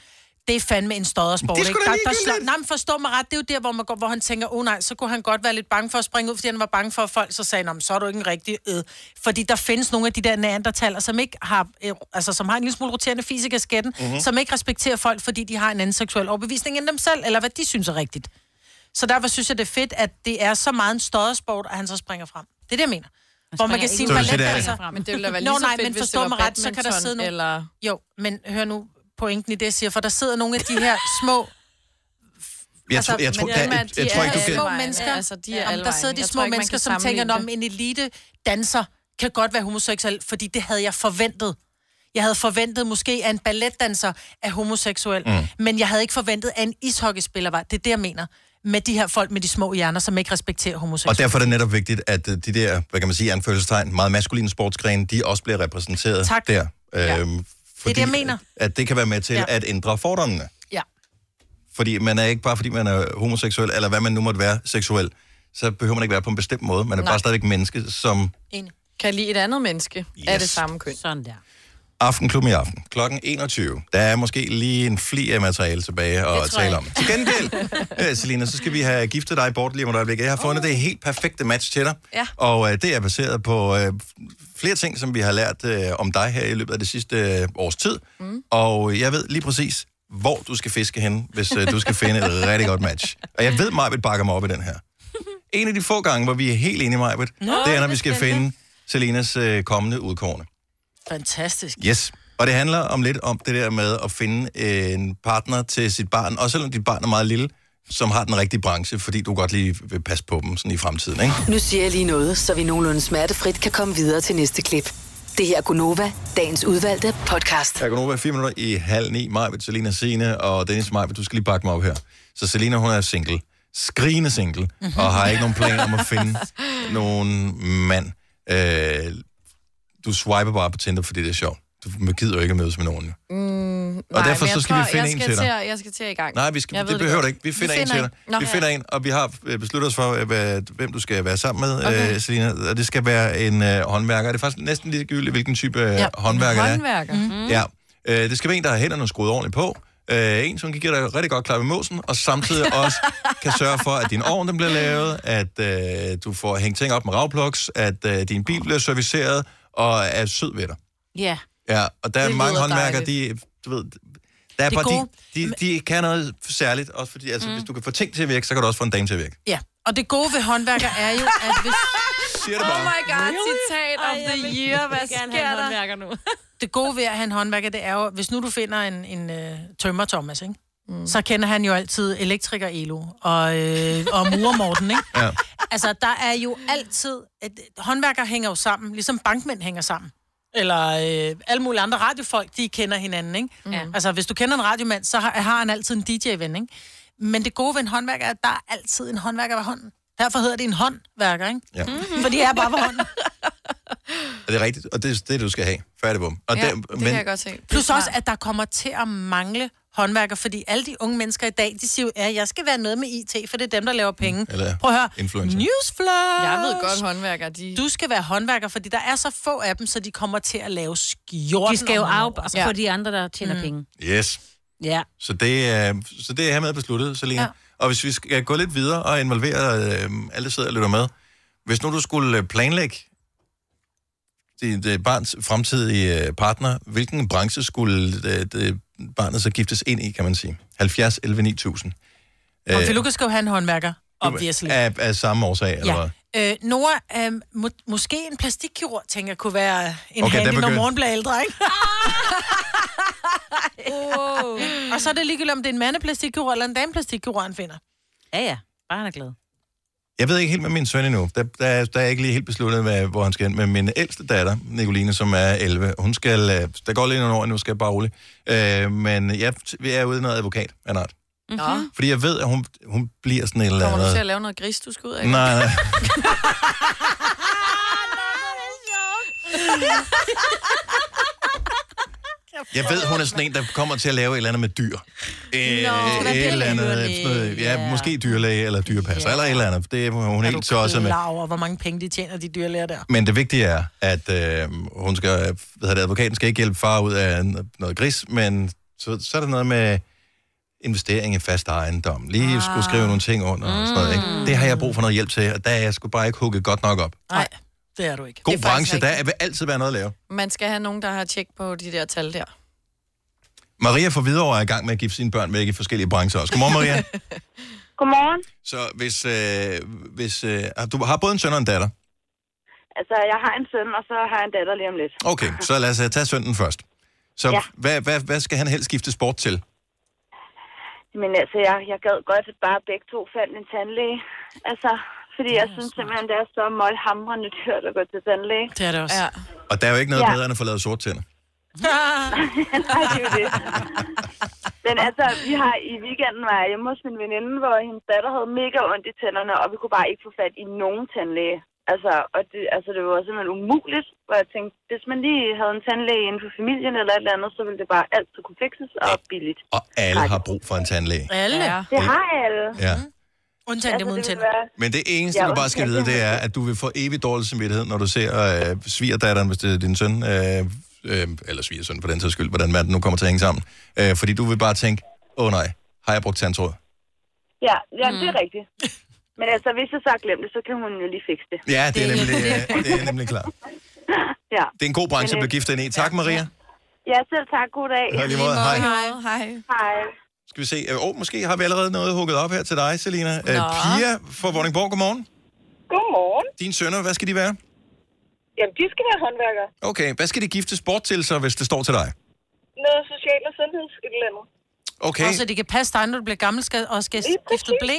Speaker 4: Det er fandme en stoddersport,
Speaker 2: Det er sgu da
Speaker 4: Der, der
Speaker 2: ligegyldigt.
Speaker 4: slår, nej, men forstå mig ret, det er jo der, hvor, man går, hvor han tænker, oh nej, så kunne han godt være lidt bange for at springe ud, fordi han var bange for, at folk så sagde, "Nå, men så er du ikke en rigtig øh. Fordi der findes nogle af de der neandertaler, som ikke har, øh, altså, som har en lille smule roterende fis i kasketten,
Speaker 2: Mhm.
Speaker 4: mm-hmm. som ikke respekterer folk, fordi de har en anden seksuel overbevisning end dem selv, eller hvad de synes er rigtigt. Så derfor synes jeg, det er fedt, at det er så meget en stoddersport, at han så springer frem. Det er det, jeg mener. Hvor man
Speaker 3: springer
Speaker 4: kan
Speaker 3: ikke
Speaker 4: sige,
Speaker 1: ud. Så
Speaker 4: man
Speaker 1: vil sige, det er
Speaker 4: altså.
Speaker 1: ikke.
Speaker 3: Men det ville da være
Speaker 4: Nå,
Speaker 3: lige så
Speaker 4: nej,
Speaker 3: fedt,
Speaker 4: men
Speaker 3: hvis det
Speaker 4: forstå
Speaker 3: var
Speaker 4: mig ret, så kan der
Speaker 3: badminton
Speaker 4: sidde nogle...
Speaker 3: eller-
Speaker 4: Jo, men hør nu pointen i det, jeg siger, for der sidder nogle af de her små...
Speaker 1: Jeg tror- jeg tror-
Speaker 4: men
Speaker 1: der-
Speaker 4: jamen,
Speaker 1: jeg- jeg
Speaker 4: de
Speaker 1: tror ikke, du
Speaker 4: er
Speaker 1: kan-
Speaker 4: små
Speaker 1: Ja,
Speaker 4: mennesker.
Speaker 3: altså, de er
Speaker 4: Jamen,
Speaker 3: alle
Speaker 4: der sidder
Speaker 3: vegne.
Speaker 4: de
Speaker 3: Jeg
Speaker 4: små
Speaker 3: tror ikke, man
Speaker 4: mennesker,
Speaker 3: kan
Speaker 4: som tænker,
Speaker 3: sammenligne
Speaker 4: om en elite danser kan godt være homoseksuel, fordi det havde jeg forventet. Jeg havde forventet måske, at en balletdanser er homoseksuel,
Speaker 2: Mm.
Speaker 4: mm. men jeg havde ikke forventet, at en ishockeyspiller var. Det er det, jeg mener med de her folk med de små hjerner, som ikke respekterer
Speaker 1: Og
Speaker 4: homoseksuelle.
Speaker 1: derfor er det netop vigtigt, at øh, de der, hvad kan man sige, i anførselstegn, meget maskuline sportsgrene, de også bliver repræsenteret
Speaker 4: Tak.
Speaker 1: der.
Speaker 4: Ja.
Speaker 1: Øhm,
Speaker 4: Det er det, jeg mener.
Speaker 1: At det kan være med til
Speaker 4: Ja.
Speaker 1: ja. at ændre fordommene.
Speaker 4: Ja.
Speaker 1: Fordi man er ikke bare, fordi man er homoseksuel, eller hvad man nu måtte være seksuel, så behøver man ikke være på en bestemt måde. Man er
Speaker 3: Nej.
Speaker 1: bare stadigvæk menneske, som
Speaker 4: Enig.
Speaker 3: Kan lide et andet menneske yes. af det samme køn.
Speaker 2: Sådan der.
Speaker 1: Aftenklubben i aften, klokken 21. Der er måske lige en fli af materiale tilbage at
Speaker 2: tror
Speaker 1: tale
Speaker 2: jeg
Speaker 1: om. Til gengæld, [laughs] øh, Selina, så skal vi have giftet dig bort lige om et øjeblik. Jeg har fundet det helt perfekte match til dig.
Speaker 12: Ja.
Speaker 1: Og øh, det er baseret på øh, flere ting, som vi har lært øh, om dig her i løbet af det sidste øh, års tid. Mm. Og jeg ved lige præcis, hvor du skal fiske hen, hvis øh, du skal finde et rigtig godt match. Og jeg ved, Majbet bakker mig op i den her. En af de få gange, hvor vi er helt enige, Majbet,
Speaker 4: Nå,
Speaker 1: det er, når
Speaker 4: hvor
Speaker 1: vi skal
Speaker 4: spændende.
Speaker 1: finde Selinas øh, kommende udkårne.
Speaker 4: Fantastisk.
Speaker 1: Yes. Og det handler om lidt om det der med at finde øh, en partner til sit barn, også selvom dit barn er meget lille, som har den rigtige branche, fordi du godt lige vil passe på dem sådan i fremtiden, ikke?
Speaker 6: Nu siger jeg lige noget, så vi nogenlunde smertefrit kan komme videre til næste klip. Det her er Gunova, dagens udvalgte podcast.
Speaker 1: Jeg kan nu være fire minutter i halv ni. Maj, Selina Sine og Dennis Maj, du skal lige bakke mig op her. Så Selina, hun er single. Skrigende single. Og har ikke nogen planer om at finde nogen mand. Øh, du swiper bare på Tinder, fordi det er sjovt. Du gider jo ikke at mødes med nogen. jo.
Speaker 3: Mm, og
Speaker 1: derfor så skal vi finde
Speaker 3: jeg
Speaker 1: en
Speaker 3: skal
Speaker 1: til dig.
Speaker 3: at- Jeg skal til at i gang.
Speaker 1: Nej, vi skal,
Speaker 3: Jeg
Speaker 1: det,
Speaker 3: ved
Speaker 1: det behøver
Speaker 3: godt.
Speaker 1: du ikke. Vi finder, vi finder en til dig.
Speaker 3: Nå,
Speaker 1: vi
Speaker 3: ja.
Speaker 1: finder en, og vi har øh, besluttet os for, øh, hvad, hvem du skal være sammen med, okay. øh, Selina. Og det skal være en øh, håndværker. Det er faktisk næsten ligegyldigt, hvilken type øh, håndværker det er.
Speaker 3: Håndværker. Mm.
Speaker 1: Ja. Øh, det skal være en, der har hænderne skruet ordentligt på, Øh, en, som kan give dig rigtig godt klap i måsen, og samtidig også kan sørge for, at din ovn den bliver lavet, at øh, du får hængt ting op med ravplugs, at øh, din bil bliver serviceret, og er sød ved dig.
Speaker 2: Ja.
Speaker 1: Ja, og der er
Speaker 2: Det
Speaker 1: mange
Speaker 2: lyder
Speaker 1: håndværkere, de,
Speaker 2: dejligt.
Speaker 1: du ved, der er
Speaker 4: Det
Speaker 1: bare, de,
Speaker 4: gode-
Speaker 1: de, de kan noget særligt, også fordi, altså, mm. hvis du kan få ting til at virke, så kan du også få en dame til at virke.
Speaker 4: Ja, og det gode ved håndværker er jo,
Speaker 2: [laughs]
Speaker 4: at hvis...
Speaker 1: Siger det bare.
Speaker 4: Oh my god, citat
Speaker 2: Ej,
Speaker 4: of
Speaker 2: jeg
Speaker 4: the
Speaker 2: vil
Speaker 4: year. Hvad
Speaker 2: gerne have en
Speaker 4: sker
Speaker 2: håndværker
Speaker 4: der?
Speaker 2: [laughs]
Speaker 4: Nu. det gode ved at have en håndværker, det er jo, hvis nu du finder en, en uh, tømmer Thomas, ikke? Mm. så kender han jo altid elektriker Elo og, øh, og murer Morten, ikke?
Speaker 1: Ja.
Speaker 4: Altså, der er jo altid... Et, håndværker hænger jo sammen, ligesom bankmænd hænger sammen. Eller øh, alle mulige andre radiofolk, de kender hinanden, ikke? Mm. Altså, hvis du kender en radiomand, så har, har han altid en DJ-ven, ikke? Men det gode ved en håndværker er, at der er altid en håndværker ved hånden. Derfor hedder det en håndværker, ikke?
Speaker 1: Ja.
Speaker 4: Mm-hmm. For de er bare ved hånden.
Speaker 1: Er det rigtigt? Og det er det, du skal have. Færdig bum. Og der-
Speaker 4: se. Plus også, at der kommer til at mangle håndværker, fordi alle de unge mennesker i dag, de siger jo, at jeg skal være noget med IT, for det er dem, der laver penge.
Speaker 1: Mm, Eller
Speaker 4: Prøv at høre.
Speaker 1: influencer.
Speaker 4: Newsflash!
Speaker 3: Jeg ved godt, håndværker, de...
Speaker 4: Du skal være håndværker, fordi der er så få af dem, så de kommer til at lave skjorten.
Speaker 2: De skal jo
Speaker 4: om nogle år.
Speaker 2: af på de andre, der tjener mm. penge.
Speaker 1: Yes.
Speaker 2: Ja.
Speaker 1: Så det, er- så det er hermed besluttet, Selina. Ja.
Speaker 2: Ja.
Speaker 1: Og hvis vi skal gå lidt videre og involvere øh, alle, der sidder og lytter med. Hvis nu du skulle øh, planlægge dit øh, barns fremtidige øh, partner, hvilken branche skulle øh, det, barnet så giftes ind i, kan man sige? 70 11 9000. Øh,
Speaker 4: Og Veluca skal jo have en håndværker.
Speaker 1: obviously. Af, af samme årsag, eller hvad?
Speaker 4: Øh, Nora, øh, må, måske en plastikkirurg, tænker jeg, kunne være
Speaker 1: Okay,
Speaker 4: en okay,
Speaker 1: den
Speaker 4: handy, når
Speaker 1: begynder-
Speaker 4: morgen bliver ældre,
Speaker 2: [laughs]
Speaker 4: ikke? Og så er det ligegyldigt, om det er en mandeplastikkirurg eller en dameplastikkirurg, han finder.
Speaker 2: Ja, ja. Bare han er glad.
Speaker 1: Jeg ved ikke helt med min søn endnu. Der, der, er- der er ikke lige helt besluttet, hvad, hvor han skal hen. Men min ældste datter, Nicoline, som er 11, hun skal... øh, Der går lige nogle år, nu skal jeg bare roligt. Øh, men jeg, vi er ude i noget advokat af en art.
Speaker 3: Mm-hmm.
Speaker 1: Fordi jeg ved, at hun, hun bliver sådan et eller
Speaker 3: Kommer du til at
Speaker 1: andet...
Speaker 3: lave noget gris, du skal ud af?
Speaker 1: Nej,
Speaker 3: [laughs]
Speaker 1: nej. Jeg ved, hun er sådan en, der kommer til at lave et eller andet med dyr. Øh,
Speaker 4: være
Speaker 1: et eller andet,
Speaker 4: dyrlæge.
Speaker 1: sådan noget, ja, måske dyrlæge eller dyrepasser, eller et eller andet. Det er hun er helt så også med.
Speaker 4: Klar over, hvor mange penge de tjener, de dyrlæger der.
Speaker 1: Men det vigtige er, at øh, hun skal, hvad hedder det, advokaten skal ikke hjælpe far ud af n- noget gris, men så, så er der noget med investering i fast ejendom. Lige ah. skulle skrive nogle ting under og sådan noget. Ikke? Det har jeg brug for noget hjælp til, og der er jeg sgu bare ikke hugget godt nok op.
Speaker 4: Nej, det er du ikke.
Speaker 1: God
Speaker 3: Det er faktisk
Speaker 1: branche, der vil altid være noget at lave.
Speaker 3: Man skal have nogen, der har tjek på de der tal der.
Speaker 1: Maria fra Hvidovre er i gang med at give sine børn væk i forskellige brancher også. Godmorgen, Maria.
Speaker 12: Godmorgen.
Speaker 1: Så hvis, øh, hvis øh, har- du har både en søn og en datter.
Speaker 12: Altså, jeg har en søn, og så har jeg en datter lige om lidt.
Speaker 1: Okay, så lad os øh, tage sønnen først. Så ja.
Speaker 12: Ja.
Speaker 1: hvad, hvad, hvad skal han helst skifte sport til?
Speaker 12: Men altså, jeg, jeg gad godt, at bare begge to fandt en tandlæge. Altså, fordi jeg synes simpelthen, det er så målhamrende dyrt at gå til tandlæge.
Speaker 4: Det er det også.
Speaker 12: Ja.
Speaker 1: Og der er jo ikke noget ja.
Speaker 12: Ja.
Speaker 1: bedre end at få lavet sort tænder.
Speaker 12: [laughs] Nej, det er jo det. Men altså, vi har i weekenden var jeg hjemme hos min veninde, hvor hendes datter havde mega ondt i tænderne, og vi kunne bare ikke få fat i nogen tandlæge. Altså, og det, altså, det var simpelthen umuligt, hvor jeg tænkte, hvis man lige havde en tandlæge inden for familien eller et eller andet, så ville det bare altid kunne fikses og billigt.
Speaker 1: Og alle har brug for en tandlæge.
Speaker 4: Alle?
Speaker 12: Ja. Det har alle.
Speaker 1: Ja.
Speaker 4: Undtagen dem uden
Speaker 12: det ville
Speaker 4: tænder.
Speaker 12: være-
Speaker 1: Men det eneste,
Speaker 12: Ja,
Speaker 1: du bare skal
Speaker 12: undskyld,
Speaker 1: vide, det
Speaker 12: jeg har-
Speaker 1: er, at du vil få evig dårlig samvittighed, når du ser øh, svigerdatteren, hvis det er din søn, øh, øh, eller svigersøn for den sags skyld, hvordan verden nu kommer til at hænge sammen. Øh, fordi du vil bare tænke, åh oh, nej, har jeg brugt tandtråd?
Speaker 12: Ja, ja mm. det er rigtigt. Men altså, hvis jeg så har glemt det, så kan hun jo lige fikse det.
Speaker 1: Ja, det er nemlig, [laughs] øh, det er nemlig klart.
Speaker 12: Ja,
Speaker 1: Det er en god branche at
Speaker 12: Men,
Speaker 1: blive gift ind i. Tak, Maria.
Speaker 12: ja selv tak. God dag.
Speaker 1: Ja, i lige måde. Hej.
Speaker 3: Hej. Hej.
Speaker 12: Hej.
Speaker 1: Skal vi se. Åh, oh, måske har vi allerede noget hugget op her til dig, Selina. Øh, Pia fra Vordingborg, godmorgen.
Speaker 13: Godmorgen.
Speaker 1: Dine sønner, hvad skal de være?
Speaker 13: Jamen, de skal være håndværkere.
Speaker 1: Okay, hvad skal de gifte sport til så, hvis det står til dig?
Speaker 13: Noget socialt og sundheds et eller andet.
Speaker 1: Okay.
Speaker 4: Og så de kan passe dig, når du bliver gammel skal, og skal skifte blæ.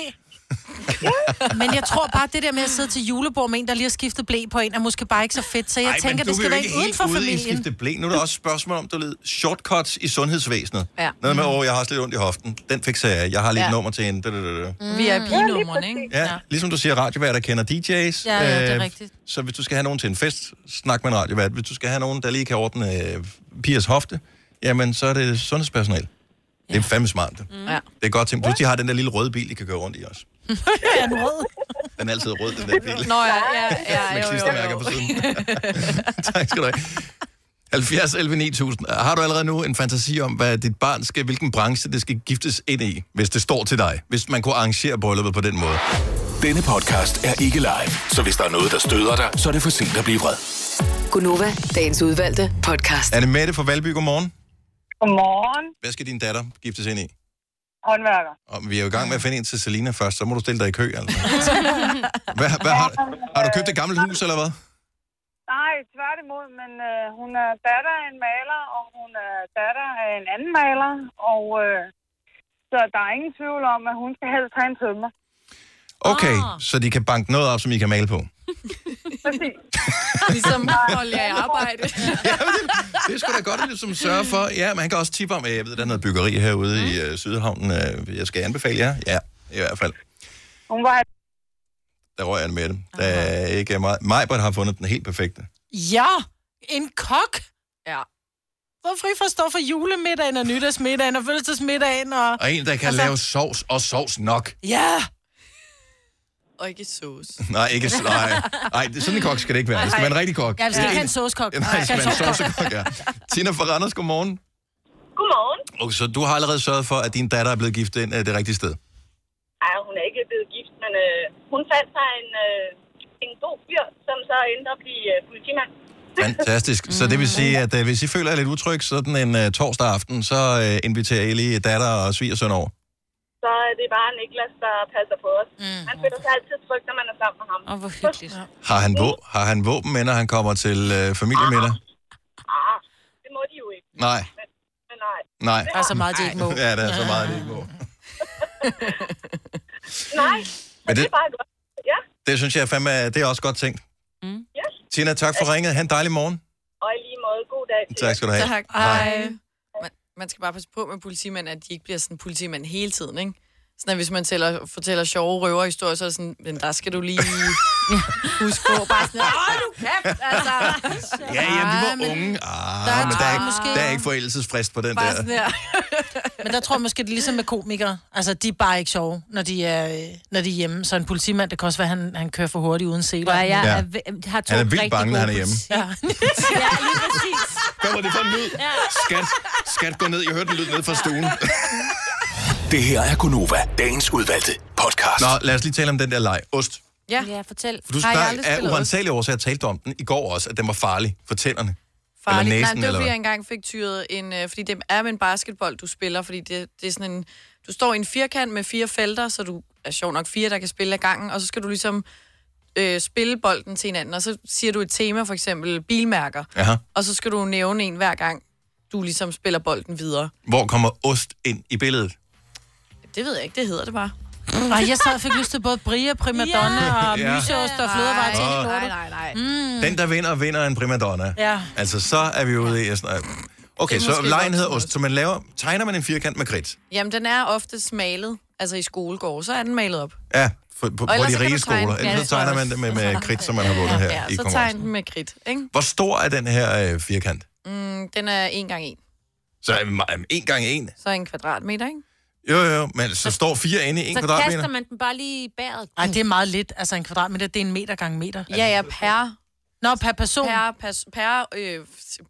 Speaker 4: Men jeg tror bare, det der med at sidde til julebord med en, der lige har skiftet blæ på en, er måske bare ikke så fedt. Så jeg
Speaker 1: Ej, men
Speaker 4: tænker,
Speaker 1: du
Speaker 4: det
Speaker 1: vil
Speaker 4: skal
Speaker 1: jo
Speaker 4: være
Speaker 1: ikke
Speaker 4: en uden
Speaker 1: helt
Speaker 4: for
Speaker 1: ude i
Speaker 4: familien.
Speaker 1: skifte blæ. Nu er der også spørgsmål om, du ved, shortcuts i sundhedsvæsenet.
Speaker 4: Ja.
Speaker 1: Noget med, åh, jeg har også lidt ondt i hoften. Den fikser jeg. Jeg har lidt ja.
Speaker 3: Ja. Mm.
Speaker 1: nummer til en. Da, da, da, da.
Speaker 3: Vi er pigenummeren, ikke?
Speaker 1: Ja, Øh, ligesom du siger, radiovært, der kender DJ's.
Speaker 3: Ja, ja, det er rigtigt.
Speaker 1: Så hvis du skal have nogen til en fest, snak med en radiovært. Hvis du skal have nogen, der lige kan ordne øh, pigers hofte, jamen, så er det sundhedspersonal. Det er fandme smart. Det, mm.
Speaker 3: Ja.
Speaker 1: det er godt ting. Plus, de har den der lille røde bil, de kan køre rundt i også.
Speaker 4: er den rød?
Speaker 1: Den er altid rød, den der bil.
Speaker 3: Nå ja, ja, ja,
Speaker 1: Med
Speaker 3: jo, jo,
Speaker 1: klistermærker
Speaker 3: jo.
Speaker 1: [laughs] på siden. tak skal du have. 70 11 9000. Har du allerede nu en fantasi om, hvad dit barn skal, hvilken branche det skal giftes ind i, hvis det står til dig? Hvis man kunne arrangere brylluppet på den måde.
Speaker 7: Denne podcast er ikke live, så hvis der er noget, der støder dig, så er det for sent at blive vred.
Speaker 6: Gunova, dagens udvalgte podcast.
Speaker 1: Anne Mette fra Valby, godmorgen.
Speaker 13: Godmorgen,
Speaker 1: Hvad skal din datter giftes ind i?
Speaker 13: håndværker.
Speaker 1: Og vi er jo i gang med at finde en til Selina først, så må du stille dig i kø. Altså. Hvad, hvad, har, har du købt et gammelt hus, eller hvad?
Speaker 13: [laughs] Nej, tværtimod, men øh, hun er datter af en maler, og hun er datter af en anden maler, og øh, så der er ingen tvivl om, at hun skal helst have en tømmer.
Speaker 1: Okay,
Speaker 13: Ah.
Speaker 1: så de kan banke noget op, som I kan male på.
Speaker 13: Præcis.
Speaker 3: Ligesom holde jer i
Speaker 1: [laughs]
Speaker 3: arbejde.
Speaker 1: Det er sgu da godt, at ligesom sørge
Speaker 3: [laughs]
Speaker 1: for. Ja, man kan også tippe om, at jeg ved, der er noget byggeri herude mm. i uh, Sydhavnen. Uh, jeg skal anbefale jer. Ja, i hvert fald.
Speaker 13: Hun var...
Speaker 1: Der røg jeg med det. Der er ikke meget. Majbert har fundet den helt perfekte.
Speaker 4: Ja, en kok. Ja. Hvorfor I forstår for julemiddagen og nytårsmiddagen og fødselsdagsmiddagen og...
Speaker 1: Og en, der kan
Speaker 4: Altså-
Speaker 1: lave sovs, og sovs nok.
Speaker 4: Ja!
Speaker 3: Og ikke sauce.
Speaker 1: [laughs] Nej, ikke s- nej. nej, det- sådan en kok skal det ikke være. Det skal være en rigtig kok.
Speaker 4: Ja, vi skal ikke
Speaker 1: En-
Speaker 4: have en saucekok.
Speaker 1: Nej, det skal være en sovsekok, ja. Tina fra Randers, godmorgen.
Speaker 13: Godmorgen.
Speaker 1: Okay, så du har allerede sørget for, at din datter er blevet gift ind af det rigtige sted.
Speaker 13: Ej, hun er ikke blevet gift, men øh, hun fandt sig en, øh, en god fyr, som så endte op i øh, politimand.
Speaker 1: Fantastisk. Så
Speaker 4: Mm.
Speaker 1: det vil sige, at øh, hvis I føler jer lidt utryg sådan en øh, torsdag aften, så øh, inviterer I lige datter og svigersøn over.
Speaker 13: [laughs] Så er det bare Niklas, der passer på os. Mm. Man føler sig altid tryg, når man er sammen med ham. Åh, hvor hyggeligt.
Speaker 1: Har han, vå- har han våben med, når han kommer til øh, familiemiddag?
Speaker 13: Ah, det må de jo ikke.
Speaker 1: Nej,
Speaker 13: Men nej.
Speaker 1: nej. [laughs]
Speaker 13: Det har-
Speaker 1: Ja, der er så meget, de ikke må.
Speaker 13: Nej, men
Speaker 1: Men
Speaker 13: det...
Speaker 1: det-
Speaker 13: det er bare godt. Ja,
Speaker 1: Det synes jeg fandme, er- det er også godt tænkt.
Speaker 3: Mm.
Speaker 13: ja.
Speaker 1: Tina, tak for ringet. Ha' en dejlig morgen.
Speaker 13: Og i lige måde, god dag. til
Speaker 1: Tak
Speaker 13: jer.
Speaker 1: skal du have.
Speaker 3: Tak.
Speaker 1: Hej.
Speaker 3: Hej. Man, man skal bare passe på med politimænd, at de ikke bliver sådan politimænd hele tiden, ikke? Sådan at hvis man tæller, fortæller sjove røverhistorier, så er det sådan, men der skal du [laughs] lige huske på. Bare sådan, åh, du kæft, altså.
Speaker 1: Ja, ja, vi
Speaker 4: Ah, men-
Speaker 1: var unge. Ah,
Speaker 4: Der
Speaker 1: der
Speaker 4: er
Speaker 1: er, men der er,
Speaker 4: tre
Speaker 1: ikke,
Speaker 4: måske.
Speaker 1: der er ikke forældelsesfrist på den
Speaker 4: Bare
Speaker 1: der.
Speaker 4: sådan der. [laughs] Men der tror jeg måske, det er ligesom med komikere. Altså, de er bare ikke sjove, når de er, øh, når de er hjemme. Så en politimand, det kan også være, at han, han kører for hurtigt uden seler.
Speaker 2: Hvor jeg
Speaker 1: Ja.
Speaker 2: er, ve- har to
Speaker 1: Han er vildt
Speaker 2: rigtig
Speaker 1: bange, når han
Speaker 2: gode
Speaker 1: er hjemme.
Speaker 2: politi- Ja. ja, lige præcis.
Speaker 1: Kommer det for en lyd? Skat, skat, gå ned. Jeg hørte en lyd ned fra stuen.
Speaker 7: Det her er Gunova, dagens udvalgte podcast.
Speaker 1: Nå, lad os lige tale om den der leg. Ost.
Speaker 3: Ja.
Speaker 2: ja, fortæl.
Speaker 1: For du snakker af uansagelige årsager talte om den i går også, at den var farlig for tænderne.
Speaker 3: Farligt.
Speaker 1: Eller
Speaker 3: Nej,
Speaker 1: næsen,
Speaker 3: men det var,
Speaker 1: eller
Speaker 3: fordi jeg
Speaker 1: hvad?
Speaker 3: engang fik tyret en... Øh, fordi det er med en basketball, du spiller, fordi det, det er sådan en... Du står i en firkant med fire felter, så du er sjov nok fire, der kan spille ad gangen, og så skal du ligesom øh, spille bolden til hinanden, og så siger du et tema, for eksempel bilmærker,
Speaker 1: Jaha.
Speaker 3: og så skal du nævne en hver gang, du ligesom spiller bolden videre.
Speaker 1: Hvor kommer ost ind i billedet?
Speaker 3: Det ved jeg ikke, det hedder det bare.
Speaker 4: Ej, jeg sad og fik lyst til både Bria, Primadonna
Speaker 1: Ja.
Speaker 4: ja. og
Speaker 1: Ja.
Speaker 4: myseost og flødevarer til hele
Speaker 1: Åh.
Speaker 4: lortet.
Speaker 3: Nej, nej, nej.
Speaker 4: Mm.
Speaker 1: Den, der vinder, vinder en primadonna.
Speaker 4: Ja.
Speaker 1: Altså, så er vi ude i... at snakke- Okay,
Speaker 3: Det er
Speaker 1: så
Speaker 3: måske
Speaker 1: lejen hedder ost. Så man laver, tegner man en firkant med kridt.
Speaker 3: Jamen, den er ofte smalet, altså i skolegård, så er den malet op.
Speaker 1: Ja, for, på,
Speaker 3: Og
Speaker 1: hvor
Speaker 3: ellers
Speaker 1: de
Speaker 3: så kan
Speaker 1: rige
Speaker 3: du tegne-
Speaker 1: skoler.
Speaker 3: Ja,
Speaker 1: Ellers
Speaker 3: det
Speaker 1: så
Speaker 3: tror jeg
Speaker 1: tegner man
Speaker 3: også.
Speaker 1: det med, med kridt, som man har vundet her
Speaker 3: Ja,
Speaker 1: i
Speaker 3: så
Speaker 1: konkurrencen.
Speaker 3: tegn den med kridt, ikke?
Speaker 1: Hvor stor er den her øh, firkant?
Speaker 3: Mm, den er en gang en,
Speaker 1: Så øh, ma- en gang en.
Speaker 3: så en kvadratmeter, ikke?
Speaker 1: Jo, jo, jo, men så står fire inde i en
Speaker 2: Så kaster
Speaker 1: kvadratmeter.
Speaker 2: man den bare lige i bæret.
Speaker 4: Ej, det er meget lidt. Altså, en kvadratmeter, det er en meter gange meter.
Speaker 3: Ja, ja, per
Speaker 4: Nå, per person.
Speaker 3: per, per, per øh,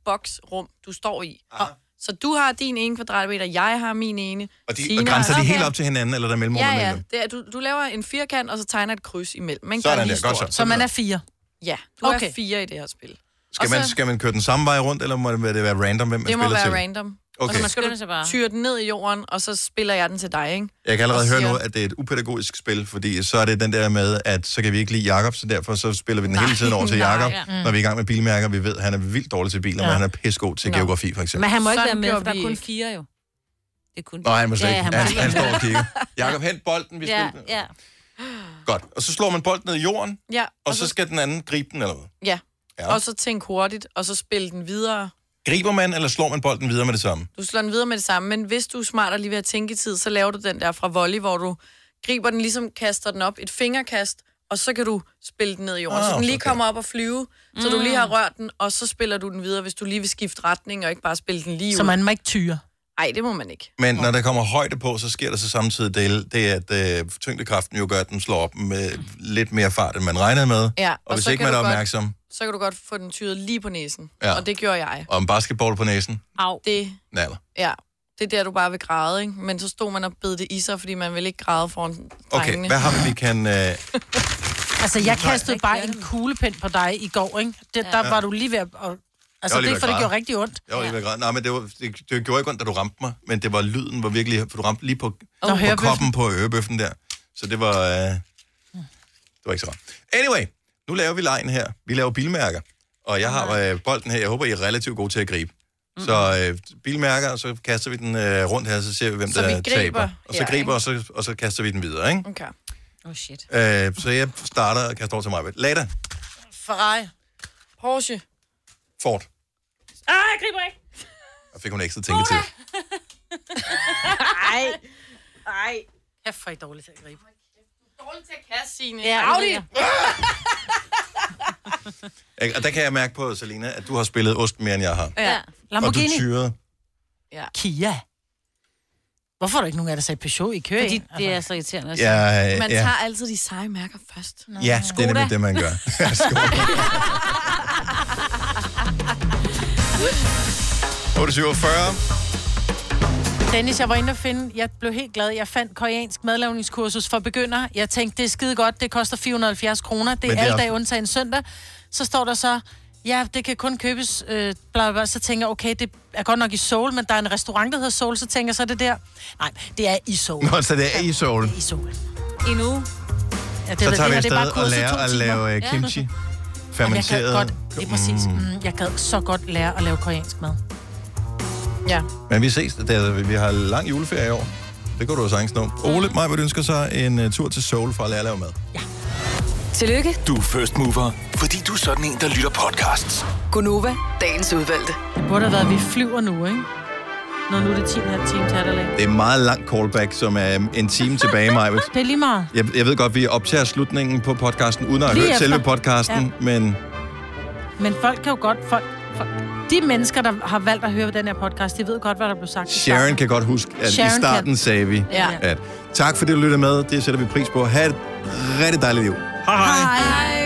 Speaker 3: boksrum, du står i.
Speaker 1: Ah.
Speaker 3: Og, så du har din ene kvadratmeter, jeg har min ene.
Speaker 1: Og, de,
Speaker 3: Tina
Speaker 1: og grænser
Speaker 3: har-
Speaker 1: de helt op til hinanden, eller der er mellemrum
Speaker 3: Ja,
Speaker 1: imellem
Speaker 3: ja.
Speaker 1: dem?
Speaker 3: Det er, du, du laver en firkant, og så tegner et kryds imellem. Man
Speaker 1: Sådan der, godt så.
Speaker 4: Så man er fire.
Speaker 3: Ja, du okay. er
Speaker 4: Okay.
Speaker 3: fire i det her spil.
Speaker 1: Skal
Speaker 3: Og
Speaker 1: man,
Speaker 3: så-
Speaker 1: skal man køre den samme vej rundt, eller må det være- det være random, hvem man
Speaker 3: Det må
Speaker 1: spiller
Speaker 3: være
Speaker 1: til?
Speaker 3: random.
Speaker 1: Okay.
Speaker 3: Og så skal
Speaker 2: skynder sig bare.
Speaker 3: du tyre den ned i jorden, og så spiller jeg den til dig, ikke?
Speaker 1: Jeg kan allerede
Speaker 3: Og
Speaker 1: høre
Speaker 3: siger-
Speaker 1: nu, at det er et upædagogisk spil, fordi så er det den der med, at så kan vi ikke lide Jakob, så derfor så spiller vi den
Speaker 2: Nej,
Speaker 1: hele tiden over til
Speaker 2: nej,
Speaker 1: Jakob,
Speaker 2: ja. Mm.
Speaker 1: når vi er i gang med bilmærker. Vi ved, at han er vildt dårlig til biler,
Speaker 2: Ja.
Speaker 1: men han er pissegod til geografi, for eksempel.
Speaker 2: Men han må ikke
Speaker 3: Sådan
Speaker 2: være med, for
Speaker 3: gjorde
Speaker 2: der er
Speaker 3: vi
Speaker 2: kun
Speaker 3: ikke.
Speaker 2: fire jo. Det er kun...
Speaker 1: Nej, han må slet
Speaker 2: Ja,
Speaker 1: ikke.
Speaker 2: han
Speaker 1: Han,
Speaker 2: må
Speaker 1: han,
Speaker 2: ikke.
Speaker 1: står og kigger. Jakob, hent bolden, vi
Speaker 2: Ja,
Speaker 1: spiller den.
Speaker 2: ja.
Speaker 1: Godt. Og så slår man bolden ned i jorden,
Speaker 3: Ja,
Speaker 1: og så skal den anden gribe den, eller hvad?
Speaker 3: ja.
Speaker 1: Ja.
Speaker 3: ja. Og så tænk hurtigt, og så spil den videre.
Speaker 1: Griber man, eller slår man bolden videre med det samme?
Speaker 3: Du slår den videre med det samme, men hvis du er smart og lige ved at tænke i tid, så laver du den der fra volley, hvor du griber den, ligesom kaster den op, et fingerkast, og så kan du spille den ned i jorden.
Speaker 1: Ah,
Speaker 3: Ah, så den lige
Speaker 1: okay.
Speaker 3: kommer op og flyve, så du lige har rørt den, og så spiller du den videre, hvis du lige vil skifte retning, og ikke bare spille den lige
Speaker 4: Så
Speaker 3: ud.
Speaker 4: man må ikke tyre.
Speaker 3: Nej, det må man ikke.
Speaker 1: Men når der kommer højde på, så sker der så samtidig det, det at øh, tyngdekraften jo gør, at den slår op med lidt mere fart, end man regnede med.
Speaker 3: Ja,
Speaker 1: og, og hvis
Speaker 3: så
Speaker 1: ikke
Speaker 3: kan
Speaker 1: man er
Speaker 3: du godt-
Speaker 1: opmærksom,
Speaker 3: så kan du godt få den tyret lige på næsen.
Speaker 1: Ja.
Speaker 3: Ja. Og det gjorde jeg.
Speaker 1: Og en basketball på næsen?
Speaker 3: Au. Det,
Speaker 1: Naller.
Speaker 3: ja. Det er der, du bare vil græde, ikke? Men så stod man og bed det i sig, fordi man ville ikke græde foran
Speaker 1: Okay,
Speaker 3: drengene.
Speaker 1: hvad har vi, vi kan...
Speaker 3: [laughs]
Speaker 1: Øh,
Speaker 4: Altså, jeg
Speaker 1: Nej.
Speaker 4: kastede bare en kuglepind på dig i går, ikke? Det, der
Speaker 1: Ja.
Speaker 4: var du lige ved at... Og, altså, det er
Speaker 1: lige
Speaker 4: ikke, for
Speaker 1: ved at
Speaker 4: det gjorde
Speaker 1: græde.
Speaker 4: rigtig ondt.
Speaker 1: Jeg var lige ved at græde. Nej, men det, var, det, det gjorde ikke ondt, da du ramte mig, men det var lyden, var virkelig... For du ramte lige på, på
Speaker 4: hørebøffen.
Speaker 1: koppen på ørebøffen der. Så det var... Øh, det var ikke så rart. Anyway, nu laver vi lejen her. Vi laver bilmærker. Og jeg har øh, bolden her. Jeg håber, I er relativt gode til at gribe. Så øh, bilmærker, og så kaster vi den øh, rundt her, så ser vi, hvem
Speaker 3: Så
Speaker 1: der
Speaker 3: vi griber
Speaker 1: taber. Og så
Speaker 3: her,
Speaker 1: griber,
Speaker 3: ikke?
Speaker 1: og så, og så kaster vi den videre, ikke?
Speaker 3: Okay.
Speaker 2: Oh shit.
Speaker 1: Øh, så jeg starter og kaster over til mig. Lada,
Speaker 4: Ferrari.
Speaker 3: Porsche.
Speaker 1: Ford.
Speaker 2: Ah, jeg griber ikke.
Speaker 1: Og fik hun ekstra ting til.
Speaker 2: Ej. Ej.
Speaker 4: Kæft, for I er dårligt til at gribe.
Speaker 3: Dårligt til at kaste, Signe.
Speaker 4: Ja,
Speaker 3: Audi!
Speaker 4: det er
Speaker 1: Ikke? Og der kan jeg mærke på, Selina, at du har spillet ost mere, end jeg har.
Speaker 4: Ja.
Speaker 1: Og
Speaker 4: Lamborghini.
Speaker 1: du tyrede.
Speaker 3: Ja.
Speaker 4: Kia. Hvorfor er der ikke nogen af jer, der sagde Peugeot i køer?
Speaker 2: Fordi
Speaker 4: ind?
Speaker 2: det er så irriterende. at
Speaker 1: Ja,
Speaker 2: sige.
Speaker 1: Man ja. tager
Speaker 3: altid de seje mærker først. Nå.
Speaker 1: Ja, det er
Speaker 2: Skoda.
Speaker 1: nemlig det, man gør. [laughs]
Speaker 4: [laughs]
Speaker 1: Skoda. 8.47.
Speaker 4: Dennis, jeg var inde og finde, jeg blev helt glad. Jeg fandt koreansk madlavningskursus for begyndere. Jeg tænkte, det er skide godt, det koster 470 kroner. Det
Speaker 15: Men
Speaker 4: er
Speaker 15: det er
Speaker 4: alle
Speaker 15: også-
Speaker 4: dage undtagen søndag. Så står der så, ja, det kan kun købes, øh, bla, bla, bla. Så tænker jeg, okay, det er godt nok i Seoul, men der er en restaurant, der hedder Seoul, så tænker jeg, så er det der. Nej, det er i Seoul.
Speaker 1: Nå, så det er i solen.
Speaker 4: I Seoul. I nu. Ja,
Speaker 1: Så
Speaker 4: ved
Speaker 1: tager vi
Speaker 4: her, det er bare
Speaker 1: afsted og
Speaker 4: kurset to
Speaker 1: lærer at
Speaker 4: timer.
Speaker 1: lave øh,
Speaker 4: Ja.
Speaker 1: kimchi.
Speaker 4: Jamen, jeg gad
Speaker 1: Fermenteret.
Speaker 4: godt, det er præcis. Mm, jeg gad så godt lære at lave koreansk mad. Ja.
Speaker 1: Men vi ses. Det er, vi har lang juleferie i år. Det går du jo sagtens nå. Ole, mig vil ønsker sig en øh, tur til Seoul for at lære at lave mad.
Speaker 6: Tillykke,
Speaker 7: Du er first mover, fordi du er sådan en, der lytter podcasts.
Speaker 6: Gunova, dagens udvalgte.
Speaker 4: Det burde have været, at vi flyver nu, ikke? Når nu er det 10 her time til Adelaide.
Speaker 1: Det er en meget lang callback, som er øh, en time tilbage,
Speaker 4: [laughs]
Speaker 1: Maja.
Speaker 4: Det er lige meget.
Speaker 1: Jeg, jeg ved godt, vi optager slutningen på podcasten, uden at have
Speaker 4: Lige
Speaker 1: hørt
Speaker 4: efter.
Speaker 1: selve podcasten, ja. men
Speaker 4: Men folk kan jo godt... Folk, folk, de mennesker, der har valgt at høre den her podcast, de ved godt, hvad der blev sagt. i
Speaker 1: Sharon
Speaker 4: starten.
Speaker 1: kan godt huske, at Sharon
Speaker 4: Sharon
Speaker 1: i starten
Speaker 4: kan.
Speaker 1: kan. sagde vi,
Speaker 4: Ja.
Speaker 1: at tak fordi du lytter med. Det sætter vi pris på. Ha' et rigtig dejligt liv. Hej hej.
Speaker 4: Hej.